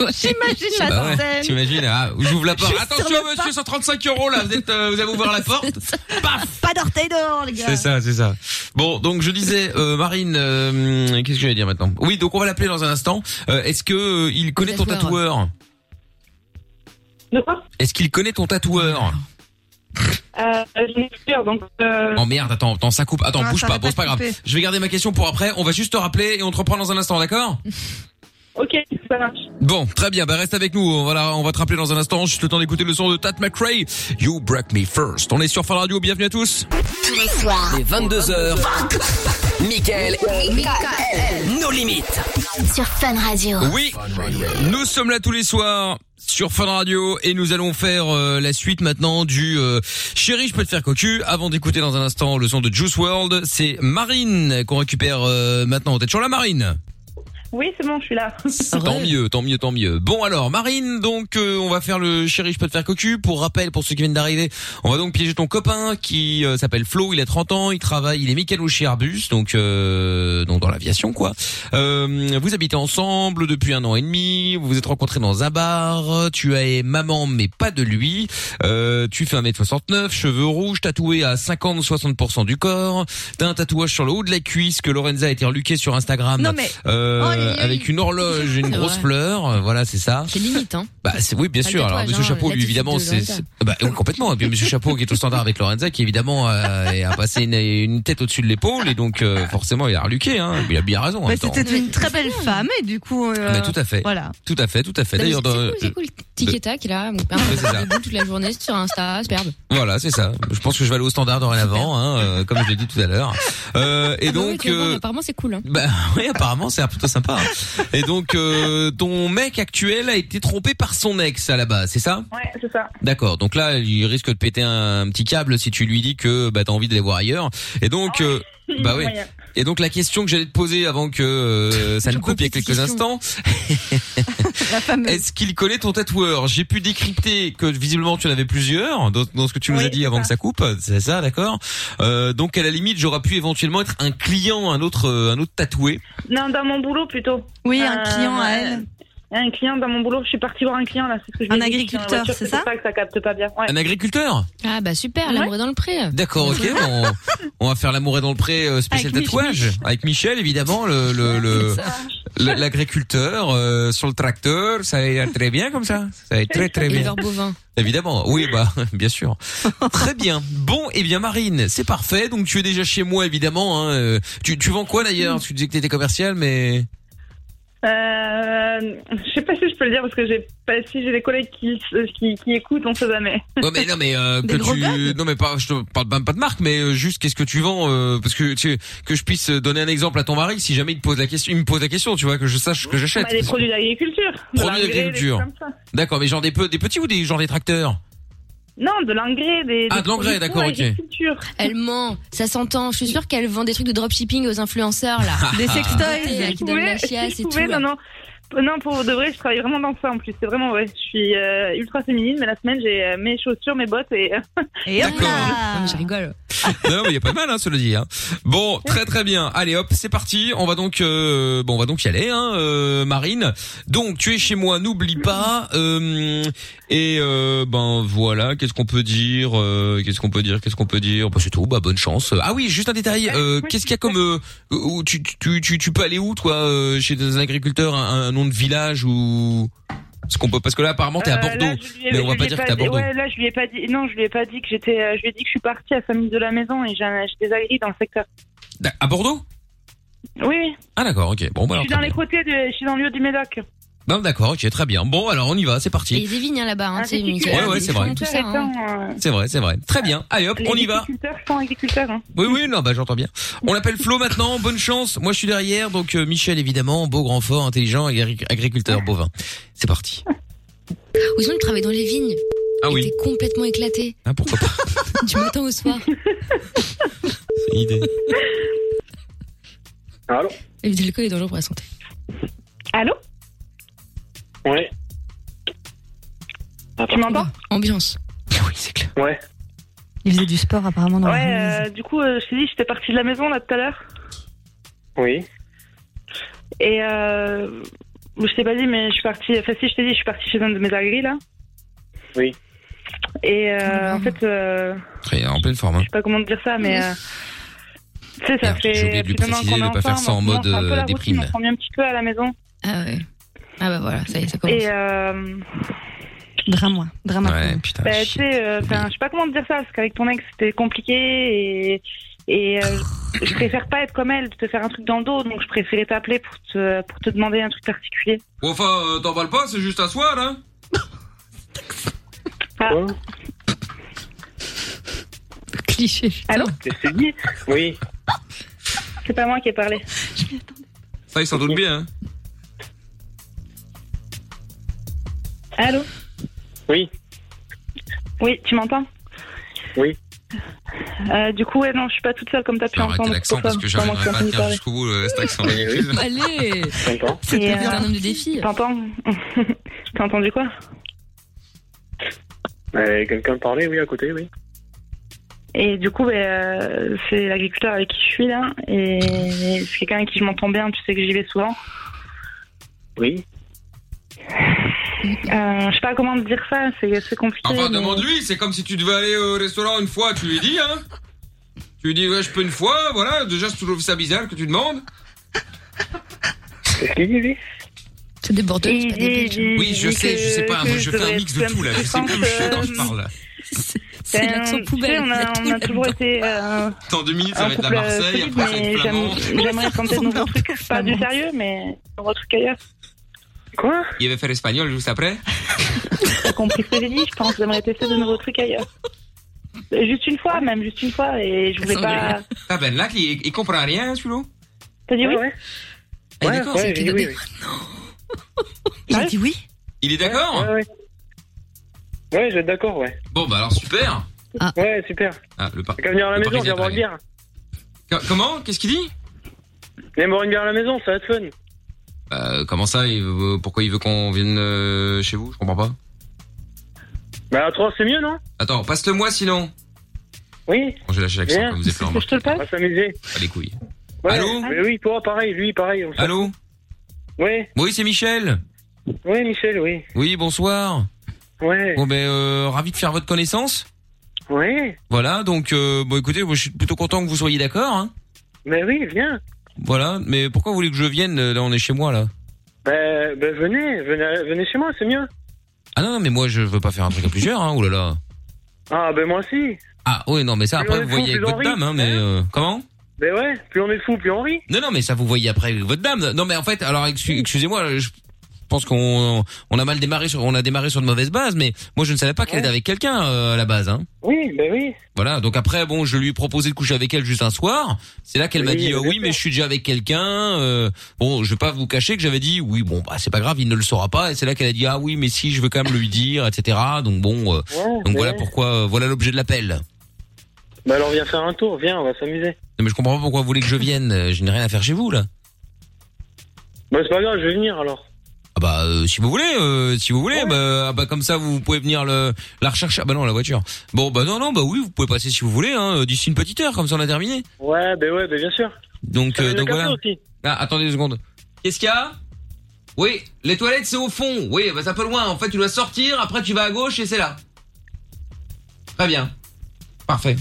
Speaker 5: J'imagine la
Speaker 2: Bah ouais,
Speaker 5: scène.
Speaker 2: T'imagines, ah, j'ouvre la porte.
Speaker 5: Juste
Speaker 2: Attention
Speaker 5: sur le
Speaker 2: monsieur, 135 euros là, vous, êtes, euh, vous avez ouvert la porte.
Speaker 5: Pas d'orteil dehors les gars.
Speaker 2: C'est ça, c'est ça. Bon, donc je disais, euh, Marine, euh, qu'est-ce que j'allais dire maintenant Oui, donc on va l'appeler dans un instant. Euh, Est-ce que euh, il connaît ton tatoueur Est-ce qu'il connaît ton tatoueur
Speaker 14: Euh, je l'ai sûr, donc. Euh...
Speaker 2: Oh merde, attends, attends, ça coupe. Attends,
Speaker 14: Ah,
Speaker 2: bouge
Speaker 14: ça
Speaker 2: pas,
Speaker 14: va
Speaker 2: bon,
Speaker 14: pas
Speaker 2: c'est pas grave.
Speaker 14: couper.
Speaker 2: Je vais garder ma question pour après. On va juste te rappeler et on te reprend dans un instant, d'accord
Speaker 14: Ok, ça marche.
Speaker 2: Bon, très bien. Bah reste avec nous. Voilà, on va te rappeler dans un instant. Juste le temps d'écouter le son de Tat McRae. You break me first. On est sur Fan Radio. Bienvenue à tous.
Speaker 10: Tous les soirs.
Speaker 1: Les 22h. Michael, nos limites.
Speaker 10: Sur Fun Radio.
Speaker 2: Oui. Nous sommes là tous les soirs sur Fun Radio et nous allons faire euh, la suite maintenant du euh, Chéri, je peux te faire cocu. Avant d'écouter dans un instant le son de Juice World, c'est Marine qu'on récupère euh, maintenant. T'es toujours là, Marine
Speaker 14: Oui, c'est bon, je
Speaker 2: [laughs]
Speaker 14: suis là.
Speaker 2: Tant mieux, tant mieux, tant mieux. Bon alors, Marine, donc euh, on va faire le chéri, je peux te faire cocu. Pour rappel, pour ceux qui viennent d'arriver, on va donc piéger ton copain qui euh, s'appelle Flo. Il a 30 ans, il travaille, il est mécano chez Airbus, donc euh, donc dans l'aviation quoi. Euh, vous habitez ensemble depuis un an et demi. Vous vous êtes rencontrés dans un bar. Tu as maman, mais pas de lui. Euh, tu fais 1m69, cheveux rouges, tatoué à 50-60% du corps. T'as un tatouage sur le haut de la cuisse que Lorenza a été reluquée sur Instagram.
Speaker 3: Non, mais-
Speaker 2: euh,
Speaker 3: Oh, aïe, aïe.
Speaker 2: avec une horloge, et une
Speaker 3: C'est
Speaker 2: grosse
Speaker 3: [laughs] vrai.
Speaker 2: fleur, euh, voilà, c'est ça.
Speaker 3: C'est limite, hein.
Speaker 2: Bah c'est oui bien
Speaker 3: Pas le
Speaker 2: sûr. Alors
Speaker 3: tatouage,
Speaker 2: Monsieur
Speaker 3: hein,
Speaker 2: Chapeau
Speaker 3: la
Speaker 2: lui
Speaker 3: petite
Speaker 2: évidemment
Speaker 3: de
Speaker 2: c'est
Speaker 3: Lorenza.
Speaker 2: c'est- bah oui, complètement. Et puis Monsieur Chapeau qui est au standard avec Lorenza qui évidemment euh, a passé une, une tête au-dessus de l'épaule et donc euh, forcément il a reluqué. Hein. Il a bien raison. en
Speaker 5: Bah,
Speaker 2: même temps.
Speaker 5: C'était une très belle femme et du coup euh,
Speaker 2: Mais tout à fait.
Speaker 5: Voilà.
Speaker 2: Tout à fait, tout à fait.
Speaker 3: Bah,
Speaker 2: D'ailleurs
Speaker 3: c'est
Speaker 2: dans- euh,
Speaker 3: cool, c'est cool.
Speaker 2: de-
Speaker 3: Tic et tac, là, mon père,
Speaker 2: Ouais, c'est ça.
Speaker 3: toute la journée sur Insta, superbe.
Speaker 2: Voilà, c'est ça. Je pense que je vais aller au standard dorénavant, hein, euh, comme je l'ai dit tout à l'heure. Euh, et
Speaker 3: Ah bah oui,
Speaker 2: donc,
Speaker 3: tu vas voir,
Speaker 2: euh,
Speaker 3: apparemment, c'est cool, hein.
Speaker 2: bah [laughs] oui, apparemment c'est plutôt sympa. hein. Et donc, euh, ton mec actuel a été trompé par son ex à la base, c'est ça
Speaker 14: Ouais, c'est ça.
Speaker 2: D'accord. Donc là, il risque de péter un, petit câble si tu lui dis que bah t'as envie d'aller voir ailleurs. Et donc,
Speaker 14: Ah
Speaker 2: euh, bah oui.
Speaker 14: Moyen.
Speaker 2: Et donc la question que j'allais te poser avant que euh, ça ne coupe il y a quelques instants, est-ce qu'il connaît ton tatoueur J'ai pu décrypter que visiblement tu en avais plusieurs dans, dans ce que tu nous as dit avant que ça coupe. C'est ça, d'accord Euh, Donc à la limite, j'aurais pu éventuellement être un client, un autre, euh, un autre tatoué.
Speaker 14: Non, dans mon boulot plutôt.
Speaker 5: Oui, un client à
Speaker 14: elle. Un client dans mon boulot. Je suis partie voir un client là. C'est ce que je
Speaker 5: Un
Speaker 14: lui ai dit,
Speaker 5: agriculteur,
Speaker 14: je suis en voiture,
Speaker 5: c'est
Speaker 14: pour ça que ça capte pas bien. Ouais.
Speaker 2: Un agriculteur
Speaker 3: Ah bah super, l'amour est dans le pré.
Speaker 2: D'accord, ok.
Speaker 3: [laughs]
Speaker 2: bon, on, on va faire l'amour est dans le pré euh, spécial
Speaker 3: Avec Mich-
Speaker 2: tatouage avec Michel évidemment, le le- le- le- l'agriculteur euh, sur le tracteur. Ça va être très bien comme ça. Ça va être très très bien.
Speaker 3: Éleveur bovin.
Speaker 2: Évidemment, oui, bah [laughs] bien sûr. Très bien. Bon, et bien Marine, c'est parfait. Donc tu es déjà chez moi, évidemment. hein. Euh, Tu, tu vends quoi d'ailleurs Tu disais que t'étais commercial, mais
Speaker 14: Euh, je sais pas si je peux le dire parce que j'ai pas si j'ai des collègues qui, qui qui écoutent, on sait jamais.
Speaker 2: ouais, mais non, mais euh, que tu, non, mais pas, je te parle même pas de marque, mais euh, juste qu'est-ce que tu vends euh, Parce que tu, que je puisse donner un exemple à ton mari, si jamais il te pose la question, il me pose la question, tu vois, que je sache ce que j'achète.
Speaker 14: Bah, des produits d'agriculture. de
Speaker 2: Produits
Speaker 14: l'engrais, des
Speaker 2: d'agriculture.
Speaker 14: trucs comme ça.
Speaker 2: D'accord, mais genre des, pe- des petits ou des genre des tracteurs
Speaker 14: Non, de l'engrais, des.
Speaker 2: Ah,
Speaker 14: des
Speaker 2: de l'engrais,
Speaker 14: produits
Speaker 2: d'accord, ok.
Speaker 14: d'agriculture.
Speaker 3: Elle ment, ça s'entend. Je suis sûre qu'elle vend des trucs de dropshipping aux influenceurs là.
Speaker 2: Des sextoys.
Speaker 3: Arrêtez, qui donnent
Speaker 14: [laughs] pouvais,
Speaker 3: la chiasse
Speaker 14: si
Speaker 3: et
Speaker 14: je
Speaker 3: tout.
Speaker 14: pouvais, non, non. Non, pour de vrai, je travaille vraiment dans ça en plus. C'est vraiment vrai. Je suis euh, ultra féminine, mais la semaine, j'ai euh, mes chaussures, mes bottes et.
Speaker 5: et
Speaker 2: D'accord.
Speaker 3: Je rigole.
Speaker 2: [laughs] non, non, mais il y a pas de mal, hein, cela dit. Hein. Bon, très très bien. Allez, hop, c'est parti. On va donc, euh, bon, on va donc y aller, hein, euh, Marine. Donc, tu es chez moi, n'oublie pas. euh, et euh, ben voilà, qu'est-ce qu'on peut dire euh, Qu'est-ce qu'on peut dire Qu'est-ce qu'on peut dire Bah, C'est tout. Bah, bonne chance. Ah oui, juste un détail. euh, qu'est-ce qu'il y a comme euh, où tu, tu tu tu peux aller où toi euh, Chez des agriculteurs, un, un nom de village ou ce qu'on peut Parce que là, apparemment, Ah, t'es à
Speaker 14: Euh, là,
Speaker 2: Bordeaux.
Speaker 14: je lui ai-
Speaker 2: mais on
Speaker 14: je
Speaker 2: va
Speaker 14: lui
Speaker 2: pas
Speaker 14: ai
Speaker 2: dire que t'es à
Speaker 14: dit-
Speaker 2: Bordeaux.
Speaker 14: Ouais, là, je lui ai pas dit. Non, je lui ai pas dit que j'étais. euh, Je lui ai dit que je suis partie à famille de la maison et j'ai un- j'ai des agris dans le secteur.
Speaker 2: D'a- À Bordeaux
Speaker 14: Oui.
Speaker 2: Ah d'accord, ok. Bon, bah
Speaker 14: je
Speaker 2: alors.
Speaker 14: suis dans les côtés. De, je suis dans le lieu du Médoc.
Speaker 2: Non, d'accord, ok, très bien. Bon, alors on y va, c'est
Speaker 3: Et il y
Speaker 2: parti.
Speaker 3: a des vignes hein, là-bas, hein, tu sais,
Speaker 14: Les
Speaker 3: Michael,
Speaker 2: Ouais, ouais,
Speaker 3: des
Speaker 2: c'est vrai.
Speaker 3: champs, tout ça, hein.
Speaker 2: C'est vrai, c'est vrai. Très bien. Allez hop, on y va.
Speaker 14: euh, agriculteurs sont agriculteurs. hein.
Speaker 2: Oui, oui, non, bah j'entends bien. On l'appelle Flo maintenant. Bonne chance. Moi, je suis derrière, donc euh, Michel évidemment, beau, grand, fort, intelligent, et agri- agriculteur bovin. C'est parti.
Speaker 3: Ou sinon, tu travailles dans les vignes.
Speaker 2: Ah oui.
Speaker 3: T'es complètement éclaté.
Speaker 2: Ah, pourquoi pas
Speaker 3: [laughs] Du matin au soir.
Speaker 2: C'est une idée.
Speaker 12: [laughs] Allô
Speaker 3: Et l'alcool est dangereux pour la santé.
Speaker 14: Allô
Speaker 12: Ouais.
Speaker 14: Ah, Tu m'entends
Speaker 3: Ambiance.
Speaker 12: Ouais.
Speaker 5: Il faisait du sport apparemment dans
Speaker 14: Ouais.
Speaker 5: la
Speaker 14: euh, du coup, euh, je t'ai dit, j'étais partie de la maison là tout à l'heure
Speaker 12: Oui.
Speaker 14: et euh, je t'ai pas dit, mais je suis partie. Enfin, si, je t'ai dit, je suis partie chez un de mes agris là.
Speaker 12: Oui.
Speaker 14: Et euh, en fait, euh,
Speaker 2: Très bien, en pleine forme. hein.
Speaker 14: je sais pas comment te dire ça, mais. euh, tu sais, ça fait.
Speaker 2: j'ai oublié de lui
Speaker 14: plus d'un an
Speaker 2: préciser
Speaker 14: qu'on
Speaker 2: de
Speaker 14: est
Speaker 2: pas faire
Speaker 14: ensemble,
Speaker 2: ça en mode,
Speaker 14: maintenant, c'est un peu la
Speaker 2: euh,
Speaker 14: routine,
Speaker 2: déprime.
Speaker 14: On prend bien un petit peu à la maison.
Speaker 3: Ah ouais. Ah bah voilà, ça y est, ça commence.
Speaker 14: Et euh,
Speaker 5: Drame-moi. Drame
Speaker 2: Ouais, putain.
Speaker 14: bah, tu sais, euh, enfin, je sais pas comment te dire ça, parce qu'avec ton ex, c'était compliqué et, et euh, je préfère pas être comme elle, de te faire un truc dans le dos, donc je préférais t'appeler pour te, pour te demander un truc particulier.
Speaker 2: Bon, enfin, euh, t'emballes pas, c'est juste à hein. soi, là.
Speaker 3: Cliché.
Speaker 14: Allô
Speaker 12: C'est dit Oui.
Speaker 14: C'est pas moi qui ai parlé.
Speaker 2: Ça, il s'en doute bien. hein.
Speaker 14: Allô
Speaker 12: Oui.
Speaker 14: Oui, tu m'entends
Speaker 12: Oui.
Speaker 14: Euh, du coup, ouais, non, je suis pas toute seule comme t'as pu
Speaker 2: Arrêtez
Speaker 14: entendre.
Speaker 2: l'accent
Speaker 14: c'est pour
Speaker 2: parce
Speaker 14: ça,
Speaker 2: que
Speaker 14: c'est moi
Speaker 2: j'arriverai
Speaker 14: qui
Speaker 2: pas à
Speaker 14: ai entendu
Speaker 2: tenir
Speaker 14: parler.
Speaker 2: jusqu'au Eh bout euh, cet accent.
Speaker 3: Allez
Speaker 12: T'entends
Speaker 3: C'était
Speaker 14: Et,
Speaker 3: un homme de défi.
Speaker 14: T'entends [laughs] T'as entendu quoi
Speaker 12: Euh, Quelqu'un parlait, oui, à côté, oui.
Speaker 14: Et du coup, ben, euh, c'est l'agriculteur avec qui je suis là, et c'est quelqu'un avec qui je m'entends bien, tu sais que j'y vais souvent.
Speaker 12: Oui.
Speaker 14: Euh, je sais pas comment te dire ça, c'est c'est compliqué.
Speaker 2: Enfin,
Speaker 14: mais-
Speaker 2: demande-lui, c'est comme si tu devais aller au restaurant une fois, tu lui dis, hein. Tu lui dis, ouais, je peux une fois, voilà. Déjà, je trouve ça bizarre que tu demandes.
Speaker 12: Qu'est-ce qu'il dit, lui
Speaker 3: C'est des bordeaux, c'est pas des Belges.
Speaker 2: Oui, je sais, je sais pas,
Speaker 14: que
Speaker 2: moi, je
Speaker 14: je
Speaker 2: fais un
Speaker 14: devrais
Speaker 2: mix de
Speaker 14: être
Speaker 2: tout, là. Je sais
Speaker 14: plus
Speaker 2: plus quand je
Speaker 14: euh,
Speaker 2: parle.
Speaker 3: C'est
Speaker 14: Ben,
Speaker 3: l'accent
Speaker 14: tu sais,
Speaker 3: poubelle,
Speaker 14: On
Speaker 3: il y a
Speaker 14: a,
Speaker 3: tout
Speaker 14: on a
Speaker 3: là-dedans.
Speaker 14: toujours été. euh,
Speaker 2: Dans deux minutes, ça
Speaker 14: un
Speaker 2: va être la
Speaker 14: couple, euh,
Speaker 2: Marseille,
Speaker 14: solide,
Speaker 2: après, ça va
Speaker 14: mais
Speaker 2: être flamand.
Speaker 14: j'aime-
Speaker 5: [laughs]
Speaker 14: J'aimerais tenter de nouveaux trucs, pas du sérieux, mais un autre truc ailleurs. Quoi
Speaker 2: Il va faire espagnol juste après.
Speaker 14: T'as compris ce que j'ai dit Je pense que j'aimerais tester de nouveaux trucs ailleurs. Euh, Juste une fois, même, juste une fois, et je voulais pas.
Speaker 2: [laughs] Ah ben là, il, il comprend rien, celui-là.
Speaker 14: T'as dit oui
Speaker 2: Ah, il est d'accord, c'est
Speaker 12: j'ai dit
Speaker 2: pédopé-
Speaker 12: oui.
Speaker 5: Il a dit oui
Speaker 2: Il est d'accord
Speaker 12: Ouais, ouais. Ouais, je vais être d'accord, ouais.
Speaker 2: Bon, bah alors, super.
Speaker 12: Ouais, super.
Speaker 2: Ah, le par...
Speaker 12: T'as qu'à venir à la
Speaker 2: le
Speaker 12: maison,
Speaker 2: Parisien
Speaker 12: viens boire une
Speaker 2: travaille.
Speaker 12: bière.
Speaker 2: Co- Comment Qu'est-ce qu'il dit
Speaker 12: Viens boire une bière à la maison, ça va être fun.
Speaker 2: euh, Comment ça il veut- Pourquoi il veut qu'on vienne euh, chez vous Je comprends pas.
Speaker 12: Bah, à 3, c'est mieux, non
Speaker 2: Attends, passe-le-moi sinon.
Speaker 12: Oui.
Speaker 2: Bon, J'ai lâché l'accent,
Speaker 12: Viens.
Speaker 2: comme vous êtes là en
Speaker 12: Je te le passe. On va s'amuser.
Speaker 2: Pas les couilles.
Speaker 12: Ouais. Ah,
Speaker 2: Allô
Speaker 12: Mais oui, toi, pareil, lui, pareil. on s'en-
Speaker 2: Allô
Speaker 12: Ouais,
Speaker 2: Oui, c'est Michel.
Speaker 12: ouais, Michel, oui.
Speaker 2: Oui, bonsoir.
Speaker 12: Ouais.
Speaker 2: Bon, ben, euh, ravi de faire votre connaissance.
Speaker 12: Ouais.
Speaker 2: Voilà, donc, euh, bon, écoutez, moi, je suis plutôt content que vous soyez d'accord. Hein.
Speaker 12: Mais oui, viens.
Speaker 2: Voilà, mais pourquoi vous voulez que je vienne euh, Là, on est chez moi, là.
Speaker 12: Bah, bah, venez, venez, venez chez moi, c'est mieux.
Speaker 2: Ah non, non, mais moi, je veux pas faire un truc à plusieurs, hein, oulala.
Speaker 12: Ah, ben moi aussi.
Speaker 2: Ah, oui, non, mais ça,
Speaker 12: Plus
Speaker 2: après,
Speaker 12: on est
Speaker 2: vous voyez
Speaker 12: fou,
Speaker 2: avec
Speaker 12: plus on
Speaker 2: votre
Speaker 12: rit.
Speaker 2: dame, hein, mais... euh, comment
Speaker 12: Ben ouais, plus on est fou, plus on rit.
Speaker 2: Non, non, mais ça, vous voyez après avec votre dame. Non, mais en fait, alors, excu- excusez-moi, je pense qu'on on a mal démarré, sur, on a démarré sur de mauvaises bases, mais moi, je ne savais pas qu'elle était avec quelqu'un, euh, à la base, hein.
Speaker 12: Oui, ben oui.
Speaker 2: Voilà, donc après, bon, je lui ai proposé de coucher avec elle juste un soir. C'est là qu'elle m'a
Speaker 12: Oui,
Speaker 2: dit,
Speaker 12: bien
Speaker 2: euh, oui, mais je suis déjà avec quelqu'un. euh, bon, je vais pas vous cacher que j'avais dit, oui, bon, bah, c'est pas grave, il ne le saura pas. Et c'est là qu'elle a dit, ah oui, mais si, je veux quand même lui dire, etc. Donc bon, euh,
Speaker 12: Ouais,
Speaker 2: donc
Speaker 12: mais
Speaker 2: voilà
Speaker 12: ouais.
Speaker 2: pourquoi, euh, voilà l'objet de l'appel.
Speaker 12: Bah alors, viens faire un tour, viens, on va s'amuser.
Speaker 2: Non, mais je comprends pas pourquoi vous voulez que je vienne. euh, Je n'ai rien à faire chez vous, là.
Speaker 12: Ben, Bah, c'est pas grave, je vais venir alors.
Speaker 2: Ah bah euh, si vous voulez, euh, si vous voulez, bah, ah bah, comme ça vous pouvez venir le la rechercher. Ah bah non la voiture. Bon bah non non bah oui vous pouvez passer si vous voulez hein, euh, d'ici une petite heure comme ça on a terminé.
Speaker 11: Ouais, ben ouais, ben bien sûr.
Speaker 2: Donc
Speaker 11: Ça
Speaker 2: euh,
Speaker 11: fait
Speaker 2: donc
Speaker 11: le
Speaker 2: voilà.
Speaker 11: café aussi.
Speaker 2: Ah, attendez une seconde. Qu'est-ce qu'il y a Oui, les toilettes c'est au fond. Oui, bah c'est un peu loin. En fait tu dois sortir, après tu vas à gauche et c'est là. Très bien. Parfait.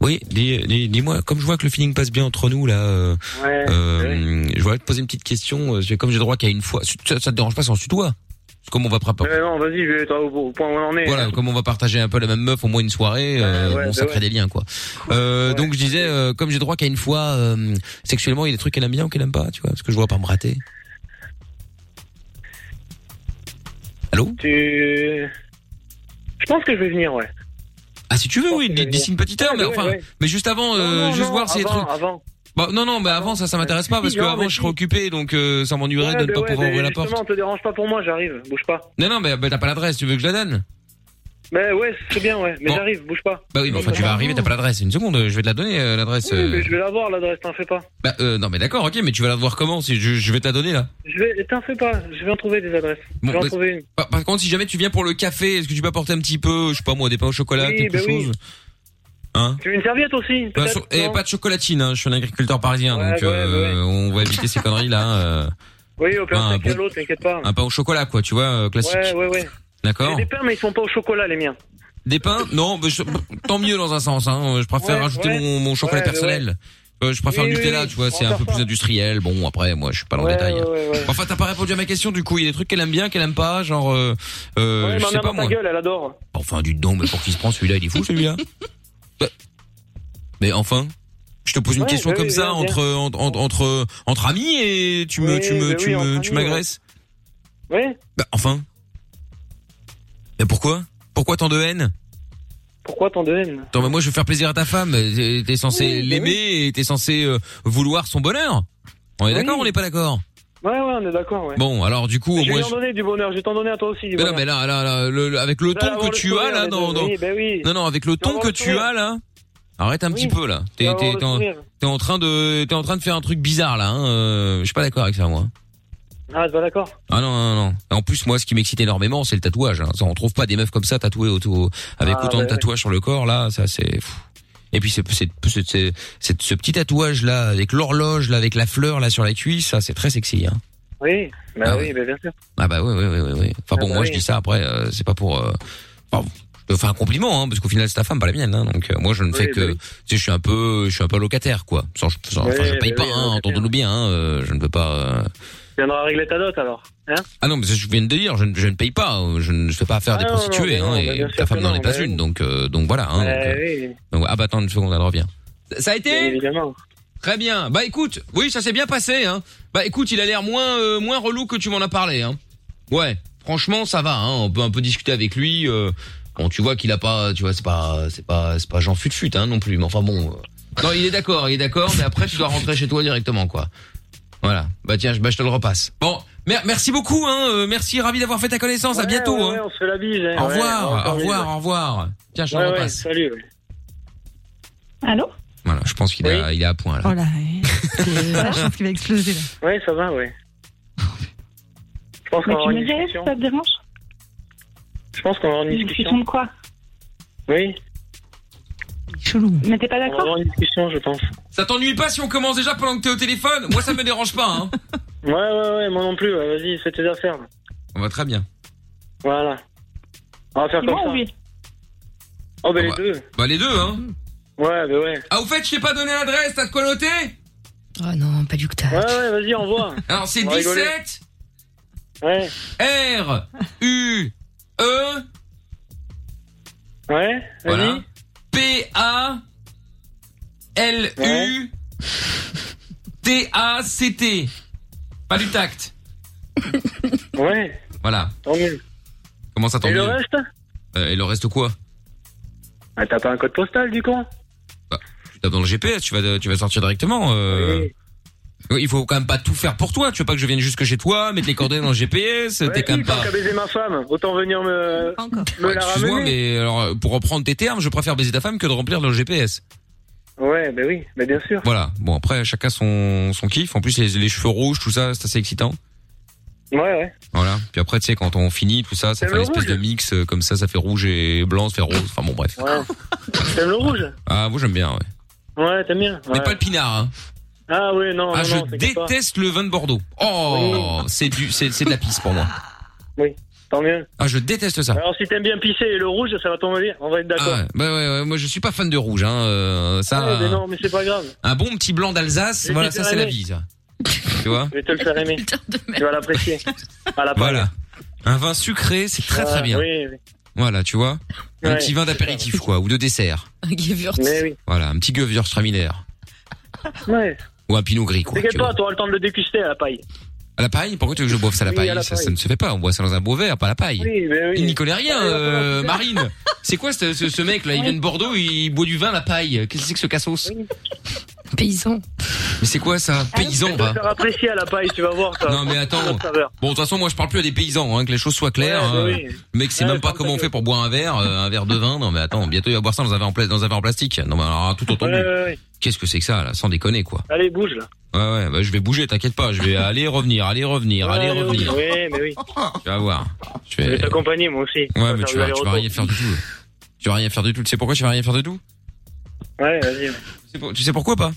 Speaker 2: Oui, dis- dis- dis-moi, comme je vois que le feeling passe bien entre nous là, euh,
Speaker 11: Ouais,
Speaker 2: euh, je voudrais te poser une petite question. euh, j'ai- Comme j'ai droit qu'à une fois, ça, ça te dérange pas sans tutoie Comme on va préparer.
Speaker 12: Euh,
Speaker 11: Ouais, non, vas-y, je vais toi, au, au point où on en est.
Speaker 2: Voilà, comme on va partager un peu la même meuf au moins une soirée, euh,
Speaker 11: Ouais, ouais,
Speaker 2: bon, ça
Speaker 11: bah
Speaker 2: crée
Speaker 11: ouais.
Speaker 2: des liens quoi. Euh, Donc je disais, euh, comme j'ai droit qu'à une fois, euh, sexuellement il y a des trucs qu'elle aime bien ou qu'elle aime pas, tu vois, parce que je vois pas me rater.
Speaker 11: Tu... Je pense que je vais venir, ouais.
Speaker 2: Ah si tu veux, oui, d- d'ici une petite heure,
Speaker 11: Ouais,
Speaker 2: mais
Speaker 11: ouais,
Speaker 2: enfin,
Speaker 11: ouais.
Speaker 2: mais juste avant, euh,
Speaker 11: non,
Speaker 2: juste
Speaker 11: non,
Speaker 2: voir si les
Speaker 11: avant,
Speaker 2: trucs.
Speaker 11: avant. Euh,
Speaker 2: Bah, non, non, mais avant ça, ça m'intéresse pas parce
Speaker 11: Si,
Speaker 2: que
Speaker 11: non,
Speaker 2: avant
Speaker 11: mais
Speaker 2: je
Speaker 11: si. bah
Speaker 2: serais occupé, donc euh, ça m'ennuierait de ne
Speaker 12: ben
Speaker 2: pas pouvoir ouvrir la porte.
Speaker 11: Justement, te dérange pas pour moi, j'arrive, bouge pas.
Speaker 2: Non, non, mais bah, t'as pas l'adresse, tu veux que je la donne
Speaker 11: Mais ouais, c'est bien, ouais, mais
Speaker 2: Bon.
Speaker 11: j'arrive, bouge pas.
Speaker 2: Bah oui, mais enfin tu vas arriver, t'as pas l'adresse. Une seconde, je vais te la donner euh, l'adresse.
Speaker 11: Oui,
Speaker 2: euh.
Speaker 11: mais je vais l'avoir l'adresse, t'en fais pas.
Speaker 2: Bah euh, non, mais d'accord, ok, mais tu vas la voir comment Si je, je vais te la donner là.
Speaker 11: Je vais, t'en fais pas, je vais en trouver des adresses.
Speaker 2: Bon,
Speaker 11: je vais en
Speaker 2: bah,
Speaker 11: trouver une.
Speaker 2: Par, par contre, si jamais tu viens pour le café, est-ce que tu peux apporter un petit peu, je sais pas moi, des pains au chocolat,
Speaker 11: Oui,
Speaker 2: quelque
Speaker 11: bah oui.
Speaker 2: chose Hein
Speaker 11: Tu veux une serviette aussi
Speaker 2: Bah,
Speaker 11: peut-être,
Speaker 2: sur- eh,
Speaker 11: non
Speaker 2: pas de chocolatine, hein, je suis un agriculteur parisien, donc euh, on va éviter ces conneries là. euh,
Speaker 11: Oui, au pire,
Speaker 2: Ah,
Speaker 11: c'est
Speaker 2: bon.
Speaker 11: qu'il y a l'autre, t'inquiète pas.
Speaker 2: un pain au chocolat, quoi, tu vois, euh, classique.
Speaker 11: Ouais, ouais, ouais. J'ai
Speaker 2: D'accord.
Speaker 11: des pains, mais ils sont pas au chocolat, les miens.
Speaker 2: Des pains Non, bah, je- tant mieux dans un sens. Hein. Je préfère
Speaker 11: Ouais,
Speaker 2: rajouter
Speaker 11: ouais.
Speaker 2: mon, mon chocolat
Speaker 11: Ouais, ouais,
Speaker 2: personnel. Euh, je préfère
Speaker 11: Oui,
Speaker 2: du
Speaker 11: oui,
Speaker 2: Nutella,
Speaker 11: oui,
Speaker 2: tu vois, c'est
Speaker 11: on
Speaker 2: un peu
Speaker 11: va faire
Speaker 2: plus industriel. Bon, après, moi, je suis pas dans le
Speaker 11: Ouais,
Speaker 2: détail.
Speaker 11: ouais,
Speaker 2: hein.
Speaker 11: ouais, ouais.
Speaker 2: Enfin, t'as pas répondu à ma question, du coup. Il y a des trucs qu'elle aime bien, qu'elle aime pas, genre, euh, euh,
Speaker 11: Ouais,
Speaker 2: je
Speaker 11: ma
Speaker 2: sais
Speaker 11: mère
Speaker 2: pas
Speaker 11: dans ta
Speaker 2: moi.
Speaker 11: gueule, elle adore.
Speaker 2: Enfin, du don, mais pour qui se prend celui-là, il est fou
Speaker 11: [laughs]
Speaker 2: celui-là. Bah, Mais enfin, je te pose une
Speaker 11: Ouais,
Speaker 2: question
Speaker 11: bah
Speaker 2: comme
Speaker 11: oui,
Speaker 2: ça
Speaker 11: bien,
Speaker 2: entre, entre entre entre entre amis et tu me
Speaker 11: Oui,
Speaker 2: tu me
Speaker 11: bah
Speaker 2: tu
Speaker 11: oui,
Speaker 2: me-
Speaker 11: entre
Speaker 2: tu
Speaker 11: amis,
Speaker 2: m'agresses.
Speaker 11: Ouais.
Speaker 2: Bah enfin. Mais pourquoi Pourquoi tant de haine
Speaker 11: Pourquoi tant de haine
Speaker 2: Attends, bah moi je veux faire plaisir à ta femme. T'es- T'es censé
Speaker 11: Oui, bah
Speaker 2: l'aimer et t'es censé euh, vouloir son bonheur. On est
Speaker 11: Oui.
Speaker 2: d'accord, on n'est pas d'accord.
Speaker 11: Ouais, ouais, on est d'accord, ouais.
Speaker 2: Bon, alors du coup,
Speaker 11: je vais
Speaker 2: moi.
Speaker 11: lui en donner du bonheur, je vais t'en donner à toi aussi. Du
Speaker 2: Mais non,
Speaker 11: bonheur.
Speaker 2: mais là, là, là, le- le- avec le
Speaker 11: Vous allez
Speaker 2: ton
Speaker 11: avoir
Speaker 2: que
Speaker 11: le
Speaker 2: tu
Speaker 11: sourire,
Speaker 2: as là,
Speaker 11: les
Speaker 2: dans,
Speaker 11: deux.
Speaker 2: dans-
Speaker 11: Oui, bah oui.
Speaker 2: non, non, avec le ton
Speaker 11: avoir
Speaker 2: que
Speaker 11: le
Speaker 2: tu
Speaker 11: sourire.
Speaker 2: as là, arrête un petit peu là.
Speaker 11: Tu
Speaker 2: T'es,
Speaker 11: vas
Speaker 2: t'es,
Speaker 11: avoir le
Speaker 2: t'es en,
Speaker 11: sourire.
Speaker 2: t'es en train de, t'es en train de faire un truc bizarre là. Hein. euh, Je suis pas d'accord avec ça, moi.
Speaker 11: Ah, t'es pas d'accord
Speaker 2: Ah non, non, non. En plus, moi, ce qui m'excite énormément, c'est le tatouage. Hein. Ça, on trouve pas des meufs comme ça tatouées autour, avec
Speaker 11: Ah,
Speaker 2: autant de
Speaker 11: ouais, ouais.
Speaker 2: tatouages sur le corps. Là, ça, c'est. pff. Et puis, c'est, c'est, c'est, c'est- c'est- ce petit tatouage là, avec l'horloge là, avec la fleur là sur la cuisse, ça, c'est très sexy. Hein.
Speaker 11: Oui, bah
Speaker 2: Ah
Speaker 11: oui,
Speaker 2: ouais.
Speaker 11: bah bien sûr.
Speaker 2: Ah bah oui, oui, oui, oui. oui. Enfin bon,
Speaker 11: bah
Speaker 2: moi,
Speaker 11: oui.
Speaker 2: je dis ça. Après, euh, c'est pas pour. euh, enfin, je te fais un compliment, hein, parce qu'au final, c'est ta femme, pas la mienne. Hein, donc, euh, moi, je ne fais
Speaker 11: Oui,
Speaker 2: que.
Speaker 11: bah oui.
Speaker 2: Tu sais, je suis un peu, je suis un peu locataire, quoi. Sans, sans- enfin,
Speaker 11: Oui,
Speaker 2: je paye pas.
Speaker 11: bah oui,
Speaker 2: hein, Entendons-nous bien. Hein, euh, je ne peux pas. euh,
Speaker 11: Tu viendras régler ta dot alors. Hein
Speaker 2: Ah non, mais ça, je viens de dire, je, ne- je ne paye pas, euh, je ne je fais pas affaire à des
Speaker 11: Ah non, non,
Speaker 2: prostituées,
Speaker 11: mais non,
Speaker 2: hein,
Speaker 11: mais bien
Speaker 2: et
Speaker 11: sûr
Speaker 2: ta
Speaker 11: que
Speaker 2: femme n'en
Speaker 11: non,
Speaker 2: est pas
Speaker 11: mais
Speaker 2: une,
Speaker 11: oui.
Speaker 2: donc, euh, donc voilà. Hein, donc,
Speaker 11: Euh,
Speaker 2: euh,
Speaker 11: oui,
Speaker 2: donc, ah bah attends une seconde, elle revient. Ça a
Speaker 11: bien
Speaker 2: été
Speaker 11: évidemment.
Speaker 2: Très bien. Bah écoute, oui, ça s'est bien passé. Hein. Bah écoute, il a l'air moins euh, moins relou que tu m'en as parlé. Hein. Ouais, franchement, ça va. Hein. On peut un peu discuter avec lui. euh, Bon, tu vois qu'il a pas, tu vois, c'est pas, c'est pas, c'est pas Jean Fut Fut hein, non plus. Mais enfin bon. euh, Non, il est d'accord, il est d'accord. Mais après, tu dois rentrer chez toi directement, quoi. Voilà. Bah tiens, je, bah, je te le repasse. Bon, mer- merci beaucoup. Hein. euh, merci, ravi d'avoir fait ta connaissance. à
Speaker 11: Ouais,
Speaker 2: bientôt.
Speaker 11: ouais,
Speaker 2: hein.
Speaker 11: ouais, on se fait la bise. hein,
Speaker 2: Au
Speaker 11: ouais,
Speaker 2: revoir,
Speaker 11: encore
Speaker 2: au
Speaker 11: mille.
Speaker 2: revoir, au revoir. Tiens, je te
Speaker 11: Ouais,
Speaker 2: le
Speaker 11: ouais,
Speaker 2: repasse.
Speaker 11: salut. ouais.
Speaker 14: Allô
Speaker 2: Voilà, je pense qu'il a, il est à point là.
Speaker 14: Oh là, [laughs] ouais. Ah, je pense qu'il va exploser là.
Speaker 11: Ouais, ça va, ouais. Je pense qu'on va
Speaker 14: Mais tu
Speaker 11: avoir
Speaker 14: me
Speaker 11: une
Speaker 14: dirais si
Speaker 11: discussion.
Speaker 14: ça te dérange
Speaker 11: Je pense qu'on va avoir une
Speaker 14: Une
Speaker 11: discussion.
Speaker 14: discussion de quoi
Speaker 11: Oui.
Speaker 14: Chelou.
Speaker 11: Mais t'es pas d'accord On va avoir une discussion, je pense.
Speaker 2: Ça t'ennuie pas si on commence déjà pendant que t'es au téléphone Moi, ça me dérange pas. Hein.
Speaker 11: Ouais, ouais, ouais, moi non plus. ouais, Vas-y, fais tes affaires.
Speaker 2: On va très bien.
Speaker 11: Voilà. On va faire
Speaker 2: C'est
Speaker 11: comme
Speaker 2: moi
Speaker 11: ça.
Speaker 2: ou lui
Speaker 11: Oh, bah,
Speaker 2: Ah
Speaker 11: les
Speaker 2: bah.
Speaker 11: deux.
Speaker 2: Bah les deux, hein.
Speaker 11: Ouais, bah ouais.
Speaker 2: Ah, au fait, je t'ai pas donné l'adresse. T'as de quoi noter
Speaker 3: Oh non, pas du que t'as.
Speaker 11: Ouais, ouais, vas-y, envoie.
Speaker 2: Alors c'est
Speaker 11: On va rigoler.
Speaker 2: 17
Speaker 11: Ouais.
Speaker 2: R U E
Speaker 11: Ouais.
Speaker 2: voilà. P A L U [laughs] T A C T. Pas du tact.
Speaker 11: Ouais.
Speaker 2: Voilà.
Speaker 11: Tant mieux.
Speaker 2: Comment ça
Speaker 11: Et
Speaker 2: t'ennuie
Speaker 11: le reste
Speaker 2: Euh, Et le reste quoi
Speaker 11: Ah, t'as pas un code postal, du con
Speaker 2: Tu tapes dans le GPS, tu vas tu vas sortir directement. euh. Oui, Il faut quand même pas tout faire pour toi. Tu veux pas que je vienne jusque chez toi, mettre les coordonnées dans le GPS.
Speaker 11: Ouais,
Speaker 2: T'es quand même
Speaker 11: si, tant
Speaker 2: pas.
Speaker 11: qu'à baiser ma femme, autant venir me, me la
Speaker 2: Excuse-moi,
Speaker 11: ramener.
Speaker 2: mais alors, euh, pour reprendre tes termes, je préfère baiser ta femme que de remplir le GPS.
Speaker 11: Ouais, bah oui, bah bien sûr.
Speaker 2: Voilà. Bon, après, chacun son, son kiff. En plus, les, les cheveux rouges, tout ça, c'est assez excitant.
Speaker 12: Ouais, ouais.
Speaker 2: Voilà. Puis après, tu sais, quand on finit tout ça, ça
Speaker 12: T'aimes
Speaker 2: fait une
Speaker 12: le
Speaker 2: espèce
Speaker 12: rouge
Speaker 2: de mix euh, comme ça, ça fait rouge et blanc, ça fait rose. Enfin bon, bref.
Speaker 12: ouais. T'aimes le rouge
Speaker 2: Ah, moi j'aime bien. Ouais.
Speaker 12: Ouais, t'aimes bien.
Speaker 2: Mais pas le pinard. Hein.
Speaker 12: Ah ouais, non,
Speaker 2: ah,
Speaker 12: non,
Speaker 2: je
Speaker 12: non, t'inquiète pas.
Speaker 2: déteste le vin de Bordeaux. Oh, c'est du, c'est c'est de la pisse pour moi.
Speaker 12: Oui, tant mieux.
Speaker 2: Ah, je déteste ça.
Speaker 12: Alors si t'aimes bien pisser et le rouge, ça va tomber bien. On va être d'accord.
Speaker 2: Ah ouais, bah ouais, ouais, moi je suis pas fan de rouge. Hein. euh, ça,
Speaker 12: Ouais, mais non, mais c'est pas grave.
Speaker 2: un bon petit blanc d'Alsace,
Speaker 12: Mais
Speaker 2: voilà,
Speaker 12: tu
Speaker 2: ça
Speaker 12: t'es
Speaker 2: c'est la
Speaker 12: aimé.
Speaker 2: vie. Ça.
Speaker 12: [laughs]
Speaker 2: tu vois
Speaker 12: Je vais te le faire aimer. tu vas [laughs] l'apprécier. À la
Speaker 2: Voilà. Un vin sucré, c'est très très
Speaker 12: Ouais,
Speaker 2: bien.
Speaker 12: Oui, oui.
Speaker 2: Voilà, tu vois Un
Speaker 12: Ouais,
Speaker 2: petit vin
Speaker 12: c'est
Speaker 2: d'apéritif quoi, ou de dessert.
Speaker 12: Mais oui.
Speaker 2: Voilà, un petit Gewürztraminer
Speaker 12: Ouais.
Speaker 2: ou un Pinot Gris quoi. tu vois.
Speaker 12: T'inquiète-toi, t'auras le temps de le déguster à la paille.
Speaker 2: À la paille Pourquoi tu veux que je boive ça à la
Speaker 12: Oui,
Speaker 2: paille,
Speaker 12: à la
Speaker 2: ça, ça
Speaker 12: paille.
Speaker 2: ne se fait pas, on boit ça dans un beau verre, pas à la paille.
Speaker 12: Oui, mais oui.
Speaker 2: Il n'y connaît rien,
Speaker 12: Ouais, il va falloir
Speaker 2: euh,
Speaker 12: faire.
Speaker 2: Marine. C'est quoi ce, ce- ce mec là Il vient de Bordeaux, il boit du vin à la paille. Qu'est-ce que c'est que ce cassos
Speaker 3: Paysan.
Speaker 2: Mais c'est quoi ça
Speaker 12: Je
Speaker 2: Paysan,
Speaker 12: vais te le
Speaker 2: va
Speaker 12: faire apprécier à la paille, tu vas voir. Ah, ça.
Speaker 2: bah.
Speaker 12: Ah,
Speaker 2: Non mais attends.
Speaker 12: Ça va.
Speaker 2: Bon de toute façon moi je parle plus à des paysans, hein, que les choses soient claires.
Speaker 12: Ouais, bah
Speaker 2: euh,
Speaker 12: oui.
Speaker 2: Le Mec c'est même pas comment on fait pour boire un verre, euh, un verre de vin. Non mais attends, bientôt il va boire ça dans un verre en, pla- dans un verre en plastique. Non mais alors tout entendu. Qu'est-ce que c'est que ça là Sans déconner quoi.
Speaker 12: Allez, bouge là.
Speaker 2: Ouais ouais, bah, je vais bouger, t'inquiète pas,
Speaker 12: [laughs]
Speaker 2: je vais aller revenir, aller revenir, aller
Speaker 12: Ouais,
Speaker 2: revenir.
Speaker 12: ouais, mais oui.
Speaker 2: Tu vas voir. Je
Speaker 12: Je
Speaker 2: vais-
Speaker 12: vais t'accompagner moi aussi. On va
Speaker 2: Ouais mais
Speaker 12: faire
Speaker 2: tu
Speaker 12: du
Speaker 2: vas, tu vas
Speaker 12: aller-retour.
Speaker 2: rien faire du tout. Tu vas rien faire du tout. Tu sais pourquoi tu vas rien faire du tout
Speaker 12: Ouais, vas-y.
Speaker 2: C'est pour- Tu sais pourquoi pas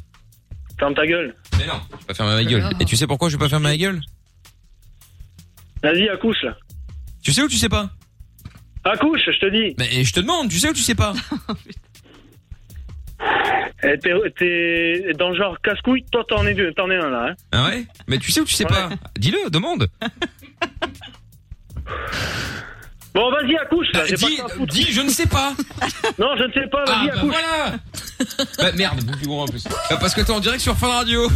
Speaker 12: Ferme ta gueule.
Speaker 2: Mais non. Je vais pas fermer ma gueule. Et tu sais pourquoi je vais pas fermer ma gueule
Speaker 12: Vas-y, accouche là.
Speaker 2: Tu sais ou tu sais pas
Speaker 12: Accouche, je te dis.
Speaker 2: Mais je te demande, tu sais ou tu sais pas
Speaker 12: Eh, T'es t'es dans le genre casse-couille, toi t'en es deux, t'en es un
Speaker 2: [laughs]
Speaker 12: là. Hein.
Speaker 2: Ah ouais Mais tu sais ou tu sais pas Dis-le, demande.
Speaker 12: Bon, vas-y, accouche là.
Speaker 2: Bah,
Speaker 12: j'ai pas
Speaker 2: dis-
Speaker 12: que ça à foutre.
Speaker 2: dis, je ne sais pas.
Speaker 12: non, je ne sais pas, vas-y,
Speaker 2: Ah, bah
Speaker 12: accouche.
Speaker 2: voilà. Bah merde, beaucoup plus gros en plus. Bah, parce que t'es en direct sur Fun Radio.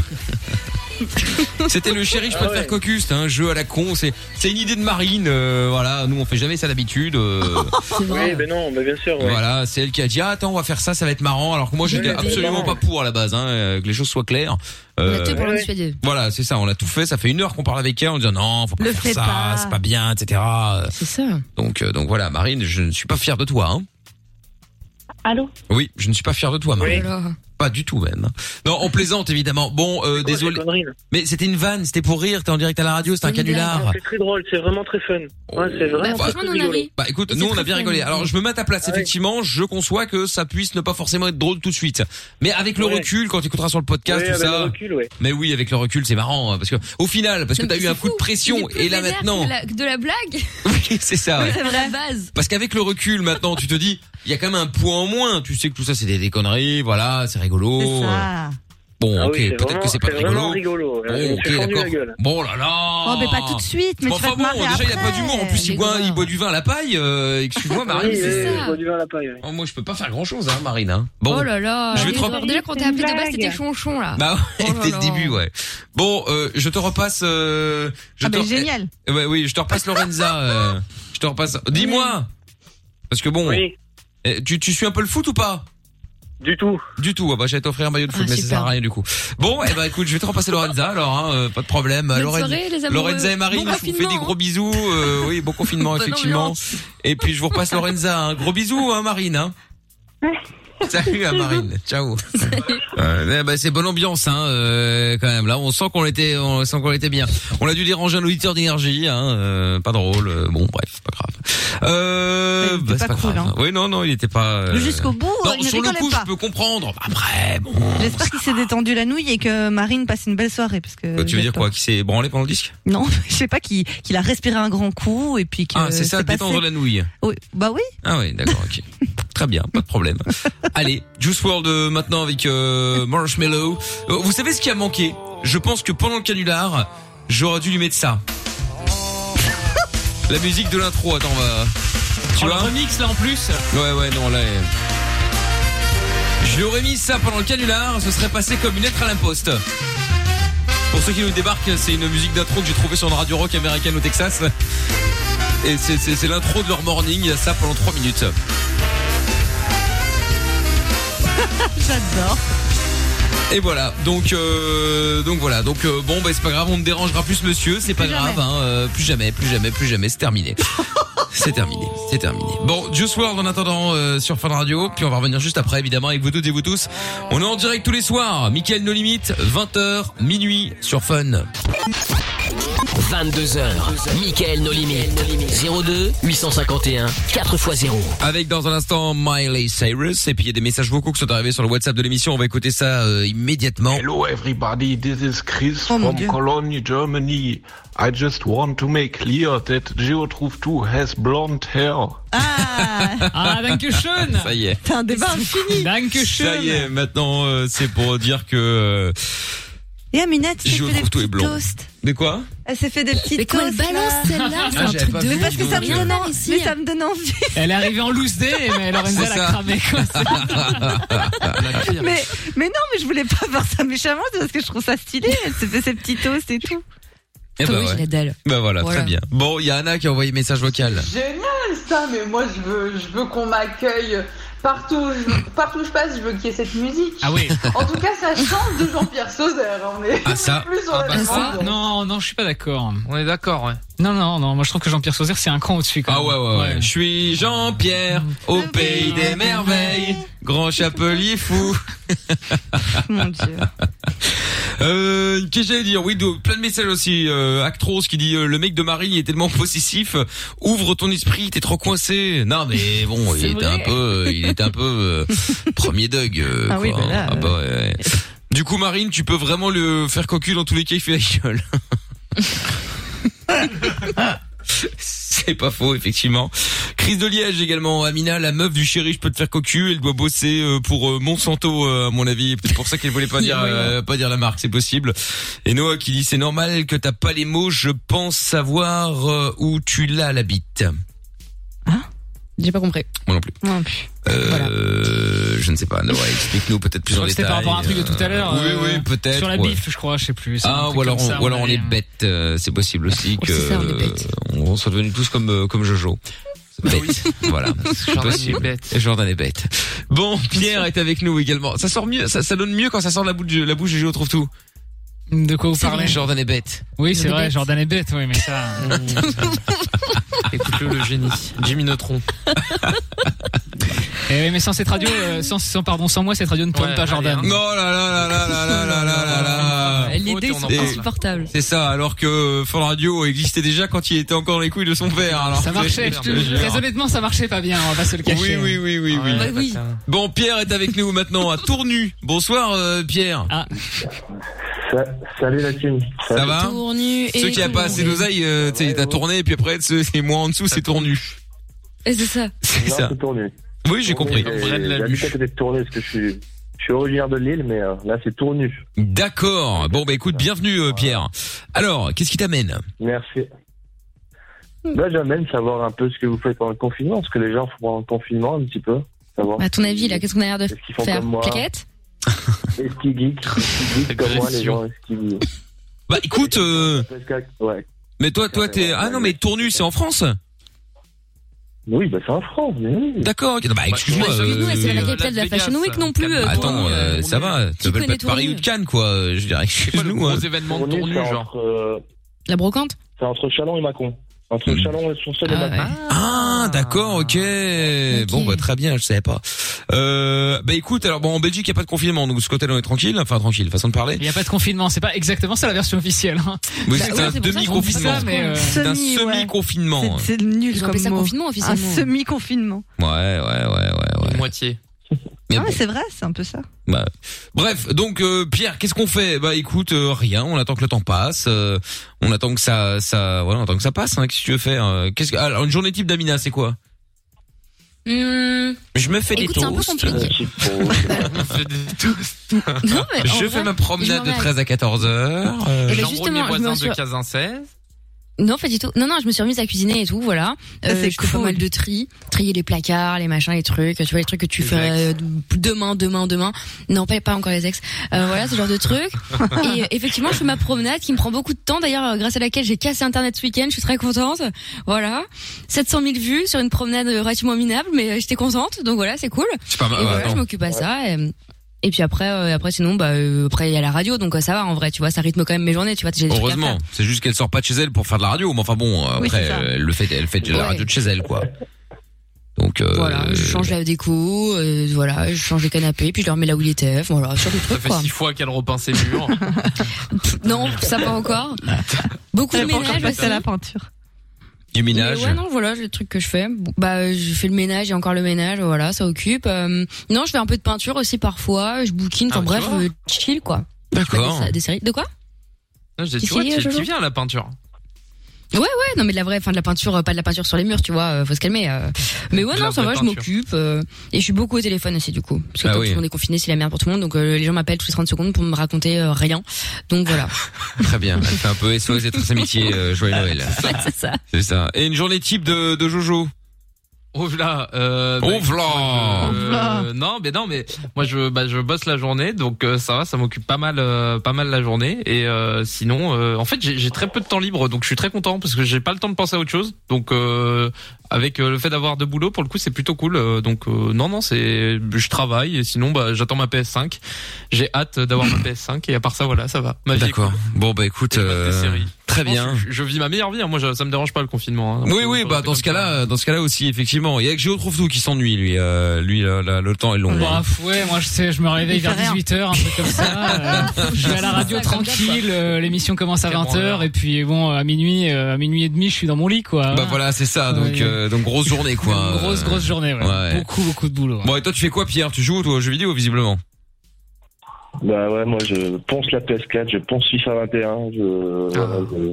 Speaker 2: C'était le chéri, je
Speaker 12: Ah
Speaker 2: peux te faire cocuste, un jeu à la con. C'est c'est une idée de Marine, euh, voilà. Nous on fait jamais ça d'habitude. euh.
Speaker 12: Oui, ben non, mais bien sûr. ouais.
Speaker 2: Voilà, c'est elle qui a dit ah, attends on va faire ça, ça va être marrant. Alors que moi j'étais
Speaker 12: Ouais,
Speaker 2: absolument
Speaker 12: évidemment.
Speaker 2: pas pour à la base, hein, euh, que les choses soient claires. Euh,
Speaker 3: Tout pour le dissuader.
Speaker 2: voilà, c'est ça. On a tout fait. Ça fait une heure qu'on parle avec elle en disant non, faut pas
Speaker 3: Le fais
Speaker 2: faire ça,
Speaker 3: pas.
Speaker 2: c'est pas bien, etc.
Speaker 3: C'est ça.
Speaker 2: Donc euh, donc voilà, Marine, je ne suis pas fier de toi. Hein.
Speaker 15: Allô
Speaker 2: Oui, je ne suis pas fier de toi,
Speaker 12: Oh
Speaker 2: Marine. Pas du tout même. Non, on plaisante évidemment. Bon, euh, désolé. Mais c'était une vanne, c'était pour rire. T'es en direct à la radio, c'était un canular.
Speaker 12: C'est très drôle, c'est vraiment très fun. Ouais, c'est vraiment
Speaker 2: Bah,
Speaker 12: très rigolo.
Speaker 2: Bah écoute,
Speaker 12: Et
Speaker 2: nous
Speaker 12: c'est
Speaker 2: on a
Speaker 12: très Ah
Speaker 2: bien
Speaker 12: fun.
Speaker 2: rigolé. Alors je me mets à ta place, effectivement, je conçois que ça puisse ne pas forcément être drôle tout de suite. Mais avec le
Speaker 12: Ouais.
Speaker 2: recul, quand tu écouteras sur le podcast,
Speaker 12: Ouais,
Speaker 2: tout
Speaker 12: avec
Speaker 2: ça.
Speaker 12: le recul, ouais.
Speaker 2: Mais oui, avec le recul, c'est marrant, hein, parce que au final, parce que t'as eu un coup de pression, et là maintenant, [laughs]
Speaker 3: De la, de la blague
Speaker 2: oui, c'est ça.
Speaker 3: [laughs]
Speaker 2: ouais.
Speaker 3: la base.
Speaker 2: Parce qu'avec le recul maintenant, tu te dis, il y a quand même un point en moins. Tu sais que tout ça, c'est des, des conneries, voilà, c'est rigolo. euh, Bon,
Speaker 12: Ah
Speaker 2: ok,
Speaker 12: oui, c'est
Speaker 2: peut-être
Speaker 12: vraiment-
Speaker 2: que c'est pas
Speaker 12: c'est
Speaker 2: rigolo.
Speaker 12: vraiment rigolo, ouais.
Speaker 2: Bon,
Speaker 12: Je me
Speaker 2: ok,
Speaker 12: suis fendu la
Speaker 2: d'accord.
Speaker 12: gueule.
Speaker 2: Bon là là.
Speaker 5: Oh, mais pas tout de suite, mais
Speaker 2: Bon,
Speaker 5: tu vas
Speaker 2: enfin
Speaker 5: te
Speaker 2: bon,
Speaker 3: Ah,
Speaker 5: marrer
Speaker 2: déjà il a pas
Speaker 5: après.
Speaker 2: d'humour. En plus, il boit, il boit du vin à la paille.
Speaker 12: [laughs]
Speaker 2: Euh, Excuse-moi, Marine.
Speaker 12: Oui,
Speaker 2: c'est-
Speaker 12: oui, je bois du vin à la paille. ouais.
Speaker 2: Oh, moi, je peux pas faire grand chose, hein, Marine. Hein. Bon.
Speaker 3: Oh là là.
Speaker 2: Je vais
Speaker 3: les
Speaker 2: te rep-
Speaker 3: gens. Déjà quand t'as appelé de base, c'était chonchon là.
Speaker 2: Bah ouais,
Speaker 3: Oh là
Speaker 2: [laughs] dès le
Speaker 3: là.
Speaker 2: début, ouais. Bon, euh, je te repasse. Euh, je
Speaker 3: Ah,
Speaker 2: te...
Speaker 3: bah, génial.
Speaker 2: Eh, ouais, oui, je te repasse
Speaker 12: [laughs]
Speaker 2: Lorenza. euh, je te repasse. Dis-moi, parce que bon, eh, tu, tu suis un peu le foot ou pas
Speaker 12: Du tout.
Speaker 2: Du tout. Ah bah j'allais t'offrir un maillot de foot, mais ça sert à rien du coup. Bon, eh bah écoute, je vais te repasser Lorenza. Alors, hein, euh, pas de problème.
Speaker 12: Bonne
Speaker 2: Lorenza,
Speaker 12: soirée, les amoureux.
Speaker 2: Lorenza et Marine,
Speaker 12: Bon
Speaker 2: je vous fais des
Speaker 12: confinement,
Speaker 2: gros bisous. euh, oui, bon
Speaker 12: [laughs]
Speaker 2: confinement
Speaker 12: Bonne
Speaker 2: effectivement.
Speaker 12: ambiance.
Speaker 2: Et puis je vous repasse Lorenza. Un gros bisou, hein, Marine. Hein. [laughs] [laughs] Salut à Marine, ciao. Ouais, eh ben, c'est bonne ambiance hein, euh, quand même là. On sent qu'on était, on sent qu'on était bien. On a dû déranger un auditeur d'énergie, hein, euh, pas drôle. euh, bon bref, c'est pas grave. Euh, bah, c'est pas, grave. Oui non non, il était pas. euh,
Speaker 5: Mais hein. jusqu'au bout,
Speaker 3: Oh,
Speaker 2: non,
Speaker 5: euh, il ne
Speaker 2: sur le
Speaker 5: rigolait
Speaker 2: coup,
Speaker 5: pas.
Speaker 2: je peux comprendre. Après, bon.
Speaker 5: J'espère qu'il s'est détendu la nouille et que Marine passe une belle soirée parce que.
Speaker 2: euh, Bah, tu veux dire quoi Qui s'est branlé pendant le disque
Speaker 5: Non, [laughs] je sais pas qu'il qu'il a respiré un grand coup et puis que.
Speaker 2: Ah, c'est ça, détendre
Speaker 5: passé.
Speaker 2: la nouille.
Speaker 5: Oui, bah
Speaker 3: [laughs]
Speaker 5: oui.
Speaker 2: Ah oui, d'accord, [laughs] ok. Très bien, pas de problème. Allez, Juice World maintenant avec euh, Marshmallow. Euh, Vous savez ce qui a manqué Je pense que pendant le canular, j'aurais dû lui mettre ça. [laughs] La musique de l'intro, attends, on va. Tu vois Oh, remix là en plus Ouais, ouais, non, là. euh, Je lui aurais mis ça pendant le canular, ce serait passé comme une lettre à l'imposte. Pour ceux qui nous débarquent, c'est une musique d'intro que j'ai trouvée sur une radio rock américaine au Texas. Et c'est- c'est c'est l'intro de leur morning, il y a ça pendant 3 minutes.
Speaker 5: J'adore.
Speaker 2: Et voilà, donc euh, donc voilà, donc euh, bon bah c'est pas grave, on ne dérangera plus monsieur, c'est pas grave, hein, euh, plus jamais, plus jamais, plus jamais, c'est [laughs] terminé. c'est terminé, c'est terminé. Bon, Juice World en attendant euh, sur Fun Radio, puis on va revenir juste après évidemment avec vous toutes et vous tous. On est en direct tous les soirs, Mickaël No Limite, 20h, minuit sur Fun.
Speaker 1: 22h, Mickaël nos limites. 02 851 4x0.
Speaker 2: Avec dans un instant Miley Cyrus et puis il y a des messages vocaux qui sont arrivés sur le WhatsApp de l'émission. On va écouter ça euh, immédiatement.
Speaker 13: Hello everybody, this is Chris
Speaker 2: Oh, mon
Speaker 13: from
Speaker 2: Dieu.
Speaker 13: Cologne, Germany. I just want to make clear that Geotrufe 2 has blonde hair.
Speaker 6: Ah, Dankeschön
Speaker 2: Ça y est.
Speaker 6: T'as un débat infini Dankeschön
Speaker 2: Ça y est, maintenant euh, c'est pour dire que euh,
Speaker 5: Et Aminette, c'est
Speaker 2: je
Speaker 5: fait des
Speaker 2: trouve tout est
Speaker 5: petits
Speaker 2: blond.
Speaker 5: toasts.
Speaker 2: De quoi
Speaker 5: Elle s'est fait des petites
Speaker 3: Mais quoi, elle
Speaker 5: toasts.
Speaker 3: balance
Speaker 5: là.
Speaker 3: celle-là
Speaker 2: Ah, j'avais pas
Speaker 5: Mais
Speaker 2: vu,
Speaker 5: parce que ça me
Speaker 2: dis donc.
Speaker 5: donne envie. Mais ça me donne envie.
Speaker 6: Elle est arrivée en loose day, mais Lorenza
Speaker 2: C'est
Speaker 6: l'a
Speaker 2: ça.
Speaker 6: cramé, quoi.
Speaker 2: [laughs]
Speaker 5: Ah, Mais, mais non, mais je voulais pas voir ça méchamment, c'est parce que je trouve ça stylé. Elle se fait ses petits toasts et tout.
Speaker 2: Eh ben
Speaker 5: Oui,
Speaker 2: ouais.
Speaker 5: je l'ai d'elle.
Speaker 2: Bah voilà,
Speaker 5: Voilà.
Speaker 2: très bien. Bon, il y a Anna qui a envoyé message vocal.
Speaker 16: Génial ça, mais moi je veux, je veux qu'on m'accueille partout, où je, partout où je passe, je veux qu'il y ait cette musique.
Speaker 6: Ah oui.
Speaker 16: En tout cas, ça change de Jean-Pierre Sauzet. On est
Speaker 6: Ah, ça.
Speaker 16: plus sur
Speaker 6: Ah,
Speaker 16: la
Speaker 6: bah,
Speaker 16: même
Speaker 6: ça,
Speaker 16: longueur.
Speaker 6: Non, non, je suis pas d'accord. On est d'accord, ouais. Non, non, non, moi je trouve que Jean-Pierre Sauzère, c'est un cran au-dessus, quand
Speaker 2: Ah
Speaker 6: même.
Speaker 2: ouais, ouais, ouais. Je suis Jean-Pierre au pays des merveilles, grand chapelier fou.
Speaker 5: Mon dieu.
Speaker 2: Euh, qu'est-ce que j'allais dire Oui, de- plein de messages aussi. Euh, Actros qui dit euh, le mec de Marie il est tellement possessif. Ouvre ton esprit, t'es trop coincé. Non mais bon, il
Speaker 8: C'est
Speaker 2: était
Speaker 8: vrai.
Speaker 2: un peu, euh, il était un peu euh, premier Doug. euh,
Speaker 8: Ah oui,
Speaker 2: quoi,
Speaker 8: bah là,
Speaker 2: hein. [laughs] Ah bah ouais, ouais. Du coup, Marine, tu peux vraiment le faire cocu dans tous les cas, il fait la gueule. [laughs] C'est pas faux, effectivement. Crise de Liège également. Amina, la meuf du chéri, je peux te faire cocu. Elle doit bosser euh, pour euh, Monsanto, euh, à mon avis. Peut-être pour ça
Speaker 6: [laughs]
Speaker 2: qu'elle voulait pas dire, euh, pas dire la marque, c'est possible. Et Noah qui dit c'est normal que t'as pas les mots. Je pense savoir euh, où tu l'as la bite.
Speaker 3: J'ai pas compris.
Speaker 2: Moi non plus.
Speaker 3: Non.
Speaker 2: Euh, Je ne sais pas. Noah, explique-nous peut-être plus
Speaker 6: Je
Speaker 2: en
Speaker 6: crois que
Speaker 2: détail.
Speaker 6: c'était par rapport à un truc de tout à l'heure.
Speaker 2: Oui,
Speaker 6: euh,
Speaker 2: oui, peut-être.
Speaker 6: Sur la
Speaker 2: ouais.
Speaker 6: bif, je crois, je sais plus. c'est un
Speaker 2: Ah,
Speaker 6: truc
Speaker 2: ou alors,
Speaker 6: comme
Speaker 2: on,
Speaker 6: ça,
Speaker 2: ou alors on
Speaker 6: avait-
Speaker 2: est
Speaker 6: [laughs]
Speaker 2: bête. euh, c'est possible aussi que
Speaker 6: c'est ça, on est Bah
Speaker 2: euh, on soit devenus tous comme euh, comme Jojo. Bête. voilà. C'est
Speaker 7: Jordan est
Speaker 2: possible. Et Jordan est bête. Bon, Pierre est avec nous également. Ça sort mieux, ça, ça donne mieux quand ça sort de la bouche, de- la bouche et je trouve tout.
Speaker 6: De quoi vous
Speaker 2: C'est
Speaker 6: parlez
Speaker 2: vrai, Jordan est bête.
Speaker 6: Oui,
Speaker 2: Il
Speaker 6: c'est
Speaker 2: est
Speaker 6: vrai,
Speaker 2: bête.
Speaker 6: Jordan est bête, oui, mais
Speaker 2: [laughs]
Speaker 6: ça. euh. Écoute-le, le génie. Jimmy Neutron. Eh oui, mais sans cette radio, euh, sans, sans, pardon, sans moi, cette radio ne tourne pas, Jordan.
Speaker 2: hein. Non, Oh là, là, là, là, là, là, là, là, là.
Speaker 3: L'idée, c'est insupportable.
Speaker 2: C'est ça, alors que Fun Radio existait déjà quand il était encore dans les couilles de son père. Alors
Speaker 6: Ça
Speaker 2: c'est-
Speaker 6: marchait, je te jure. Très honnêtement, ça marchait pas bien, on va pas se le
Speaker 2: Oui,
Speaker 6: cacher.
Speaker 2: oui, oui, oui, oui.
Speaker 6: Bah oui.
Speaker 2: Bon, Pierre est avec nous maintenant à Tournu. Bonsoir, euh, Pierre.
Speaker 3: Ah.
Speaker 11: Salut la team.
Speaker 2: Ça, va
Speaker 3: Tournu et
Speaker 2: Ceux qui a pas assez
Speaker 3: tournu.
Speaker 2: d'oseille, euh, tu sais, t'as tourné, puis après, ceux- c'est moins en dessous, c'est Tournu.
Speaker 3: Et c'est ça.
Speaker 2: C'est
Speaker 11: Non,
Speaker 2: ça.
Speaker 11: c'est tourné.
Speaker 2: Oui, j'ai compris. Comme Brel Laluche.
Speaker 11: J'habite à côté de tourné parce que je suis, je suis originaire de Lille, mais euh, là c'est tournu.
Speaker 2: D'accord. Bon, bah écoute, bienvenue, euh, Pierre. Alors, qu'est-ce qui t'amène
Speaker 11: Merci.
Speaker 3: Hmm.
Speaker 11: Là, j'amène savoir un peu ce que vous faites pendant le confinement, ce que les gens font pendant le confinement un petit peu. Savoir.
Speaker 3: Bah, À ton avis, là, qu'est-ce qu'on a l'air de
Speaker 11: qu'ils font
Speaker 3: faire
Speaker 11: comme moi
Speaker 3: Plaquette
Speaker 11: Est-ce qu'ils geek
Speaker 2: [laughs]
Speaker 11: Est-ce qu'ils geek comme moi les gens Est-ce qu'ils.
Speaker 2: Bah écoute, euh,
Speaker 11: Ouais.
Speaker 2: mais toi, toi, t'es. Ah non, mais Tournu, c'est en France
Speaker 11: Oui, bah c'est en France.
Speaker 2: D'accord. ok. Non, Bah excuse-moi.
Speaker 3: Nous,
Speaker 2: euh, hein,
Speaker 3: c'est pas la capitale de la Fashion Week non plus. euh,
Speaker 2: Attends,
Speaker 3: Tournu.
Speaker 2: euh, ça va. Tu m'appelles pas
Speaker 3: connaît
Speaker 2: de Paris
Speaker 3: Tournu
Speaker 2: ou de Cannes, quoi. euh, Je dirais, excuse-nous. hein.
Speaker 11: tournu, genre.
Speaker 3: La brocante
Speaker 11: C'est entre Chalon et Mâcon. Entre
Speaker 2: Hmm.
Speaker 11: Chalon et Soncel et Mâcon.
Speaker 2: Ah, d'accord, ok. Bon, bah, très bien, je savais pas. Euh, bah écoute, alors bon, en Belgique, il y a pas de confinement, donc de ce côté-là, on est tranquille. Enfin, tranquille, façon de parler.
Speaker 6: Il n'y a pas de confinement, c'est pas exactement ça la version officielle. hein.
Speaker 2: Oui, c'est un demi-confinement.
Speaker 6: euh,
Speaker 2: C'est un semi-confinement.
Speaker 5: C'est nul
Speaker 3: Ils ont
Speaker 5: comme
Speaker 3: appelé ça
Speaker 5: mot.
Speaker 3: confinement, officiellement.
Speaker 5: Un semi-confinement.
Speaker 2: Ouais, ouais, ouais, ouais. ouais.
Speaker 7: Moitié.
Speaker 5: Non, mais c'est vrai, c'est un peu ça.
Speaker 2: Bah, bref, donc euh, Pierre, qu'est-ce qu'on fait Bah écoute, euh, rien. On attend que le temps passe. euh, on attend que ça, ça, voilà, on attend que ça passe. Hein, qu'est-ce que tu veux faire euh, Qu'est-ce que, alors, une journée type d'Amina, c'est quoi
Speaker 3: Hum,
Speaker 2: Je me fais
Speaker 3: Écoute,
Speaker 2: des
Speaker 3: c'est un peu
Speaker 2: toasts.
Speaker 3: compliqué.
Speaker 2: [laughs]
Speaker 3: Non, mais en
Speaker 2: je
Speaker 3: vrai,
Speaker 2: fais ma promenade
Speaker 3: je
Speaker 2: de
Speaker 3: me
Speaker 2: 13 à 14 heures. Euh,
Speaker 3: Eh ben,
Speaker 2: j'enroule
Speaker 3: justement,
Speaker 2: mes
Speaker 3: je
Speaker 2: voisins
Speaker 3: m'en
Speaker 2: de
Speaker 3: suis-
Speaker 2: 15 à 16.
Speaker 3: Non, pas du tout. Non, non, je me suis remise à cuisiner et tout, voilà.
Speaker 5: Ça,
Speaker 3: Euh,
Speaker 5: c'est
Speaker 3: je fais pas
Speaker 5: cool.
Speaker 3: mal de tri, trier les placards, les machins, les trucs, tu vois les trucs que tu
Speaker 5: Les
Speaker 3: ferais
Speaker 5: ex.
Speaker 3: euh, demain, demain, demain. Non, pas, pas encore les ex. Euh, voilà, ce genre de trucs. et euh, effectivement, je fais ma promenade qui me prend beaucoup de temps. D'ailleurs, euh, grâce à laquelle j'ai cassé Internet ce week-end, je suis très contente. Voilà, 700 000 vues sur une promenade euh, relativement minable, mais euh, j'étais contente. Donc voilà, c'est cool.
Speaker 2: C'est pas mal,
Speaker 3: Et
Speaker 2: ouais,
Speaker 3: voilà, je
Speaker 2: attends.
Speaker 3: m'occupe à ça. Et... et puis après, euh, après sinon, bah euh, après il y a la radio, donc euh, ça va en vrai, tu vois, ça rythme quand même mes journées, tu vois. j'ai des trucs à
Speaker 2: Heureusement, c'est juste qu'elle sort pas de chez elle pour faire de la radio, mais enfin bon, euh,
Speaker 3: Oui,
Speaker 2: après
Speaker 3: c'est ça.
Speaker 2: euh, elle le fait elle fait de la
Speaker 3: Ouais.
Speaker 2: radio de chez elle quoi. Donc euh,
Speaker 3: Voilà, je change la déco, euh, voilà, je change le canapé, puis je le remets là où il était, enfin, voilà, sur des
Speaker 7: Ça
Speaker 3: trucs
Speaker 7: fait
Speaker 3: quoi.
Speaker 7: six fois qu'elle repeint ses murs. Ah,
Speaker 3: Non, ça pas encore. Beaucoup de
Speaker 7: Elle a pas encore
Speaker 3: ménage
Speaker 7: passé
Speaker 3: aussi.
Speaker 7: à la
Speaker 3: peinture.
Speaker 2: du
Speaker 3: Mais
Speaker 2: minage.
Speaker 3: ouais, non, voilà, le truc que je fais. Bon, Bah, je fais le ménage et encore le ménage, voilà, ça occupe. Euh, non, je fais un peu de peinture aussi parfois, je bouquine, enfin
Speaker 7: Ah, tu
Speaker 3: bref,
Speaker 7: vois.
Speaker 3: euh, chill quoi.
Speaker 7: D'accord.
Speaker 3: Des, des séries. De quoi
Speaker 7: Non, je dis,
Speaker 3: Qui
Speaker 7: tu vois,
Speaker 3: c'est,
Speaker 7: tu
Speaker 3: Jojo
Speaker 7: tu viens à la peinture.
Speaker 3: Ouais, ouais, non, mais de la vraie, enfin de la peinture, euh, pas de la peinture sur les murs, tu vois, euh, faut se calmer. euh. Mais ouais,
Speaker 7: De
Speaker 3: non,
Speaker 7: la
Speaker 3: ça va,
Speaker 7: vraie
Speaker 3: je
Speaker 7: peinture.
Speaker 3: m'occupe. euh, et je suis beaucoup au téléphone aussi, du coup. Parce que
Speaker 7: Ah
Speaker 3: comme
Speaker 7: oui.
Speaker 3: tout le monde est confiné, c'est la merde pour tout le monde. Donc euh, les gens m'appellent tous les 30 secondes pour me raconter euh, rien.
Speaker 7: [laughs]
Speaker 3: Donc voilà.
Speaker 2: Très bien. Elle fait un peu SOS et tous amitiés. Euh,
Speaker 3: [laughs]
Speaker 2: Joyeux Noël.
Speaker 3: c'est ça.
Speaker 2: C'est ça. Et une journée type de, de Jojo.
Speaker 7: Oh là, euh,
Speaker 2: Oh
Speaker 7: écoute,
Speaker 2: v'là.
Speaker 7: moi, je-
Speaker 2: Oh v'là.
Speaker 7: euh, non mais non mais moi je bah, je bosse la journée donc euh, ça va ça m'occupe pas mal euh, pas mal la journée et euh, sinon euh, en fait j'ai j'ai très peu de temps libre donc je suis très content parce que j'ai pas le temps de penser à autre chose donc euh, avec euh, le fait d'avoir de boulot pour le coup c'est plutôt cool euh, donc euh, non non c'est je travaille et sinon bah j'attends ma PS5 j'ai hâte d'avoir ma PS5 et à part ça voilà ça va ma vie est
Speaker 2: D'accord.
Speaker 7: cool.
Speaker 2: Bon bah écoute,
Speaker 7: Et je passe des
Speaker 2: euh,
Speaker 7: séries.
Speaker 2: très
Speaker 7: Je pense
Speaker 2: bien.
Speaker 7: que je, je vis ma meilleure vie hein. moi je- ça me dérange pas le confinement hein.
Speaker 2: Oui, oui, bah dans ce cas-là, dans ce cas-là aussi, effectivement. Il y a que Géo trouve tout qui s'ennuie, lui. euh, lui, là, là, le temps est long. hein.
Speaker 6: Bah ouais, moi je sais, je me réveille
Speaker 2: Il fait
Speaker 6: vers
Speaker 2: rien.
Speaker 6: 18h, un peu comme ça. euh, je vais à la radio tranquille, euh, l'émission commence à 20h et puis bon à minuit, euh, à minuit et demi, je suis dans mon lit quoi.
Speaker 2: Bah voilà, c'est ça. Donc,
Speaker 6: Ah. Ouais.
Speaker 2: euh, donc grosse journée, quoi.
Speaker 6: [laughs] Grosse grosse journée, ouais.
Speaker 2: Ouais.
Speaker 6: Beaucoup beaucoup de boulot.
Speaker 2: Bon, et toi, tu fais quoi, Pierre Tu joues toi aux jeux vidéo, visiblement
Speaker 11: Bah ouais, moi je ponce la PS4, je ponce FIFA 21, je,
Speaker 2: Ah.
Speaker 11: voilà, je,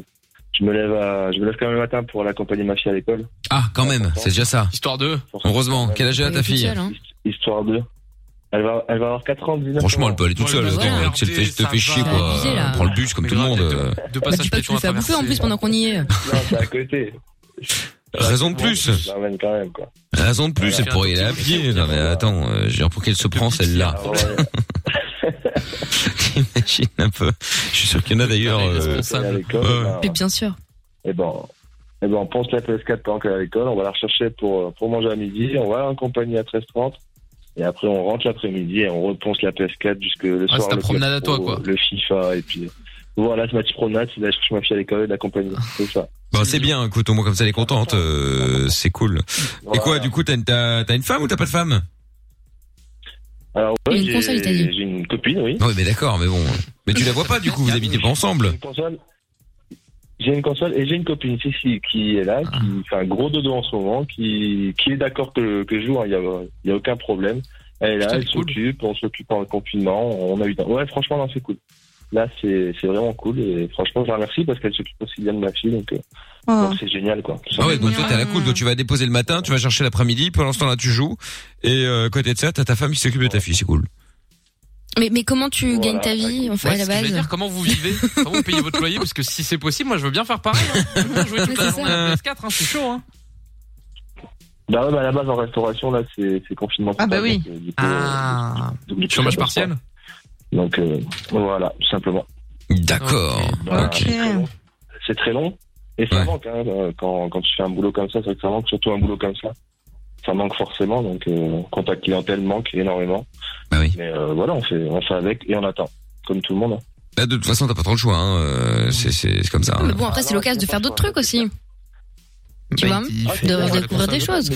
Speaker 11: je me lève à, je me lève quand même le matin pour aller accompagner ma fille à l'école.
Speaker 2: Ah, quand même. C'est déjà ça.
Speaker 7: Histoire de.
Speaker 2: Heureusement. Quel âge a ta fille
Speaker 3: hein.
Speaker 11: Histoire de. Elle va, elle va avoir 4 ans, 19
Speaker 2: Franchement, elle peut aller toute seule. Attends, mec, si elle te fait- te fait chier, quoi.
Speaker 3: abusé, là.
Speaker 2: Prends le bus comme tout le monde. euh.
Speaker 3: Bah, dis pas que tu le fais à bouffer en plus pendant qu'on y est.
Speaker 11: Non, c'est
Speaker 2: [laughs]
Speaker 11: à côté.
Speaker 2: Raison de plus.
Speaker 11: Je l'emmène quand même, quoi.
Speaker 2: Raison de plus, elle pourrait y aller à pied. Non, mais attends, euh, je veux dire, pour qu'elle se prend celle-là. [laughs] T'imagines un peu. Je suis sûr qu'il y en a d'ailleurs. euh,
Speaker 11: à l'école,
Speaker 2: ouais.
Speaker 11: bah,
Speaker 3: Mais bien sûr.
Speaker 11: eh ben, eh ben, on pense la PS4 pendant qu'elle est à l'école, on va la rechercher pour, euh, pour manger à midi, on va l'accompagner à 13h30, et après on rentre l'après-midi et on reponce la PS4 jusque le
Speaker 2: Ah,
Speaker 11: soir.
Speaker 7: c'est ta
Speaker 11: le
Speaker 7: promenade à toi,
Speaker 11: Pro,
Speaker 7: quoi.
Speaker 11: Le FIFA, et puis voilà, c'est ma petite promenade, c'est d'aller chercher ma fille à l'école et de l'accompagner, c'est ça.
Speaker 2: Bah c'est bien, écoute, au moins comme ça elle est contente, euh, c'est cool. Et quoi, du coup, t'as une, t'as- t'as une femme ou t'as pas de femme
Speaker 11: Alors,
Speaker 2: Il y a une
Speaker 11: j'ai-
Speaker 2: console, il t'a dit.
Speaker 11: J'ai une copine, oui.
Speaker 2: Oui, mais d'accord, mais bon. Mais tu la vois pas, du coup, vous habitez pas
Speaker 11: J'ai
Speaker 2: ensemble.
Speaker 11: une console. J'ai une console et j'ai une copine ici qui est là, qui
Speaker 2: Ah.
Speaker 11: fait un gros dodo en ce moment, qui, qui est d'accord que, que je joue, hein. il n'y a, y a aucun problème. Elle est là, elle s'occupe, on s'occupe pendant le confinement, on a eu... Ouais, franchement, non, c'est cool. Là, c'est c'est vraiment cool et franchement, je la remercie parce qu'elle s'occupe aussi bien de ma fille, donc euh, bon, c'est génial, quoi.
Speaker 2: Ah ouais, donc toi t'es à la cool, toi tu vas déposer le matin, tu vas chercher l'après-midi, pendant ce temps-là tu joues, et euh, à côté de ça t'as ta femme qui s'occupe de ta fille, c'est cool.
Speaker 3: Mais, mais comment tu
Speaker 7: Voilà,
Speaker 3: gagnes ta vie, enfin,
Speaker 7: Ouais,
Speaker 3: à
Speaker 7: c'est ce
Speaker 3: la
Speaker 7: que
Speaker 3: base
Speaker 7: j'allais dire, comment vous
Speaker 5: [laughs]
Speaker 7: vivez Comment vous payez votre loyer Parce que si c'est possible, moi je veux bien faire pareil. hein. Je veux bien jouer toute la journée à la PS4, hein, c'est chaud. Hein.
Speaker 11: Bah ouais, bah à la base, en restauration, là, c'est c'est confinement.
Speaker 7: Ah bah
Speaker 11: total,
Speaker 7: oui.
Speaker 11: donc, euh, du coup,
Speaker 7: Ah.
Speaker 11: euh, du coup,
Speaker 7: Chômage
Speaker 11: je peux pas.
Speaker 7: partiel
Speaker 11: Donc euh, voilà, tout simplement.
Speaker 2: D'accord.
Speaker 11: Bah, c'est très long. C'est très long. Et ça manque, hein, euh, quand, quand tu fais un boulot comme ça, c'est vrai que ça manque, surtout un boulot comme ça. Ça manque forcément, donc euh, contact clientèle manque énormément.
Speaker 7: Bah
Speaker 11: Mais euh, voilà, on fait, on fait avec et on attend, comme tout le monde. hein.
Speaker 2: Bah, de toute façon t'as pas trop le choix, hein. euh, c'est- c'est c'est comme ça.
Speaker 3: Mais
Speaker 2: hein.
Speaker 3: bon, après,
Speaker 11: Ah
Speaker 3: c'est l'occasion de faire d'autres trucs aussi. Tu
Speaker 7: Bah,
Speaker 3: vois
Speaker 2: Ah,
Speaker 3: De découvrir des choses.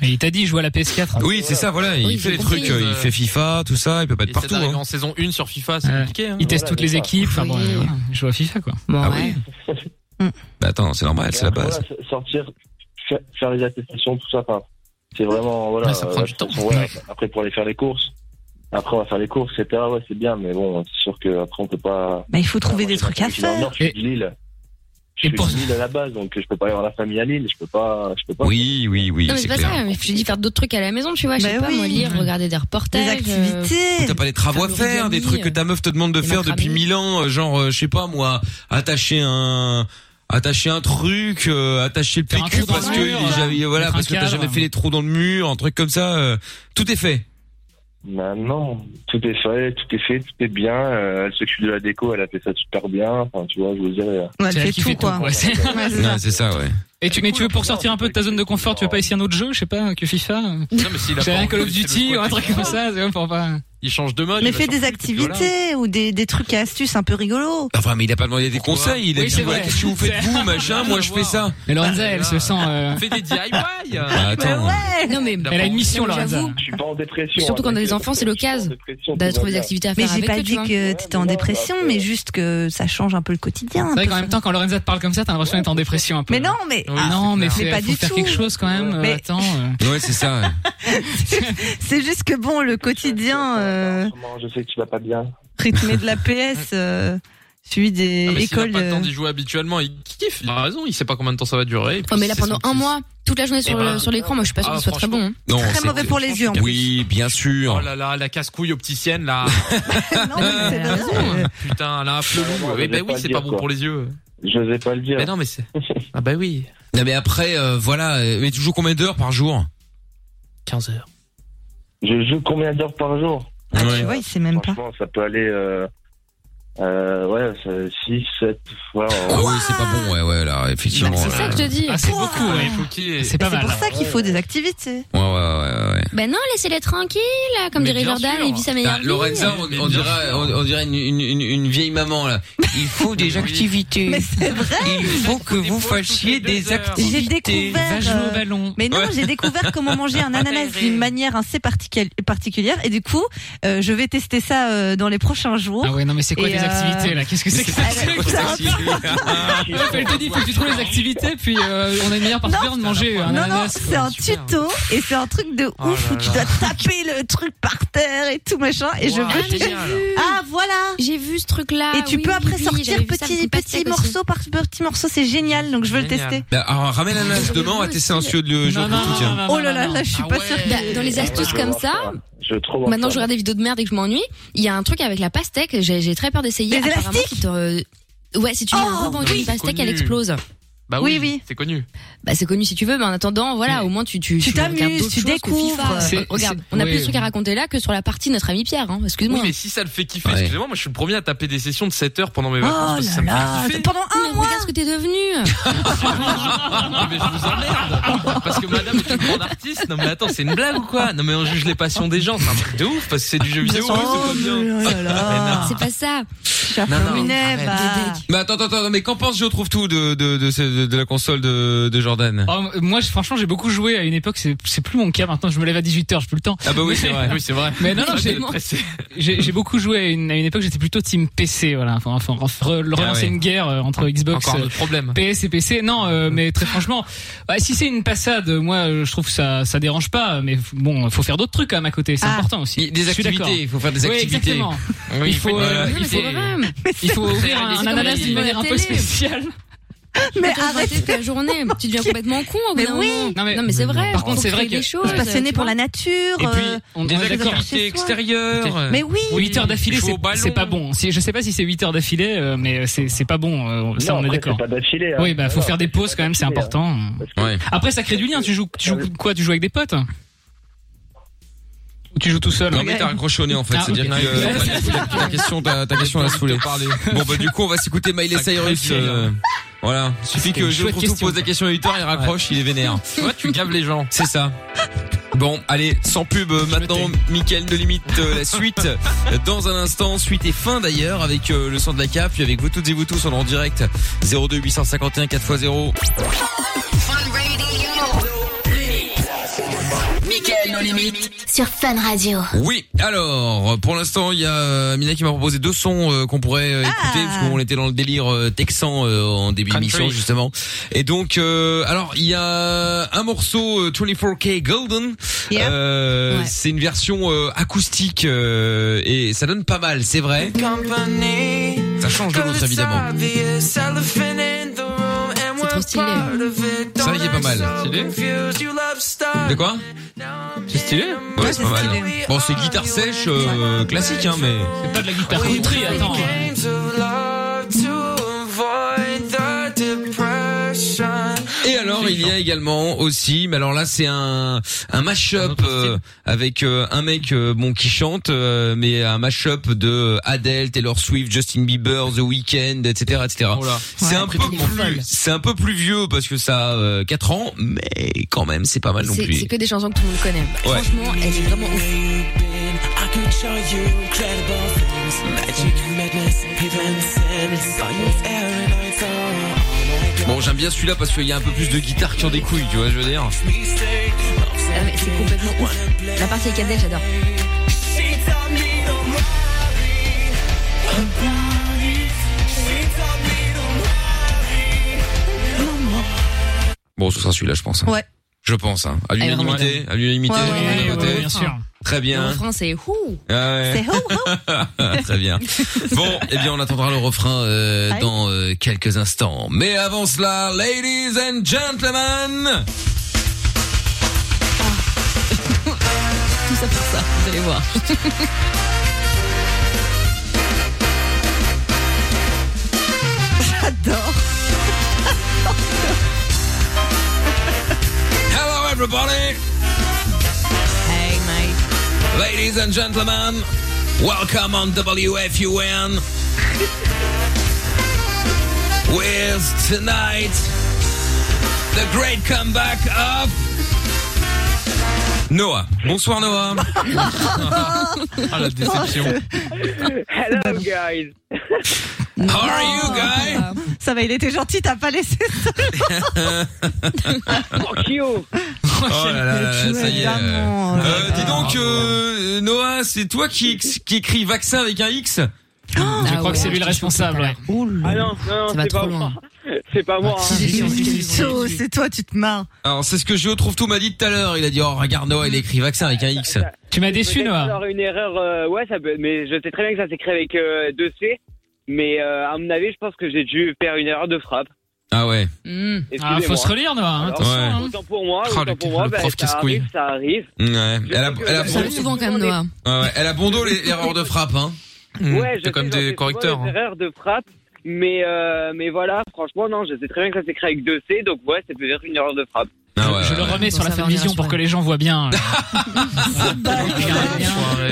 Speaker 6: Mais il t'a dit joue à la PS4. hein.
Speaker 2: Oui, c'est ça, voilà, il
Speaker 6: Oui,
Speaker 2: fait
Speaker 6: j'ai
Speaker 2: les trucs,
Speaker 6: compris.
Speaker 2: euh, il fait FIFA, tout ça, il peut pas être
Speaker 7: Et c'est
Speaker 2: partout.
Speaker 7: d'arriver
Speaker 2: hein.
Speaker 7: en saison 1 sur FIFA, c'est
Speaker 6: Ouais.
Speaker 7: compliqué. Hein.
Speaker 6: Il teste toutes les équipes, enfin, bon, ouais, voilà, il joue à FIFA quoi.
Speaker 3: Ah
Speaker 2: oui. Bah attends, c'est normal, c'est la
Speaker 11: Voilà,
Speaker 2: base.
Speaker 11: s- sortir, fa- faire les attestations, tout ça, enfin, c'est vraiment voilà.
Speaker 2: ça prend
Speaker 11: euh,
Speaker 2: du temps.
Speaker 11: voilà, Après pour aller faire les courses, après on va faire les courses, etc. Ouais, c'est bien, mais bon, c'est sûr que après on peut pas.
Speaker 5: Bah, il faut trouver
Speaker 11: Moi,
Speaker 5: des
Speaker 11: je suis
Speaker 5: trucs à
Speaker 11: parti dans le
Speaker 5: faire.
Speaker 11: Nord, Je suis de Lille. Je suis de Lille à la base, donc je peux pas aller voir la famille à Lille. Je peux pas. Je peux pas.
Speaker 2: Oui, oui, oui.
Speaker 3: non, mais c'est pas Ah bah ça. mais Je dis faire d'autres trucs à la maison, tu vois. Je sais
Speaker 5: Bah
Speaker 3: pas, moi,
Speaker 5: oui.
Speaker 3: lire, regarder des reportages.
Speaker 5: Des activités.
Speaker 3: euh,
Speaker 2: T'as pas les travaux à
Speaker 3: Faire
Speaker 2: faire, des trucs que ta meuf te demande de faire depuis mille ans, euh, genre euh, je sais pas moi, attacher un attacher un truc, euh, attacher le
Speaker 6: Faire un
Speaker 2: PQ
Speaker 6: trou dans
Speaker 2: parce
Speaker 6: le
Speaker 2: que
Speaker 6: mur,
Speaker 2: il- j'avais-
Speaker 6: voilà.
Speaker 2: voilà
Speaker 6: Mettre
Speaker 2: parce
Speaker 6: un
Speaker 2: que t'as
Speaker 6: cadre.
Speaker 2: jamais fait les trous dans le mur, un truc comme ça, euh, tout est fait.
Speaker 11: Bah non, tout est fait, tout est fait, tout est bien. Euh, elle s'occupe de la déco, elle a fait ça super bien. Enfin, tu vois, je veux dire. euh,
Speaker 6: C'est elle qui fait tout quoi. Ouais, c'est- ouais, c'est ça.
Speaker 2: c'est ça ouais.
Speaker 6: Et tu, mais tu veux pour sortir un peu de ta zone de confort, tu veux pas essayer un autre jeu, je sais pas, que FIFA euh,
Speaker 7: Non, mais s'il
Speaker 6: [laughs]
Speaker 7: a
Speaker 6: C'est
Speaker 7: pas
Speaker 6: un
Speaker 7: envie,
Speaker 6: Call of
Speaker 7: c'est le
Speaker 6: Duty ou
Speaker 7: squat
Speaker 6: un
Speaker 7: qui
Speaker 6: truc
Speaker 7: fait.
Speaker 6: comme ça, c'est pour pas.
Speaker 7: il change de mode.
Speaker 5: Mais
Speaker 7: il va
Speaker 5: fais
Speaker 7: changer
Speaker 5: des
Speaker 7: de- voilà.
Speaker 5: activités ou des, des trucs et astuces un peu rigolos.
Speaker 2: Enfin, mais il a pas demandé des conseils. Il a
Speaker 6: Oui,
Speaker 2: dit
Speaker 6: c'est
Speaker 2: voilà,
Speaker 6: vrai.
Speaker 2: qu'est-ce que vous
Speaker 6: [laughs]
Speaker 2: faites vous, machin. Moi, je fais ça. Ah,
Speaker 6: Mais Lorenza, elle se sent. euh,
Speaker 7: Fais
Speaker 6: [laughs]
Speaker 7: des DIY. euh.
Speaker 2: Bah, attends.
Speaker 3: Non, mais
Speaker 6: Elle a une mission,
Speaker 3: Non, mais
Speaker 6: Lorenza.
Speaker 3: j'avoue,
Speaker 11: Je suis pas en dépression.
Speaker 7: hein.
Speaker 3: Surtout quand on a des enfants, c'est l'occasion de trouver des activités à faire
Speaker 5: Mais j'ai
Speaker 3: avec
Speaker 5: pas
Speaker 3: eux, tu
Speaker 5: dit
Speaker 3: vois.
Speaker 5: que t'étais en dépression, mais juste que ça change un peu le quotidien. un
Speaker 6: C'est vrai
Speaker 5: peu
Speaker 6: qu'en même temps, quand Lorenza te parle comme ça, t'as l'impression d'être en dépression un peu. hein.
Speaker 5: Mais non, mais-
Speaker 6: Oui,
Speaker 5: ah,
Speaker 6: non, mais
Speaker 5: c'est
Speaker 6: fais-
Speaker 5: pas
Speaker 6: faut
Speaker 5: du
Speaker 6: faire
Speaker 5: tout.
Speaker 6: quelque chose quand même. euh,
Speaker 5: Mais-
Speaker 6: Attends.
Speaker 2: Ouais, c'est ça.
Speaker 5: C'est juste que bon, le quotidien euh,
Speaker 11: Maman, Je sais que tu vas pas bien.
Speaker 5: rythmé de la PS, euh, suivi des
Speaker 7: Ah, mais
Speaker 5: écoles.
Speaker 7: S'il a pas le temps
Speaker 5: euh,
Speaker 7: d'y jouer habituellement, il kiffe. Il a raison. Il sait pas combien de temps ça va durer. et puis
Speaker 3: Oh, mais là,
Speaker 7: c'est
Speaker 3: pendant un mois, toute la journée
Speaker 7: Eh
Speaker 3: sur
Speaker 7: ben,
Speaker 3: le- sur l'écran, moi, je suis pas sûre
Speaker 7: ah,
Speaker 3: que ce soit très bon. hein.
Speaker 2: Non,
Speaker 5: Très
Speaker 2: c'est-
Speaker 5: mauvais pour les hein. yeux, en plus.
Speaker 2: Oui, bien sûr.
Speaker 7: Oh là là, la casse-couille opticienne
Speaker 5: [laughs]
Speaker 7: là. Putain, là,
Speaker 11: Non,
Speaker 7: flelou.
Speaker 11: mais
Speaker 7: Eh ben
Speaker 11: pas
Speaker 7: oui,
Speaker 11: le
Speaker 7: c'est
Speaker 11: dire,
Speaker 7: pas bon
Speaker 11: quoi.
Speaker 7: pour les yeux.
Speaker 11: Je vais pas le dire.
Speaker 7: Mais non, mais c'est. Ah bah oui.
Speaker 2: Non, mais après, euh, voilà. euh, Mais tu joues combien d'heures par jour
Speaker 7: 15 heures.
Speaker 11: Je joue combien d'heures par jour
Speaker 5: Tu vois, il sait même pas.
Speaker 11: Franchement, ça peut aller. Euh, euh, ouais, 6, 7 fois.
Speaker 2: Ah oui, c'est pas bon. Ouais, ouais, là, effectivement.
Speaker 5: C'est ça
Speaker 2: ouais.
Speaker 5: que je te dis.
Speaker 6: Ah, Bah, c'est beaucoup,
Speaker 5: Pouah.
Speaker 6: ouais. C'est pas
Speaker 5: C'est
Speaker 6: mal.
Speaker 5: pour ça qu'il
Speaker 3: hein.
Speaker 5: faut des activités.
Speaker 2: Ouais, ouais, ouais, ouais.
Speaker 3: Ben non, laissez-les tranquilles, comme
Speaker 2: Mais
Speaker 3: dirait
Speaker 2: bien
Speaker 3: Jordan,
Speaker 2: sûr.
Speaker 3: il vit sa
Speaker 2: Ah,
Speaker 3: meilleure vie.
Speaker 2: Lorenza, on, on dirait, on, on dirait une, une, une- une vieille maman là. Il
Speaker 3: [laughs]
Speaker 2: faut des activités.
Speaker 5: Mais c'est vrai.
Speaker 2: Il faut que vous fassiez des activités.
Speaker 5: J'ai découvert.
Speaker 6: jouer au
Speaker 5: euh,
Speaker 6: ballon.
Speaker 5: Mais non,
Speaker 2: Ouais.
Speaker 5: j'ai découvert comment manger un ananas d'une manière assez particuli- particulière. Et du coup, euh, je vais tester ça euh, dans les prochains jours.
Speaker 6: Ah ouais, non, mais c'est quoi
Speaker 5: Et,
Speaker 6: tes
Speaker 5: euh, Ah,
Speaker 6: activités là Qu'est-ce que c'est que ça Elle te dit, faut que tu trouves les activités, puis euh, on a une meilleure partie de manger un
Speaker 5: Non, non,
Speaker 6: ananas.
Speaker 5: c'est un tuto et c'est un truc de
Speaker 6: Oh
Speaker 5: ouf
Speaker 6: là
Speaker 5: où tu dois taper le truc par terre et tout machin. Et je
Speaker 6: Wow.
Speaker 5: veux.
Speaker 6: Ah, j'ai vu.
Speaker 5: Ah voilà.
Speaker 3: J'ai vu ce truc-là.
Speaker 5: Et tu
Speaker 3: oui,
Speaker 5: peux
Speaker 3: oui,
Speaker 5: après
Speaker 3: oui,
Speaker 5: sortir
Speaker 3: j'avais vu
Speaker 5: petit
Speaker 3: ça, beaucoup de
Speaker 5: petit
Speaker 3: pastèques aussi.
Speaker 5: morceau par petit morceau. C'est génial. Donc je veux
Speaker 7: Génial.
Speaker 5: le tester.
Speaker 2: Bah, alors, ramène un as demain, on va tester un jeu de jeu de foot, tiens.
Speaker 5: Oh là là, là je suis pas sûre.
Speaker 3: Bah, Dans
Speaker 2: Ah
Speaker 3: les astuces comme ça,
Speaker 11: Je trouve.
Speaker 3: maintenant je regarde des vidéos de merde et que je m'ennuie, il y a un truc avec la pastèque, j'ai j'ai très peur d'essayer.
Speaker 5: Les Oh,
Speaker 3: apparemment, qui te- euh, Ouais, si tu mets un rebond une pastèque, elle
Speaker 7: Connu.
Speaker 3: explose.
Speaker 7: Bah oui, c'est connu.
Speaker 3: Bah c'est connu si tu veux, mais en attendant, voilà, au moins tu tu tu
Speaker 5: t'amuses,
Speaker 3: regardes d'autres
Speaker 5: tu
Speaker 3: choses que
Speaker 5: découvres.
Speaker 3: FIFA. Euh,
Speaker 7: C'est-
Speaker 3: Regarde,
Speaker 7: c'est-
Speaker 3: on a
Speaker 7: oui.
Speaker 3: plus de trucs à raconter là que sur la partie de notre ami Pierre. hein,
Speaker 7: Oui,
Speaker 3: Excuse-moi.
Speaker 7: mais si ça le fait kiffer, excusez-moi, moi je suis le premier à taper des sessions de 7 heures
Speaker 5: Oh
Speaker 7: pendant mes vacances parce que ça me fait kiffer.
Speaker 5: pendant un
Speaker 3: mois. Regarde ce que
Speaker 7: [laughs]
Speaker 3: t'es devenu.
Speaker 7: mais je vous emmerde Parce que madame est une grande artiste. Non mais attends, c'est une blague ou quoi Non mais on juge les passions des gens, c'est un truc de ouf parce que c'est du jeu vidéo.
Speaker 5: Oh,
Speaker 7: c'est pas bien.
Speaker 5: mais oh là là.
Speaker 3: C'est pas ça.
Speaker 2: Non, non.
Speaker 5: Munet,
Speaker 2: arrête.
Speaker 5: bah.
Speaker 2: Mais attends, attends, attends, mais qu'en pense Je trouve tout de, de, de, ce- de- de la console de, de Jordan
Speaker 6: Oh, moi, je- franchement, j'ai beaucoup joué à une époque. C'est c'est plus mon cas maintenant. Je me lève à 18 h j'ai plus le temps.
Speaker 2: Ah bah oui, c'est vrai.
Speaker 7: Oui, c'est vrai.
Speaker 6: [laughs] Mais non, non,
Speaker 7: Arrête
Speaker 6: j'ai-
Speaker 7: de te presser.
Speaker 6: [laughs] J'ai j'ai beaucoup joué à une, à une époque. J'étais plutôt team PC. Voilà. Enfin, enfin, re- relancer
Speaker 7: Ah ouais.
Speaker 6: une guerre euh, entre Xbox,
Speaker 7: Encore un
Speaker 6: euh,
Speaker 7: autre problème.
Speaker 6: PS et PC. Non, euh, mais très franchement, bah, si c'est une passade, moi, euh, je trouve que ça ça dérange pas. Mais f- bon, faut faire d'autres trucs quand même à côté. C'est
Speaker 5: Ah.
Speaker 6: important aussi.
Speaker 2: Des
Speaker 6: Je suis d'accord.
Speaker 2: activités, il faut faire des
Speaker 6: Oui,
Speaker 2: activités.
Speaker 6: exactement.
Speaker 2: Oui,
Speaker 6: Il faut,
Speaker 2: voilà.
Speaker 6: euh,
Speaker 3: Non,
Speaker 6: il
Speaker 3: mais
Speaker 6: faut,
Speaker 3: c'est [laughs] vrai.
Speaker 6: il faut ouvrir un,
Speaker 3: C'est comme
Speaker 6: ananas
Speaker 3: les
Speaker 6: d'une
Speaker 3: films à
Speaker 6: manière
Speaker 3: la
Speaker 6: un peu
Speaker 3: télé.
Speaker 6: spéciale.
Speaker 5: Mais
Speaker 3: Quand tu
Speaker 5: arrêtez.
Speaker 3: arrêtes toute la journée, tu deviens complètement con au bout
Speaker 5: Mais
Speaker 3: d'un
Speaker 5: oui.
Speaker 3: moment.
Speaker 6: Non, mais-
Speaker 3: Non mais c'est vrai.
Speaker 6: Par contre,
Speaker 3: faut
Speaker 6: c'est
Speaker 3: créer
Speaker 6: vrai que-
Speaker 3: des choses.
Speaker 5: Je suis passionnée
Speaker 3: tu
Speaker 5: pour
Speaker 3: vois.
Speaker 5: la nature.
Speaker 2: Et puis,
Speaker 5: euh,
Speaker 6: on-
Speaker 2: des
Speaker 6: on est d'accord.
Speaker 2: activités
Speaker 5: chez soi.
Speaker 2: extérieures.
Speaker 5: Mais oui.
Speaker 6: 8 euh, heures d'affilée,
Speaker 7: Jouer
Speaker 6: c'est
Speaker 7: au ballon.
Speaker 6: c'est pas bon. Si, je sais pas si c'est 8 heures d'affilée, euh, mais c'est c'est pas bon. euh, Ça,
Speaker 11: Non,
Speaker 6: on est
Speaker 11: après,
Speaker 6: d'accord.
Speaker 11: c'est Pas d'affilée. hein.
Speaker 6: Oui, bah faut
Speaker 11: Alors,
Speaker 6: faire des
Speaker 11: c'est
Speaker 6: pauses
Speaker 11: pas
Speaker 6: quand même, c'est
Speaker 11: d'affilée,
Speaker 6: important.
Speaker 11: hein. Parce que-
Speaker 2: Ouais.
Speaker 6: Après, ça crée du lien. Tu joues, tu joues quoi Tu joues avec des potes Ou tu joues tout seul
Speaker 2: Non mais t'as raccroché au nez en fait,
Speaker 6: Ah,
Speaker 2: c'est-à-dire
Speaker 6: ok. [laughs]
Speaker 2: que euh, ta question, ta, ta question a saoulé. Bon bah du coup on va s'écouter Miley
Speaker 7: Sacré
Speaker 2: Cyrus.
Speaker 7: vieille,
Speaker 2: euh, Voilà, suffit
Speaker 6: C'était
Speaker 2: que
Speaker 6: hein. une
Speaker 2: je
Speaker 6: chouette
Speaker 2: trouve
Speaker 6: question.
Speaker 2: pose la question à 8 heures, il raccroche, il est vénère.
Speaker 7: Tu vois, tu gaves les gens.
Speaker 2: C'est ça. Bon, allez, sans pub euh, maintenant, Mickaël de Limite, euh, la suite euh, dans un instant, suite et fin d'ailleurs, avec euh, le son de la CAF, puis avec vous toutes et vous tous, on est en direct 02 851 4x0.
Speaker 1: Mickaël nos limites.
Speaker 10: Sur Fun Radio.
Speaker 2: Oui, alors, pour l'instant, il y a euh, Mina qui m'a proposé deux sons euh, qu'on pourrait euh, écouter, parce qu'on était dans le délire euh, texan euh, en début
Speaker 7: Country.
Speaker 2: d'émission, justement. Et donc, euh, alors, il y a un morceau euh, 24K Golden,
Speaker 5: Yeah.
Speaker 2: Euh,
Speaker 3: Ouais.
Speaker 2: c'est une version euh, acoustique, euh, et ça donne pas mal, c'est vrai. Ça change de l'autre, évidemment.
Speaker 3: C'est trop stylé.
Speaker 2: Ça, il est pas mal. De quoi
Speaker 7: C'est stylé.
Speaker 2: Ouais, c'est pas mal. Bon, c'est guitare sèche, euh, classique, hein, mais...
Speaker 6: C'est pas de la guitare country, attends.
Speaker 2: Et
Speaker 7: Ah,
Speaker 2: alors il y a également aussi, mais alors là c'est un un mashup euh, avec euh, un mec euh, bon qui chante, euh, mais un mashup de euh, Adele, Taylor Swift, Justin Bieber, The Weeknd, etc., etc.
Speaker 7: Oh là.
Speaker 2: C'est un peu
Speaker 3: complètement folle.
Speaker 2: plus, c'est un peu plus vieux parce que ça a 4 ans, mais quand même c'est pas mal non
Speaker 3: C'est
Speaker 2: plus.
Speaker 3: c'est que des chansons que tout le monde connaît.
Speaker 2: Ouais.
Speaker 3: Franchement, elle est vraiment ouf.
Speaker 17: picture you incredible things Magic, madness, even sin Science, air and ice are
Speaker 2: Bon, j'aime bien celui-là parce qu'il y a un peu plus de guitares qui ont des couilles, tu vois, je veux dire.
Speaker 3: Ah, mais c'est complètement ouf. La partie avec Adèle, j'adore.
Speaker 2: Bon, ce sera celui-là, je pense. hein.
Speaker 5: Ouais.
Speaker 2: Je pense, hein. À
Speaker 5: Elle
Speaker 2: l'unanimité,
Speaker 5: remonte.
Speaker 2: à l'unanimité,
Speaker 5: Ouais,
Speaker 2: tout le monde
Speaker 5: ouais,
Speaker 2: a
Speaker 5: ouais,
Speaker 2: voté.
Speaker 5: ouais, bien sûr.
Speaker 2: Très
Speaker 3: Le
Speaker 2: bien.
Speaker 3: refrain, c'est whou.
Speaker 2: Ah ouais.
Speaker 3: C'est ho,
Speaker 2: [laughs]
Speaker 3: Ah
Speaker 2: Très bien. Bon, eh bien, on attendra le refrain euh,
Speaker 3: Aïe.
Speaker 2: dans euh, quelques instants. Mais avant cela, ladies
Speaker 17: [laughs]
Speaker 2: and gentlemen,
Speaker 3: Tout ça pour ça, vous allez voir.
Speaker 5: J'adore.
Speaker 2: hello everybody,
Speaker 17: Hey mate
Speaker 2: ladies and gentlemen, welcome
Speaker 17: [laughs]
Speaker 2: on WFUN with tonight the great comeback of Noah.
Speaker 3: [laughs]
Speaker 2: Bonsoir Noah. Ah, la déception.
Speaker 3: Oh,
Speaker 5: Hello guys.
Speaker 2: How are you
Speaker 5: guys? Ah. Ça va, il était gentil, t'as pas laissé
Speaker 12: [laughs]
Speaker 5: seul.
Speaker 2: Oh là là là, ça y est.
Speaker 5: Évidemment.
Speaker 2: Euh, dis donc, euh, Noah, c'est toi qui, ex- qui écris vaccin avec un X
Speaker 3: Ah,
Speaker 6: Je crois
Speaker 5: Ah
Speaker 6: que c'est lui le responsable. ouais.
Speaker 12: Ah non, non,
Speaker 6: Ça va
Speaker 12: c'est
Speaker 6: trop
Speaker 12: pas moi. C'est pas
Speaker 3: Ah,
Speaker 12: moi. hein.
Speaker 5: Théo, Oh, C'est toi, tu te marres.
Speaker 2: Alors, c'est ce que Géo Trouve-Tout m'a dit tout à l'heure. Il a dit, oh, regarde, Noah, il écrit vaccin avec un X.
Speaker 6: Tu m'as déçu,
Speaker 12: Peut-être
Speaker 6: Noah.
Speaker 12: qu'il aurait une erreur, euh, ouais, ça peut, mais je sais très bien que ça s'écrit avec euh, deux C. Mais euh, à mon avis, je pense que j'ai dû faire une erreur de frappe.
Speaker 2: Ah ouais.
Speaker 12: Excusez-moi.
Speaker 6: Ah, faut se relire, Noah, hein,
Speaker 12: Alors,
Speaker 6: attention, hein.
Speaker 12: Autant pour moi,
Speaker 2: Oh,
Speaker 12: autant
Speaker 2: le-
Speaker 12: pour moi,
Speaker 2: le
Speaker 12: bah,
Speaker 2: prof
Speaker 12: ça
Speaker 2: casse-couille.
Speaker 12: arrive, ça arrive.
Speaker 2: Ouais. Elle a, elle a bon,
Speaker 3: Ça arrive Euh, souvent quand même, Noah.
Speaker 2: ouais, ouais, elle a bon dos les- l'erreur de frappe, hein.
Speaker 6: Mmh.
Speaker 12: Ouais, je sais, j'en fais souvent
Speaker 6: hein.
Speaker 12: des erreurs de frappe. Mais, euh, mais voilà, franchement, non, je sais très bien que ça s'écrit avec deux C, donc ouais, c'est peut-être une erreur de frappe.
Speaker 6: Je le remets sur la fin de vision pour que les gens voient bien. euh,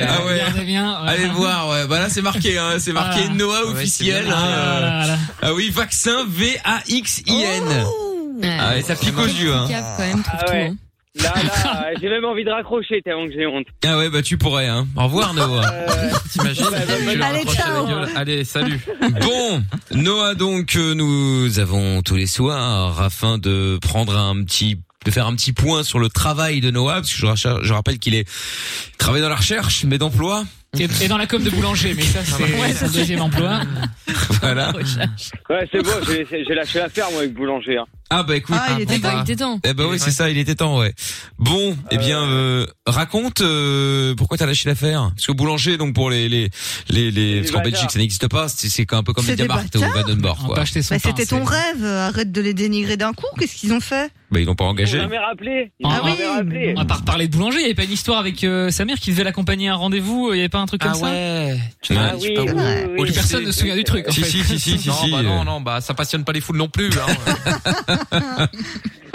Speaker 2: Ah ouais. Allez le voir, ouais. Bah là, c'est marqué, hein. C'est marqué
Speaker 6: Ah.
Speaker 2: Noah
Speaker 6: Ouais,
Speaker 2: officiel,
Speaker 6: c'est bien.
Speaker 2: hein.
Speaker 6: Ah là là Oh. là.
Speaker 2: Ah oui, vaccin V-A-X-I-N. Ah, et ça pique aux yeux, hein.
Speaker 3: Cap, quand même, trouve tout. hein.
Speaker 12: Ah Là, là, [laughs] euh, j'ai même envie de raccrocher tellement que j'ai honte.
Speaker 2: Ah ouais, bah tu pourrais, hein. Au revoir, Noah. T'imagines
Speaker 12: Allez,
Speaker 7: raccroches à la
Speaker 12: ciao.
Speaker 7: gueule. Allez, salut.
Speaker 2: [laughs] Bon, Noah, donc euh, nous avons tous les soirs afin de prendre un petit de faire un petit point sur le travail de Noah parce que je, racha- je rappelle qu'il est il travaille dans la recherche mais d'emploi
Speaker 6: Et et dans la com de boulanger, mais ça,
Speaker 2: Ouais,
Speaker 6: c'est
Speaker 2: ça,
Speaker 6: son deuxième emploi.
Speaker 2: voilà
Speaker 12: Ouais, c'est bon, j'ai j'ai lâché l'affaire, moi, avec Boulanger. hein.
Speaker 2: ah bah écoute
Speaker 12: Ah, il était temps, il était temps.
Speaker 2: eh bah oui c'est ça il était temps ouais bon eh bien euh, raconte euh, pourquoi t'as lâché l'affaire parce que boulanger donc pour les les les, les parce qu'en
Speaker 5: bâtards.
Speaker 2: Belgique ça n'existe pas c'est c'est un peu comme
Speaker 5: C'est des
Speaker 2: Mediamart ou
Speaker 5: bâtards.
Speaker 2: Vandenborg quoi
Speaker 5: Bah, C'était ton rêve, arrête de les dénigrer d'un coup, qu'est-ce qu'ils ont fait
Speaker 2: bah ils l'ont pas engagé
Speaker 12: rappelé.
Speaker 6: Ah oui. On va pas reparler de boulanger. Il y avait pas une histoire avec euh, sa mère qui devait l'accompagner à un rendez-vous. Il y avait pas un truc comme
Speaker 7: Ah
Speaker 6: ça.
Speaker 7: ouais.
Speaker 6: Ah
Speaker 7: Je sais pas où.
Speaker 6: Ou personne ne se souvient du truc. en
Speaker 7: Si,
Speaker 6: fait.
Speaker 7: si, si, si, si.
Speaker 6: Non, bah non,
Speaker 7: non,
Speaker 6: non.
Speaker 7: non, bah ça passionne pas les foules non plus. hein.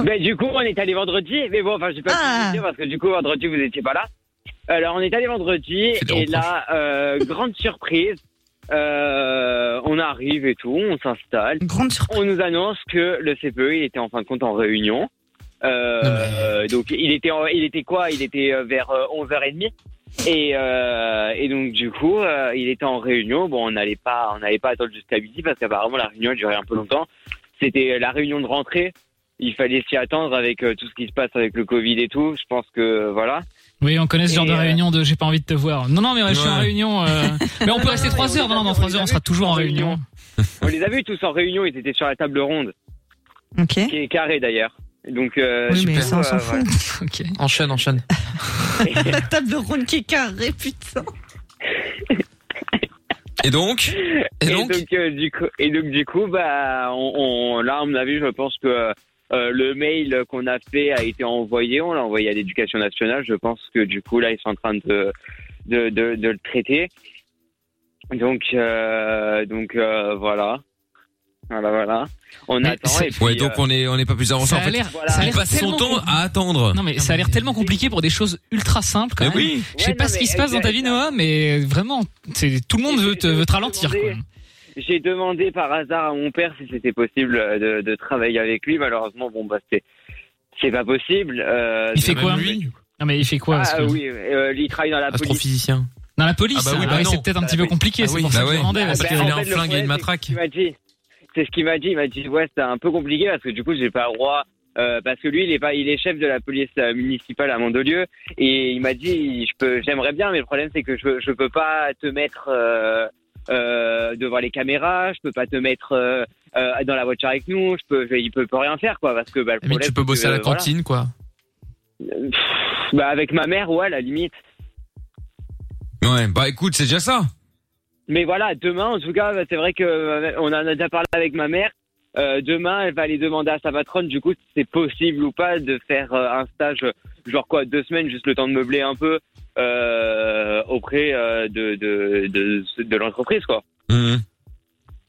Speaker 12: Ben, du coup, on est allé vendredi, mais bon, enfin, j'ai pas pu vous dire parce que du coup, vendredi, vous étiez pas là. Alors, on est allé vendredi, et là, euh, grande surprise, euh, on arrive et tout, on s'installe. On nous annonce que le CPE, il était en fin de compte en réunion. Euh, euh, donc, il était, en- il était quoi Il était euh, vers euh, 11h30. Et, euh, et donc du coup, euh, il était en réunion. Bon, on n'allait pas, on n'allait pas attendre jusqu'à midi parce qu'apparemment la réunion elle durait un peu longtemps. C'était euh, la réunion de rentrée. Il fallait s'y attendre avec euh, tout ce qui se passe avec le Covid et tout. Je pense que voilà.
Speaker 6: Oui, on connaît ce
Speaker 12: euh,
Speaker 6: genre de réunion de j'ai pas envie de te voir. Non, non, mais ouais, je suis
Speaker 12: Ouais.
Speaker 6: en réunion. euh, Mais on peut rester trois heures. Non, non, dans trois heures, on sera toujours en réunion.
Speaker 12: On les a vus tous en réunion. Ils étaient sur la table ronde, qui est carrée d'ailleurs. Donc euh,
Speaker 7: Oui, mais
Speaker 12: du
Speaker 7: ça, on s'en [laughs] fout.
Speaker 12: voilà.
Speaker 7: Enchaîne, enchaîne.
Speaker 5: [laughs] La table ronde qui est carrée, putain.
Speaker 2: Et donc
Speaker 12: Et donc, euh, du coup, et donc du coup, bah, on, on- là, à mon avis, je pense que euh, le mail qu'on a fait a été envoyé. On l'a envoyé à l'Éducation nationale. Je pense que du coup, là, ils sont en train de de, de, de le traiter. Donc euh, donc euh, voilà, voilà, voilà. On attend. Et puis,
Speaker 2: ouais donc
Speaker 12: euh,
Speaker 2: on est on n'est pas plus avancé
Speaker 6: Ça
Speaker 2: en
Speaker 6: a
Speaker 2: fait
Speaker 6: l'air-
Speaker 2: il
Speaker 6: ça a l'air
Speaker 2: passe
Speaker 6: tellement
Speaker 2: son temps
Speaker 6: compli-
Speaker 2: à attendre
Speaker 6: Non mais ça a l'air tellement compliqué pour des choses ultra simples quand
Speaker 2: Mais
Speaker 6: même.
Speaker 2: oui.
Speaker 6: Je sais
Speaker 12: Ouais,
Speaker 6: pas
Speaker 12: non,
Speaker 6: ce qui
Speaker 12: mais
Speaker 6: se passe dans ta vie Noah, mais vraiment, c'est tout le monde veut te, veut te ralentir. Quoi.
Speaker 12: [laughs] J'ai demandé par hasard à mon père si c'était possible euh, de, de travailler avec lui. Malheureusement, bon, bah, c'est c'est pas possible. Euh,
Speaker 6: Il fait
Speaker 12: donc-
Speaker 6: quoi Non mais il fait quoi parce
Speaker 12: Ah
Speaker 6: que-
Speaker 12: oui, euh, il travaille dans la police.
Speaker 7: Astrophysicien.
Speaker 6: Dans la police,
Speaker 7: Ah bah oui,
Speaker 6: ah
Speaker 7: bah
Speaker 6: oui,
Speaker 7: non.
Speaker 6: c'est peut-être un petit peu compliqué,
Speaker 7: Ah
Speaker 6: c'est
Speaker 7: oui,
Speaker 6: pour ça
Speaker 7: bah
Speaker 6: que je
Speaker 7: oui.
Speaker 6: demandais,
Speaker 7: Ah
Speaker 6: parce
Speaker 7: bah,
Speaker 6: qu'il
Speaker 7: en
Speaker 6: est
Speaker 7: fait, le
Speaker 6: un flingue et une
Speaker 7: problème,
Speaker 6: matraque.
Speaker 12: Il m'a dit. C'est ce qu'il m'a dit. Il m'a dit ouais, c'est un peu compliqué parce que du coup, j'ai pas le droit. euh, parce que lui, il est pas, il est chef de la police euh, municipale à Mandelieu et il m'a dit, je peux, j'aimerais bien, mais le problème c'est que je, je peux pas te mettre euh, euh, devant les caméras, je peux pas te mettre euh, euh, dans la voiture avec nous, je peux, je- il peut pas rien faire quoi, parce que bah, le
Speaker 7: Mais
Speaker 12: problème,
Speaker 7: tu peux
Speaker 12: c'est
Speaker 7: bosser
Speaker 12: que,
Speaker 7: à la
Speaker 12: voilà.
Speaker 7: cantine, quoi.
Speaker 12: Euh, pff, bah avec ma mère, ouais, à la limite.
Speaker 2: Ouais, bah écoute, c'est déjà ça.
Speaker 12: Mais voilà, demain, en tout cas, c'est vrai que euh, on en a déjà parlé avec ma mère. Euh, demain, elle va aller demander à sa patronne, du coup, si c'est possible ou pas de faire euh, un stage, euh, genre quoi, deux semaines, juste le temps de meubler un peu euh, auprès euh, de, de, de, de l'entreprise, quoi,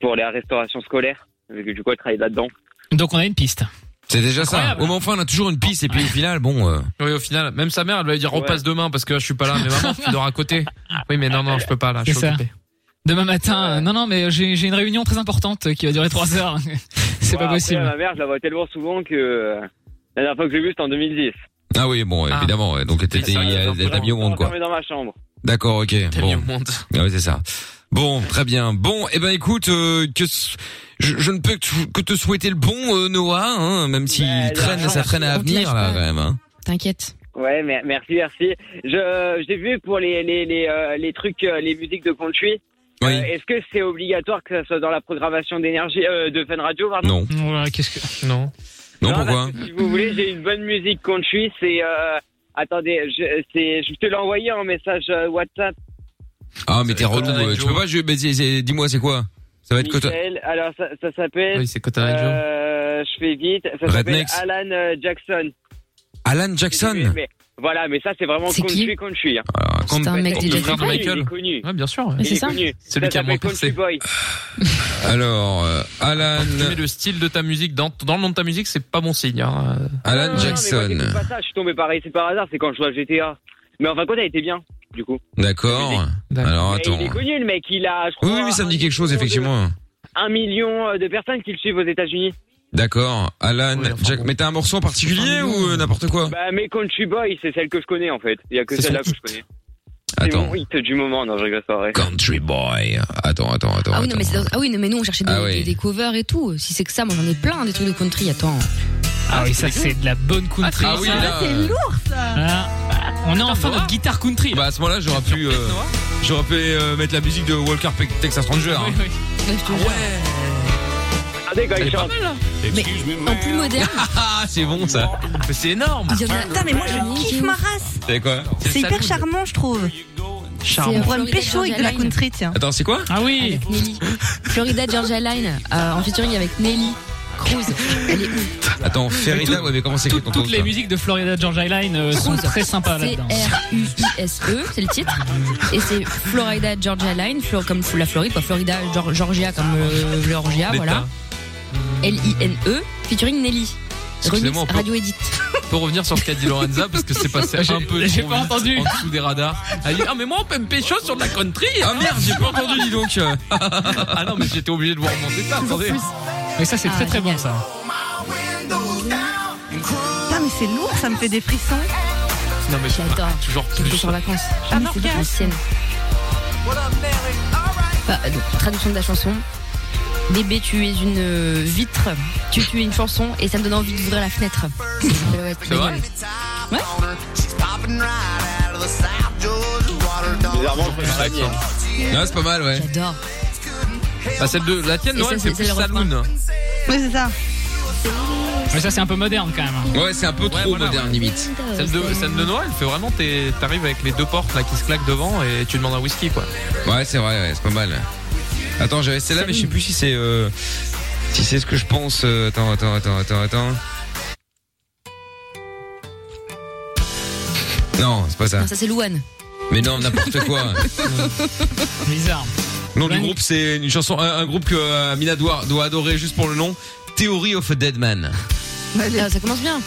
Speaker 12: pour la restauration scolaire. Vu que du coup, elle travaille là-dedans.
Speaker 6: Donc on a une piste.
Speaker 2: Mmh. C'est déjà ça.
Speaker 7: Incroyable.
Speaker 2: Au moins, enfin, on a toujours une piste et puis au final, bon. euh,
Speaker 7: Oui, au final, même sa mère, elle va lui dire repasse demain parce que je suis pas là, mais maman, tu dors à côté. Oui, mais non, non, je peux
Speaker 2: Oh,
Speaker 7: pas là, je
Speaker 6: C'est
Speaker 7: suis
Speaker 6: ça.
Speaker 7: occupé.
Speaker 6: Demain matin, euh, non, non, mais j'ai j'ai une réunion très importante qui va durer 3 heures. [laughs] C'est
Speaker 12: Voilà,
Speaker 6: pas
Speaker 12: après,
Speaker 6: possible.
Speaker 12: ma mère, je la vois tellement souvent que euh, la dernière fois que j'ai vu, c'était en 2010.
Speaker 2: Ah oui, bon, évidemment. ouais. Donc, t'étais,
Speaker 12: ça,
Speaker 2: elle elle t'a mis au monde, quoi.
Speaker 12: Enfermée dans ma chambre.
Speaker 2: D'accord, ok. bon.
Speaker 7: mis au monde.
Speaker 2: Ah oui, c'est ça. Bon, très bien. Bon, eh ben écoute, euh, que s- je, je ne peux que te- que te souhaiter le bon euh, Noah, hein, même s'il
Speaker 12: Bah,
Speaker 2: traîne, ça traîne à
Speaker 12: on te lâche
Speaker 2: venir là
Speaker 12: pas.
Speaker 2: quand même. hein.
Speaker 3: T'inquiète.
Speaker 12: Ouais, mer- merci, merci. Je j'ai vu pour les les les, euh, les trucs euh, les musiques de Conchuy.
Speaker 2: Oui.
Speaker 12: Est-ce que c'est obligatoire que ça soit dans la programmation d'énergie euh, de Fun Radio pardon
Speaker 2: Non.
Speaker 6: Ouais, qu'est-ce que.
Speaker 7: Non.
Speaker 2: Non,
Speaker 12: parce
Speaker 2: pourquoi
Speaker 12: que Si vous voulez, j'ai une bonne musique Conchuy, c'est euh, attendez, je c'est je te l'ai envoyé en message euh, WhatsApp.
Speaker 2: Ah mais t'es relou. euh, tu peux pas, je, mais c'est- c'est- dis-moi c'est quoi Ça va être Cotton.
Speaker 12: Michel. Alors ça, ça s'appelle
Speaker 2: Oui, c'est Cotton Eye Joe.
Speaker 12: euh, je fais vite, ça s'appelle
Speaker 2: Rednecks.
Speaker 12: Alan euh, Jackson.
Speaker 2: Alan Jackson.
Speaker 12: Mais- voilà, mais ça c'est vraiment Conchuy Conchuy. hein.
Speaker 2: C'est
Speaker 12: un mec déjà
Speaker 7: le frère de
Speaker 12: connu. Il
Speaker 7: Michael.
Speaker 12: est connu.
Speaker 7: Ouais, bien sûr.
Speaker 12: Il est connu.
Speaker 7: Celui
Speaker 12: Ça
Speaker 7: qui a
Speaker 12: s'appelle
Speaker 7: moins
Speaker 12: Country
Speaker 7: percé.
Speaker 12: Boy.
Speaker 2: [laughs] Alors, euh, Alan.
Speaker 7: Tu mets le style de ta musique dans, dans le nom de ta musique, c'est pas bon signe. Hein.
Speaker 2: Alan
Speaker 12: Non, non, Ah, mais moi, j'écoute pas ça, je suis tombé pareil, c'est par hasard, c'est quand je joue à GTA. Mais en fin de compte, elle était bien, du coup.
Speaker 2: D'accord. Alors
Speaker 12: Mais
Speaker 2: Ah, attends.
Speaker 12: Il est connu, le mec, il a, je crois,
Speaker 2: Oui, oui, ça me dit quelque chose effectivement.
Speaker 12: un million euh, de personnes qui le suivent aux États-Unis.
Speaker 2: D'accord. Alan, Jack, mais t'as un morceau en particulier ou euh, n'importe quoi
Speaker 12: Bah, mais Country Boy, c'est celle que je connais, en fait. Il y a que
Speaker 2: C'est
Speaker 12: celle-là
Speaker 2: son
Speaker 12: que je connais. C'est mon hit du moment, non, je rigole, c'est pas vrai.
Speaker 2: Country Boy. Attends, attends, attends.
Speaker 3: Ah oui, non,
Speaker 2: attends.
Speaker 3: mais c'est dans- ah oui, non, mais nous, on cherchait des,
Speaker 2: Ah oui.
Speaker 3: des- des covers et tout. Si c'est que ça, moi, j'en ai plein des trucs de country. Attends.
Speaker 6: Ah oui, ça c'est de la bonne country.
Speaker 2: Ah oui,
Speaker 6: ça.
Speaker 2: là, C'est
Speaker 5: lourd ça.
Speaker 6: Ah, on est enfin notre guitare country.
Speaker 2: Bah à ce moment-là, j'aurais pu, euh, j'aurais pu euh, mettre la musique de Walker Pe- Texas Ranger. hein.
Speaker 12: Regardez quand
Speaker 2: Elle est
Speaker 12: Ah, il
Speaker 2: pas hein.
Speaker 12: chante.
Speaker 3: Mais en plus
Speaker 2: [laughs]
Speaker 3: moderne.
Speaker 2: Ah, c'est bon ça. C'est énorme.
Speaker 3: il y en a-
Speaker 5: Putain, mais moi je kiffe ma race.
Speaker 2: C'est quoi
Speaker 5: C'est hyper charmant, je trouve.
Speaker 2: Charmant.
Speaker 5: On pourrait me
Speaker 3: Florida
Speaker 5: pécho avec de la
Speaker 3: Georgia Line.
Speaker 5: country, tiens.
Speaker 2: Attends, c'est quoi
Speaker 6: Ah oui.
Speaker 3: Avec Nelly. Florida Georgia Line euh, en featuring avec Nelly Cruz. Elle est où
Speaker 2: Attends, Ferida, ouais, mais comment c'est écrit ton
Speaker 6: Toutes
Speaker 2: compte,
Speaker 6: les
Speaker 2: là
Speaker 6: musiques de Florida Georgia Line euh, sont très sympas là-dedans.
Speaker 3: C-R-U-I-S-E, E, c'est le titre. Et c'est Florida Georgia Line, Flo- comme la Floride, quoi. Florida Geor- Georgia comme euh, Georgia, voilà. L-I-N-E, E, featuring Nelly. Remix
Speaker 7: Excusez-moi, on peut-
Speaker 3: Radio Edit.
Speaker 7: Pour revenir sur ce qu'a dit Lorenza, parce que c'est passé un peu
Speaker 6: j'ai
Speaker 7: trop
Speaker 6: pas
Speaker 7: vite,
Speaker 6: entendu.
Speaker 7: en dessous des radars. Elle dit, ah, mais moi, on peut me pécho sur de la country.
Speaker 2: Ah merde, j'ai pas entendu, dis donc.
Speaker 7: [laughs] ah non, mais j'étais obligé de vous remonter ça, attendez.
Speaker 6: Mais ça c'est très très bon ça.
Speaker 5: Putain, mais c'est lourd, ça me fait des frissons.
Speaker 7: ah, Non, mais
Speaker 3: J'adore.
Speaker 7: toujours
Speaker 3: Surtout
Speaker 7: plus.
Speaker 3: sur vacances. Jamais c'est bien ancienne. Bah, euh, donc, traduction de la chanson. Bébé, tu es une euh, vitre, tu, tu es une chanson et ça me donne envie d'ouvrir la fenêtre.
Speaker 17: C'est vrai
Speaker 3: Ouais.
Speaker 12: Bizarrement, je préfère la mienne.
Speaker 2: Non, c'est pas mal, ouais.
Speaker 3: J'adore.
Speaker 7: Bah, celle de la tienne,
Speaker 3: Et
Speaker 7: Noël,
Speaker 3: ça,
Speaker 7: c'est
Speaker 3: c'est
Speaker 7: plus
Speaker 3: le refrain.
Speaker 7: saloon.
Speaker 5: Oui, c'est ça.
Speaker 6: Mais ça c'est un peu moderne quand même. hein.
Speaker 2: Ouais, c'est un peu trop
Speaker 7: voilà,
Speaker 2: moderne
Speaker 7: ouais.
Speaker 2: limite.
Speaker 7: Celle de, celle de Noël, fait vraiment, t'es- t'arrives avec les deux portes là qui se claquent devant et tu demandes un whisky quoi.
Speaker 2: Ouais, c'est vrai, ouais, c'est pas mal. Attends, j'avais celle-là, mais je sais plus si c'est euh, si c'est ce que je pense. euh, Attends, attends, attends, attends, attends. Non, c'est pas ça.
Speaker 3: Non, ça c'est Louane.
Speaker 2: Mais non, n'importe
Speaker 3: [laughs]
Speaker 2: quoi.
Speaker 6: Bizarre.
Speaker 2: nom du groupe, c'est une chanson, un, un groupe que euh, Mina doit, doit adorer juste pour le nom. Theory of a Dead Man.
Speaker 3: Ah, ça commence bien.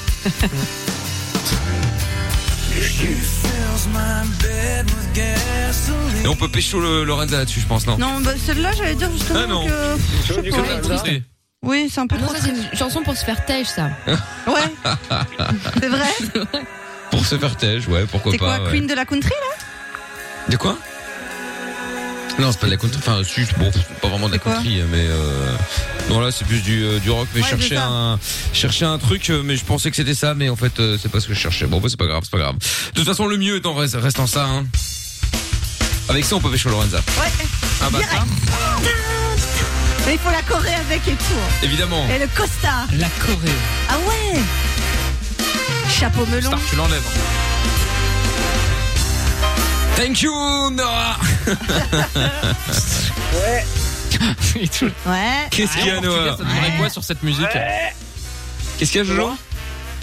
Speaker 2: Et on peut pécho le Lorenza là-dessus, je pense, non
Speaker 5: Non, bah, celle-là, j'allais dire justement
Speaker 2: Ah, non.
Speaker 5: que. je sais pas.
Speaker 2: Triste.
Speaker 5: [laughs] Oui, c'est un peu
Speaker 3: Ah Non,
Speaker 5: trop.
Speaker 3: ça c'est une chanson pour se faire têche, ça.
Speaker 5: Ouais, c'est
Speaker 3: [laughs]
Speaker 5: vrai.
Speaker 2: Pour se faire têche, ouais, pourquoi
Speaker 5: C'est
Speaker 2: pas.
Speaker 5: quoi,
Speaker 2: ouais.
Speaker 5: Queen de la country là
Speaker 2: De quoi Non, c'est pas de la country. Enfin, si, bon, c'est pas vraiment de la country, mais euh... non là, c'est plus du, euh, du rock. Mais
Speaker 18: Ouais, c'est
Speaker 2: chercher
Speaker 18: ça.
Speaker 2: un, chercher un truc. euh, Mais je pensais que c'était ça, mais en fait, euh, c'est pas ce que je cherchais. Bon, bah, c'est pas grave, c'est pas grave. De toute façon, le mieux étant reste, reste en ça. Hein. Avec ça, on peut pêcher Lorenza.
Speaker 5: Ouais.
Speaker 2: Ah bah,
Speaker 5: Direct. Mais il faut la Corée avec et tout. hein.
Speaker 2: évidemment.
Speaker 5: Et le costard.
Speaker 6: La Corée.
Speaker 5: Ah ouais. Chapeau melon.
Speaker 7: Star, tu l'enlèves. hein.
Speaker 2: Thank you, [laughs] Nora.
Speaker 12: Ouais.
Speaker 5: Ouais.
Speaker 7: Qu'est-ce qu'il y
Speaker 2: Ah,
Speaker 7: a, Noah Ça donnerait quoi sur cette musique
Speaker 2: Qu'est-ce qu'il y a, Jojo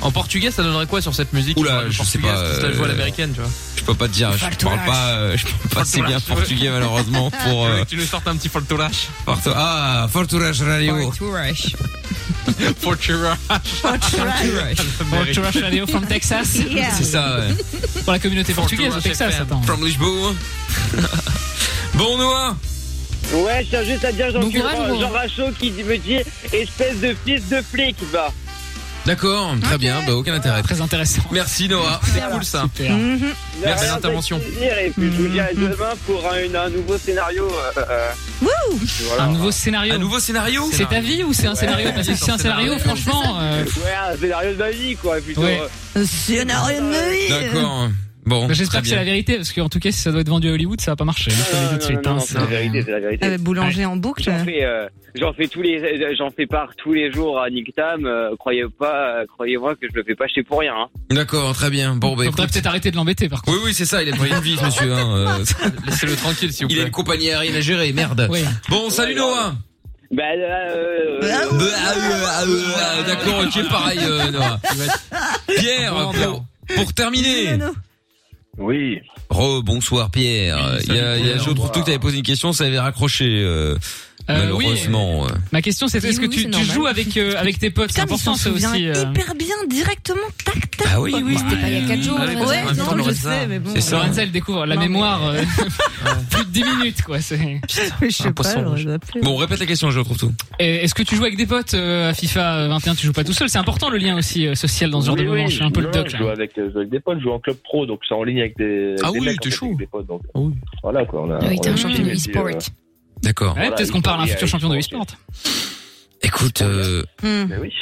Speaker 7: En portugais, ça donnerait quoi sur cette musique
Speaker 2: Oula,
Speaker 7: euh,
Speaker 2: je sais
Speaker 7: portugaise,
Speaker 2: pas,
Speaker 7: parce que C'est la
Speaker 2: euh,
Speaker 7: voix à l'américaine, tu vois.
Speaker 2: Je peux pas te dire. Je parle pas. euh, je parle pas assez bien portugais
Speaker 7: [laughs]
Speaker 2: malheureusement pour.
Speaker 7: Je veux
Speaker 2: euh,
Speaker 7: que tu nous sortes un petit Fortourage.
Speaker 2: Porto- Ah, Fortourage Radio.
Speaker 7: Fortourage.
Speaker 2: [laughs]
Speaker 7: Fortourage.
Speaker 6: [laughs] Fortourage. Fortourage Radio from
Speaker 5: [laughs]
Speaker 6: Texas.
Speaker 7: Yeah.
Speaker 2: C'est ça. Ouais.
Speaker 6: Pour la communauté portugaise au
Speaker 2: Fortourage
Speaker 6: Texas,
Speaker 2: FM.
Speaker 6: attends.
Speaker 2: From Lisboa. [laughs] bon Noah.
Speaker 12: Ouais, je tiens juste à dire Jean,
Speaker 2: Bon
Speaker 12: Jean,
Speaker 2: courage, bon.
Speaker 12: Jean Rachaud qui me dit espèce de fils de flic, bah.
Speaker 2: D'accord, très bien, bah, aucun intérêt. Très
Speaker 6: intéressant.
Speaker 2: Merci Noah, c'est cool ça. Mhm. Merci
Speaker 12: Rien,
Speaker 2: l'intervention.
Speaker 12: avec plaisir, Et puis je vous dis à demain pour un, un nouveau scénario. euh, euh, voilà.
Speaker 6: Un nouveau scénario.
Speaker 12: Un nouveau scénario
Speaker 6: C'est ta vie ou c'est un
Speaker 12: Ouais.
Speaker 6: scénario Parce que si c'est un scénario, franchement.
Speaker 2: [laughs]
Speaker 6: euh,
Speaker 12: Ouais, un scénario de ma vie, quoi. Plutôt.
Speaker 6: Ouais.
Speaker 12: euh,
Speaker 2: D'accord. Bon,
Speaker 6: bah, J'espère
Speaker 2: très
Speaker 6: que c'est
Speaker 2: bien.
Speaker 6: la vérité, parce qu'en tout cas, si ça doit être vendu à Hollywood, ça va pas marcher. Je te le dis tout de suite,
Speaker 12: non,
Speaker 6: hein,
Speaker 12: non,
Speaker 6: c'est-
Speaker 12: c'est la vérité, c'est la vérité.
Speaker 5: Avec Ah, boulanger en boucle.
Speaker 6: Hein.
Speaker 12: J'en fais, euh, j'en fais tous les, euh, j'en fais part tous les jours à Nick Tam. euh, croyez pas, euh, croyez-moi que je le fais pas chez pour rien. hein.
Speaker 2: D'accord, très bien. Bon, bah,
Speaker 6: Faudrait
Speaker 2: écoute.
Speaker 6: peut-être arrêter de l'embêter, par contre.
Speaker 2: Oui, oui, c'est ça, il a pris une vie, ce monsieur.
Speaker 6: [laughs]
Speaker 2: Laissez-le tranquille, s'il vous plaît. Il a une compagnie aérienne à gérer, merde. Bon, salut Noah.
Speaker 12: Bah, euh,
Speaker 2: Bah, ah, euh, ah, euh, ah, D'accord, ok, pareil,
Speaker 12: [laughs]
Speaker 2: euh, Noah. Pierre, pour, pour terminer.
Speaker 11: Oui.
Speaker 2: Re, bonsoir Pierre. Il y a, il y a, je trouve tout que t'avais posé une question, ça avait raccroché, euh,
Speaker 6: Euh, oui.
Speaker 2: malheureusement. euh.
Speaker 6: Ma question, c'était est-ce que
Speaker 5: Oui, oui,
Speaker 6: tu,
Speaker 5: c'est
Speaker 6: tu
Speaker 5: normal.
Speaker 6: joues avec, euh, avec tes potes C'est
Speaker 5: Putain, mais il
Speaker 6: important,
Speaker 5: s'en
Speaker 6: ça
Speaker 5: souvient
Speaker 6: aussi. euh.
Speaker 5: hyper bien directement. Tac, tac.
Speaker 2: Ah oui, Ah oui,
Speaker 5: Bah c'était pas il y a 4 jours. euh,
Speaker 6: Ouais,
Speaker 5: Ouais,
Speaker 6: en même temps,
Speaker 5: non, je
Speaker 6: Lorenza,
Speaker 5: sais, mais bon.
Speaker 6: C'est ça. Lorenza, elle découvre la mémoire
Speaker 5: [laughs]
Speaker 6: euh, [laughs] plus de 10 minutes, quoi. C'est.
Speaker 5: Mais je sais pas,
Speaker 6: Impossible.
Speaker 5: j'aurais dû appeler.
Speaker 2: Bon, répète la question, je retrouve tout.
Speaker 6: Et Est-ce que tu joues avec des potes euh, à FIFA 21 Tu joues pas tout seul C'est important le lien aussi euh, social dans ce genre de moment. Je suis un peu le
Speaker 11: Non,
Speaker 6: doc.
Speaker 11: Je
Speaker 6: là.
Speaker 11: joue avec, euh, avec des potes, je joue en club pro, donc c'est en ligne avec des.
Speaker 6: Ah oui,
Speaker 11: des
Speaker 6: Ah
Speaker 11: mecs, en
Speaker 6: t'es
Speaker 11: fait,
Speaker 6: chaud.
Speaker 11: avec des potes, donc, euh, Voilà quoi, on a.
Speaker 6: Ah oui, t'es
Speaker 11: on a
Speaker 6: un champion
Speaker 11: une
Speaker 6: de
Speaker 11: petite,
Speaker 6: e-sport.
Speaker 11: euh,
Speaker 2: D'accord.
Speaker 6: Ouais, peut-être qu'on parle à un
Speaker 11: Voilà, euh,
Speaker 6: futur champion de e-sport.
Speaker 2: Écoute, euh,
Speaker 5: Hmm.
Speaker 11: Mais oui.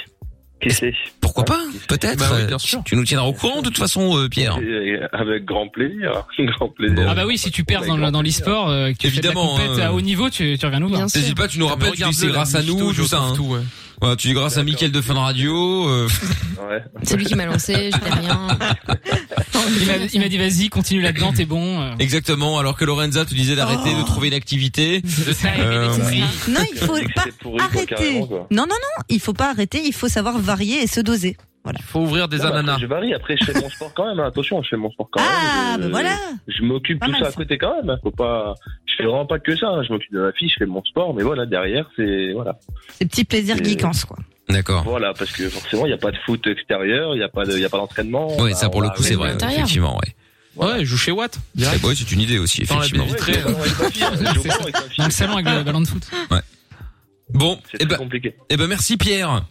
Speaker 11: Qui sait
Speaker 2: pourquoi pas Peut-être.
Speaker 11: Bah oui, bien
Speaker 2: euh, Tu nous tiendras au courant de toute façon, euh, Pierre.
Speaker 11: Et Avec grand plaisir. [laughs] grand plaisir.
Speaker 6: Ah bah oui, si tu perds dans, le- dans l'e-sport, euh, que tu fais de la
Speaker 2: Évidemment,
Speaker 6: compète
Speaker 2: hein.
Speaker 6: à haut niveau, tu, tu reviens nous voir.
Speaker 2: N'hésite pas, tu nous rappelles, tu dis c'est grâce à nous, tout ça. hein. Voilà, tu dis grâce à Mickaël de Fun Radio.
Speaker 11: [laughs]
Speaker 2: euh,
Speaker 3: C'est lui qui m'a lancé,
Speaker 6: [laughs]
Speaker 3: je n'ai rien.
Speaker 6: Il m'a- il m'a dit vas-y, continue là-dedans, t'es bon. euh.
Speaker 2: [laughs] Exactement, alors que Lorenza, tu disais d'arrêter
Speaker 3: Oh.
Speaker 2: de trouver une activité. Euh, oui.
Speaker 5: Non, il faut pas
Speaker 11: pourri, quoi,
Speaker 5: arrêter.
Speaker 11: carrément,
Speaker 5: Non,
Speaker 11: quoi.
Speaker 5: non, non, il faut pas arrêter, il faut savoir varier et se doser. Voilà.
Speaker 7: Faut ouvrir des
Speaker 11: Non, mais
Speaker 7: ananas.
Speaker 11: après, je varie, après je fais mon sport quand même, hein. attention, je fais mon sport quand
Speaker 5: Ah,
Speaker 11: même.
Speaker 5: bah
Speaker 11: Je-
Speaker 5: voilà.
Speaker 11: Je m'occupe
Speaker 5: Pas
Speaker 11: tout
Speaker 5: mal,
Speaker 11: ça à
Speaker 5: ça.
Speaker 11: côté quand même, hein. faut pas. Je fais vraiment pas que ça, hein. je m'occupe de ma fille, je fais mon sport, mais voilà, derrière, c'est. Voilà.
Speaker 5: Ces petits plaisirs
Speaker 11: Et-
Speaker 5: geekants, quoi.
Speaker 2: D'accord.
Speaker 11: Voilà, parce que forcément, il n'y a pas de foot extérieur, il n'y a pas de- il y a pas d'entraînement. Ah,
Speaker 2: Ouais, ça pour le coup, c'est vrai,
Speaker 11: Intérieur.
Speaker 2: effectivement, ouais.
Speaker 7: Ouais, joue chez Watt.
Speaker 2: C'est Eh ben, ouais, c'est une idée aussi,
Speaker 7: Dans la baie
Speaker 2: effectivement.
Speaker 7: vitrée.
Speaker 2: [laughs]
Speaker 6: Dans le salon avec le ballon de foot.
Speaker 2: Bon,
Speaker 11: c'est très compliqué.
Speaker 2: Eh ben merci Pierre.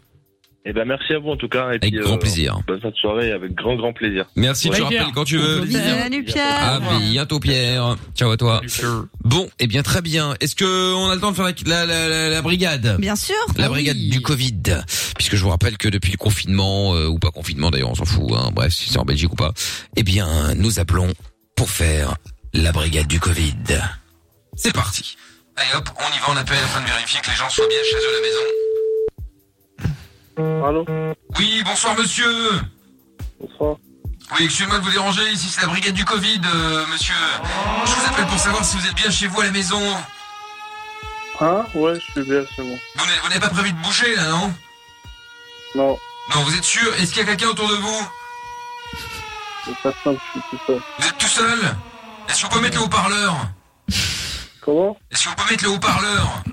Speaker 11: Eh ben merci à vous en tout cas. Et avec
Speaker 2: grand plaisir.
Speaker 11: Bonne fin de soirée avec grand grand plaisir.
Speaker 2: Merci, tu rappelles quand tu veux.
Speaker 5: Salut
Speaker 3: Ah,
Speaker 5: Pierre.
Speaker 2: À bientôt Pierre. Ciao à toi. Bon, eh bien très bien. Est-ce que on a le temps de faire la, la, la- la brigade
Speaker 5: Bien sûr.
Speaker 2: La brigade du Covid, puisque je vous rappelle que depuis le confinement euh, ou pas confinement d'ailleurs, on s'en fout. Hein, bref, si c'est en Belgique ou pas, eh bien nous appelons pour faire la brigade du Covid. C'est parti. Allez hop, on y va, on appelle afin de vérifier que les gens soient bien chez eux à la maison.
Speaker 11: Allô
Speaker 2: Oui, bonsoir monsieur.
Speaker 11: Bonsoir.
Speaker 2: Oui, excusez-moi de vous déranger, ici c'est la brigade du Covid, euh, monsieur. Je vous appelle pour savoir si vous êtes bien chez vous à la maison.
Speaker 11: Hein Ouais, je suis bien, c'est bon.
Speaker 2: Vous n'avez- vous n'avez pas prévu de bouger là, non
Speaker 11: Non,
Speaker 2: Non, vous êtes sûr Est-ce qu'il y a quelqu'un autour de vous
Speaker 11: c'est pas simple, je suis tout seul.
Speaker 2: Vous êtes tout seul Est-ce que vous pouvez mettre le haut-parleur
Speaker 11: Comment
Speaker 2: Est-ce que vous pouvez mettre le haut-parleur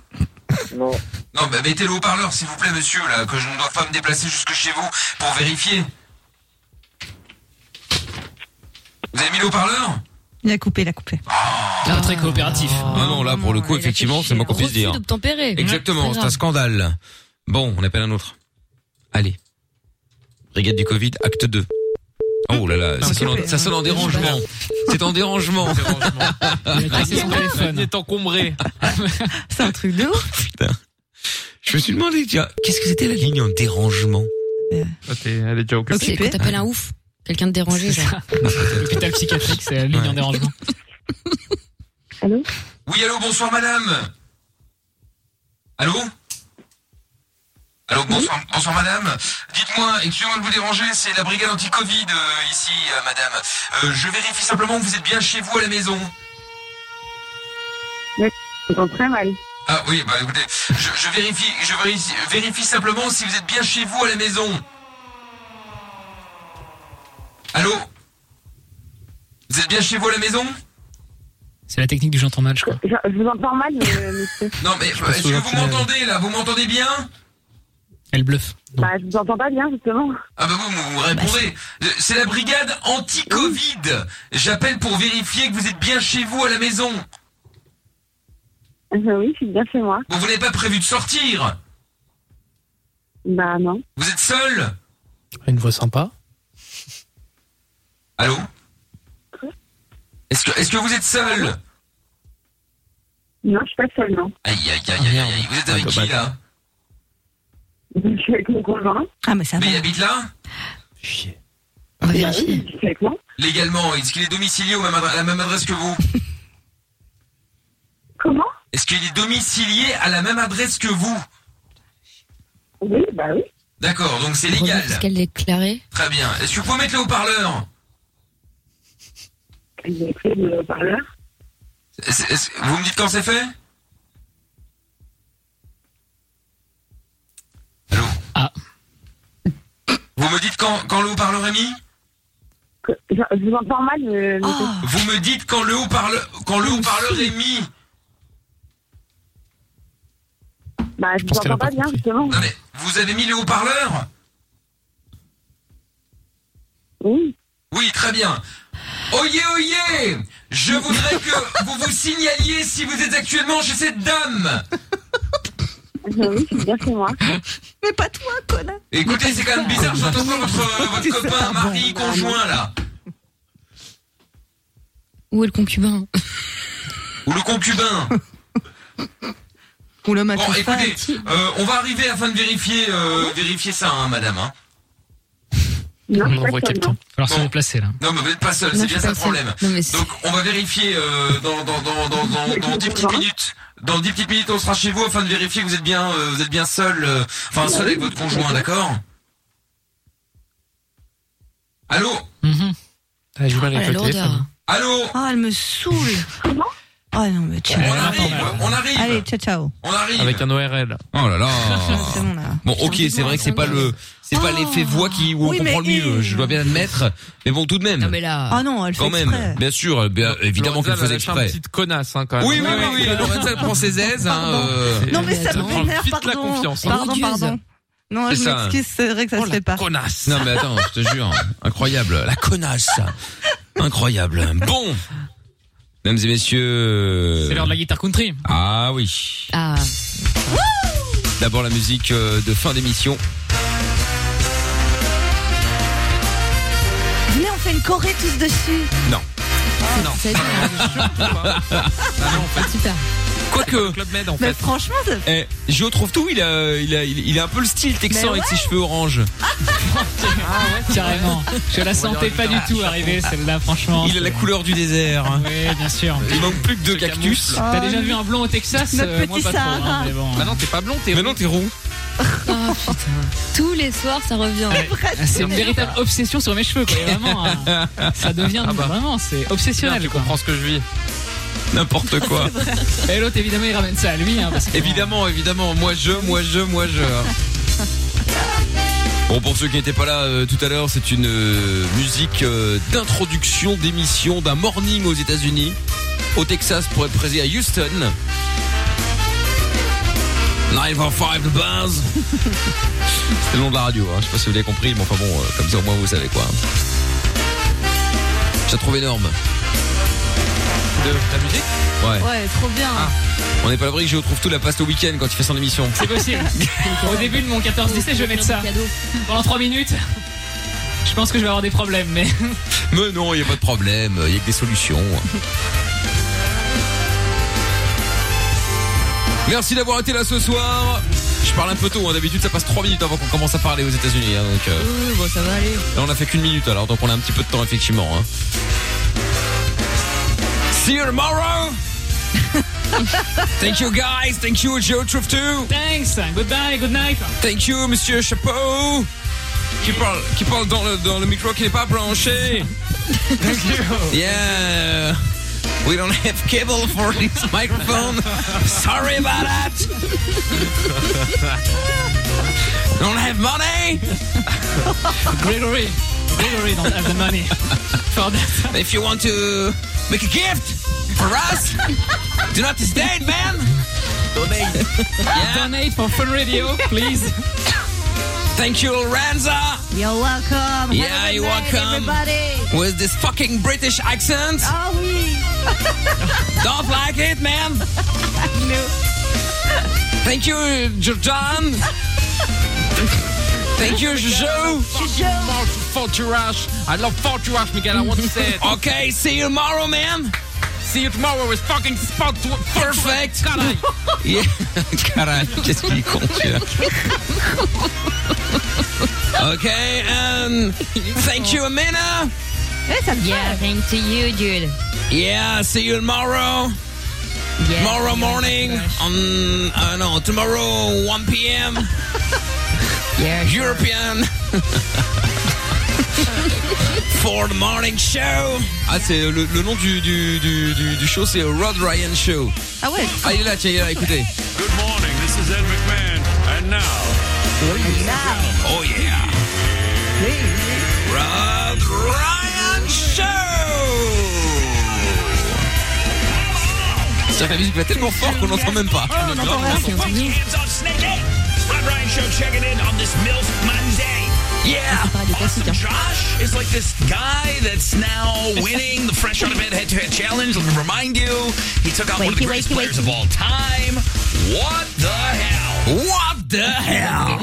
Speaker 11: Non.
Speaker 2: Non, bah mettez le haut-parleur s'il vous plaît, monsieur, là, que je ne dois pas me déplacer jusque chez vous pour vérifier. Vous avez mis le haut-parleur
Speaker 5: Il a coupé, il a coupé.
Speaker 6: Pas très coopératif.
Speaker 2: Ah non, là, pour le coup, effectivement, c'est le moins qu'on puisse dire.
Speaker 3: d'obtempérer.
Speaker 2: Exactement, c'est un scandale. Bon, on appelle un autre. Allez. Brigade du Covid, acte 2. Oh là là, ça sonne en, ça sonne en dérangement. C'est en dérangement. [laughs]
Speaker 7: Il est encombré.
Speaker 5: [laughs] C'est un truc de ouf.
Speaker 2: Je me suis demandé, tiens, qu'est-ce que c'était la ligne en dérangement
Speaker 7: Ah, Elle est déjà
Speaker 3: Donc, c'est quand t'appelles un ouf. Quelqu'un de dérangé, genre.
Speaker 6: [laughs] L'hôpital psychiatrique, c'est la ligne en dérangement.
Speaker 2: Oui, allô, bonsoir madame. Allô Allô, bonsoir, bonsoir madame. Dites-moi, excusez-moi de vous déranger, c'est la brigade anti-Covid euh, ici, euh, madame. Euh, je vérifie simplement que vous êtes bien chez vous à la maison.
Speaker 15: Je comprends très mal.
Speaker 2: Ah oui, bah écoutez, je, je vérifie, je vérifie, vérifie simplement si vous êtes bien chez vous à la maison. Allô Vous êtes bien chez vous à la maison
Speaker 6: C'est la technique du j'entends mal, je crois.
Speaker 15: Je, je vous entends mal, mais, monsieur.
Speaker 2: Non mais euh, est-ce que
Speaker 6: souviens
Speaker 2: vous
Speaker 6: plus, euh,
Speaker 2: m'entendez là Vous m'entendez bien
Speaker 6: Elle bluffe.
Speaker 15: Bah, je vous entends pas bien, justement. [laughs]
Speaker 2: Ah bah vous, vous, vous répondez. Euh, C'est la brigade anti-Covid. J'appelle pour vérifier que vous êtes bien chez vous à la maison.
Speaker 15: Euh, oui, je suis bien chez moi.
Speaker 2: Bon, vous n'avez pas prévu de sortir.
Speaker 15: Bah, non. [laughs]
Speaker 2: Vous êtes seul.
Speaker 6: Une voix sympa.
Speaker 2: Allô Est-ce que, est-ce que vous êtes seul
Speaker 15: Non, je suis pas seule, non.
Speaker 2: Aïe, aïe, aïe, aïe, aïe. Vous êtes avec qui là
Speaker 15: Je suis avec mon conjoint.
Speaker 5: Ah, mais ça
Speaker 2: Mais il habite là
Speaker 15: va vérifier. Je suis Bah avec moi.
Speaker 2: Légalement, est-ce qu'il est domicilié au même adre- à la même adresse que vous
Speaker 15: Comment
Speaker 2: Est-ce qu'il est domicilié à la même adresse que vous
Speaker 15: Oui, bah oui.
Speaker 2: D'accord, donc c'est légal.
Speaker 3: Parce qu'elle est déclarée.
Speaker 2: Très bien. Est-ce que vous pouvez mettre le haut-parleur
Speaker 15: J'ai pris le parleur.
Speaker 2: Est-ce- est-ce- Vous me dites quand c'est fait Allô
Speaker 6: Ah.
Speaker 2: Vous me dites quand, quand le haut-parleur est mis
Speaker 15: Je, je vous entends mal, euh, mais,
Speaker 5: Ah.
Speaker 15: monsieur.
Speaker 2: Vous me dites quand le haut-parleur quand le haut-parleur est mis
Speaker 15: Bah, je vous
Speaker 2: pense qu'elle a
Speaker 15: entends pas
Speaker 2: pas
Speaker 15: bien, justement.
Speaker 2: Vous avez mis le haut-parleur
Speaker 15: Oui.
Speaker 2: Oui, très bien. Oyez, oyez Je voudrais que vous vous signaliez si vous êtes actuellement chez cette dame.
Speaker 15: Euh, oui, je suis bien chez
Speaker 2: [laughs]
Speaker 15: moi.
Speaker 5: Mais pas toi, connard.
Speaker 2: Écoutez, c'est quand même bizarre, j'entends pas votre, votre copain, mari, conjoint là.
Speaker 3: Où est le concubin
Speaker 2: Ou le concubin.
Speaker 6: Ah,
Speaker 5: Ou l'homme à
Speaker 2: Bon,
Speaker 5: tout ça.
Speaker 2: écoutez, euh, on va arriver afin de vérifier, euh, vérifier ça, hein, madame. hein.
Speaker 15: Non,
Speaker 6: On envoie quelqu'un. Alors, se remplacer là.
Speaker 2: Non, mais vous n'êtes pas seul,
Speaker 6: Non,
Speaker 2: c'est
Speaker 6: je
Speaker 2: bien
Speaker 6: suis
Speaker 2: ça
Speaker 6: pas
Speaker 2: le problème.
Speaker 6: seule.
Speaker 2: Donc, on va vérifier euh, dans, dans, dans, dans, dans, dans 10 petites minutes. Dans 10 petites minutes, on sera chez vous afin de vérifier que vous êtes bien, euh, vous êtes bien seul, euh, enfin seul avec votre conjoint, d'accord Allô
Speaker 7: Mhm.
Speaker 6: Ah, j'ai mal
Speaker 5: Oh, la
Speaker 6: avec le
Speaker 5: lourdeur.
Speaker 6: téléphone.
Speaker 2: Allô Eh,
Speaker 5: Oh, elle me saoule. Comment Oh non, mais tiens.
Speaker 6: On arrive,
Speaker 2: on arrive.
Speaker 5: Allez, ciao, ciao.
Speaker 2: On arrive
Speaker 7: Avec un ORL.
Speaker 2: Oh là là
Speaker 5: [laughs] C'est bon, là.
Speaker 2: Bon, ok, c'est vrai que c'est pas le, c'est pas l'effet voix qui où on
Speaker 5: Ah. Oui, mais
Speaker 2: comprend le mieux. Je dois bien admettre, mais bon, tout de même.
Speaker 5: Ah non, elle fait
Speaker 2: Quand même,
Speaker 5: exprès.
Speaker 2: bien sûr, bien, évidemment qu'elle
Speaker 7: Lorenza, elle
Speaker 2: faisait
Speaker 7: a lâché un
Speaker 2: exprès.
Speaker 7: petit connasse, hein, quand même.
Speaker 2: Oui, oui, oui, oui, Lorenza, elle prend ses aises,
Speaker 7: [laughs]
Speaker 2: hein, euh,
Speaker 5: Non, mais ça me
Speaker 7: prend
Speaker 5: vénère,
Speaker 7: vite la
Speaker 5: pardon.
Speaker 7: confiance.
Speaker 5: Pardon,
Speaker 7: Odieuse.
Speaker 5: pardon. Non,
Speaker 2: C'est
Speaker 5: je
Speaker 2: ça.
Speaker 5: m'excuse, c'est vrai que ça se fait pas.
Speaker 2: Connasse. Non mais attends, je te jure, incroyable, la connasse, incroyable. Bon, mesdames et messieurs.
Speaker 6: C'est l'heure de la guitare country.
Speaker 2: Ah oui.
Speaker 3: Ah.
Speaker 2: D'abord la musique euh, de fin d'émission.
Speaker 5: Venez, on fait une corée tous dessus.
Speaker 2: Non.
Speaker 6: Ah,
Speaker 2: Ah,
Speaker 5: non.
Speaker 3: Super.
Speaker 2: Quoique.
Speaker 5: Mais franchement, ça-
Speaker 2: Bah, Eh, Gio trouve tout, il a, il a, il il a un peu le style texan
Speaker 5: Mais
Speaker 2: avec ses cheveux orange.
Speaker 6: Ah, Carrément. Je
Speaker 5: Ah,
Speaker 6: la sentais pas du tout arriver celle-là, franchement.
Speaker 2: Il a la couleur du désert.
Speaker 6: Oui, bien sûr.
Speaker 2: Il manque plus que deux cactus.
Speaker 6: T'as déjà vu un blond au Texas
Speaker 5: Oh, Notre
Speaker 6: Euh, Moi
Speaker 5: petit
Speaker 6: pas trop.
Speaker 5: Sahara.
Speaker 6: hein, mais bon.
Speaker 7: Maintenant, t'es pas blond, t'es
Speaker 2: Maintenant, Bah t'es roux.
Speaker 3: Oh putain. Tous les soirs, ça revient.
Speaker 6: C'est une véritable obsession sur mes cheveux, quoi. Vraiment, hein. ça devient
Speaker 2: Ah bah.
Speaker 6: vraiment, c'est obsessionnel.
Speaker 7: Tu comprends ce que je vis.
Speaker 2: N'importe
Speaker 6: [laughs]
Speaker 2: quoi.
Speaker 6: Et l'autre, évidemment, il ramène ça à lui, hein, parce que
Speaker 2: Évidemment, évidemment, moi je, moi je, moi je. Bon, pour ceux qui n'étaient pas là euh, tout à l'heure, c'est une euh, musique euh, d'introduction d'émission d'un morning aux États-Unis, au Texas pour être présé à Houston.
Speaker 6: [laughs]
Speaker 2: 945 The Buzz. C'était le nom de la radio, hein. je sais pas si vous l'avez compris, mais enfin bon, euh, comme ça au moins vous savez quoi. Je la trouve énorme.
Speaker 7: De la musique
Speaker 2: [laughs] Ouais. Ah.
Speaker 5: ouais, trop bien.
Speaker 2: On n'est pas l'abri que je retrouve tout la paste au week-end quand il fait son émission.
Speaker 6: c'est possible. Au début de mon 14-17, je vais mettre ça. Pendant 3 minutes. Je pense que je vais avoir des problèmes, mais.
Speaker 2: [laughs] Mais non, il n'y a pas de problème, il n'y a que des solutions. Merci d'avoir été là ce soir. Je parle un peu tôt, hein, d'habitude ça passe 3 minutes avant qu'on commence à parler aux États-Unis. hein, donc, euh,
Speaker 4: Oui, bon, ça va aller.
Speaker 2: Là, on a fait qu'une minute alors, donc on a un petit peu de temps effectivement. hein. See you
Speaker 6: [laughs]
Speaker 2: tomorrow. Thank you guys, thank you Joe Truth too.
Speaker 6: Thanks, goodbye, good night.
Speaker 2: Thank you Monsieur Chapeau. Qui parle, qui parle dans le dans le micro qui n'est
Speaker 6: [laughs]
Speaker 2: pas branché. thank you. Yeah. We don't have cable for this [laughs] microphone. Sorry about that. Don't have money.
Speaker 6: Gregory, Gregory don't have the money for that.
Speaker 2: If you want to make a gift for us, do not hesitate, man. Donate.
Speaker 6: Donate for Fun Radio, please.
Speaker 2: Thank you, Lorenza.
Speaker 5: You're welcome.
Speaker 2: Yeah,
Speaker 5: Have a good
Speaker 2: you're
Speaker 5: night,
Speaker 2: welcome.
Speaker 5: Everybody.
Speaker 2: With this fucking British accent.
Speaker 5: Ah oui. [laughs]
Speaker 2: Don't like it, man.
Speaker 5: No.
Speaker 2: Thank you, Jordan. Thank you, Jojo.
Speaker 7: Forturash. I love Forturash, Miguel. I want to say it.
Speaker 2: [laughs] Okay, see you tomorrow, man.
Speaker 7: See you tomorrow with fucking spot
Speaker 2: perfect. [laughs] Yeah. Caralho, qu'est-ce qu'il est con, celui-là. [laughs] Okay, and thank you, Amina.
Speaker 5: Eh,
Speaker 3: Yeah, thanks to you, dude.
Speaker 2: Yeah, see you tomorrow.
Speaker 3: Yeah,
Speaker 2: tomorrow
Speaker 3: yeah,
Speaker 2: morning on uh, no tomorrow 1
Speaker 3: [laughs]
Speaker 2: p.m. yeah, European [laughs] for the morning
Speaker 5: Oh.
Speaker 2: show. Ah, c'est le, le nom du, du, du, du, du show, c'est Rod Ryan Show.
Speaker 5: Ah ouais.
Speaker 2: Ah, il est là, tiens, il est là, écoutez.
Speaker 18: Good morning, this is Ed McMahon, and now.
Speaker 2: Oh yeah. Rod Ryan Show. C'est la musique va tellement fort qu'on n'entend même pas.
Speaker 8: Ah,
Speaker 18: Hands on Snake Day. Rod Ryan Show checking in on this MILF Monday.
Speaker 2: Yeah.
Speaker 18: Awesome.
Speaker 8: Josh is like this guy that's now winning the Fresh Out of Bed Head to Head Challenge. Let me remind you, he took out one of the
Speaker 18: Wakey,
Speaker 8: greatest
Speaker 18: wakey,
Speaker 8: players
Speaker 18: wakey.
Speaker 8: of all time. What the hell?
Speaker 2: What the hell?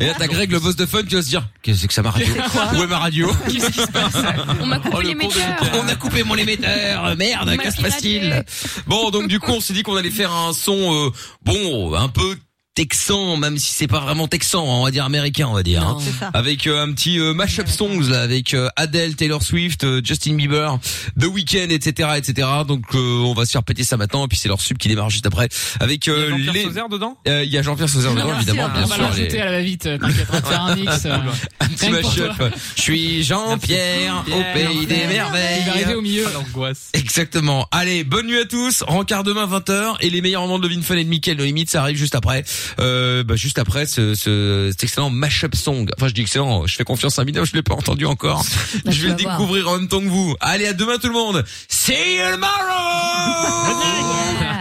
Speaker 2: Et là, t'as Greg, le boss de fun, qui va se dire Qu'est-ce que c'est que ça, ma radio
Speaker 8: C'est quoi
Speaker 2: Où est ma radio
Speaker 8: Qu'est-ce
Speaker 2: qui se passe
Speaker 3: On m'a
Speaker 2: Oh,
Speaker 3: coupé l'émetteur.
Speaker 2: [laughs] On a coupé mon émetteur. Merde,
Speaker 3: m'a
Speaker 2: qu'est-ce qui se passe-t-il Bon, donc du coup, on s'est dit qu'on allait faire un son, euh, bon, un peu texan, même si c'est pas vraiment texan, hein, on va dire américain, on va dire. hein. Avec euh, un petit euh, mashup songs, là, avec euh, Adele, Taylor Swift, euh, Justin Bieber, The Weeknd, etc., etc. Donc, euh, on va se faire péter ça maintenant, et puis c'est leur sub qui démarre juste après. Avec euh,
Speaker 7: Il y a Jean-Pierre
Speaker 2: les...
Speaker 7: Sauzère dedans
Speaker 2: Euh, Il y a Jean-Pierre Sauzère dedans, évidemment, bien
Speaker 6: hein. On va
Speaker 2: sûr. les-
Speaker 6: l'ajouter à la euh, vite, t'inquiète, on va te faire un mix. euh,
Speaker 2: [laughs] un
Speaker 6: rien
Speaker 2: petit
Speaker 6: que pour
Speaker 2: mashup.
Speaker 6: toi.
Speaker 2: Je suis Jean-Pierre au pays des merveilles.
Speaker 6: Il va arriver au milieu.
Speaker 2: [laughs] Exactement. Allez, bonne nuit à tous. Rencard demain 20h et les meilleurs moments de Levin Fun et de Mickaël No Limite, ça arrive juste après. Euh, bah, juste après ce, ce, cet excellent mashup song. Enfin, je dis excellent, je fais confiance à Mina, je l'ai pas entendu encore. Bah, je vais le découvrir en même temps que vous. Allez, à demain tout le monde. See you tomorrow!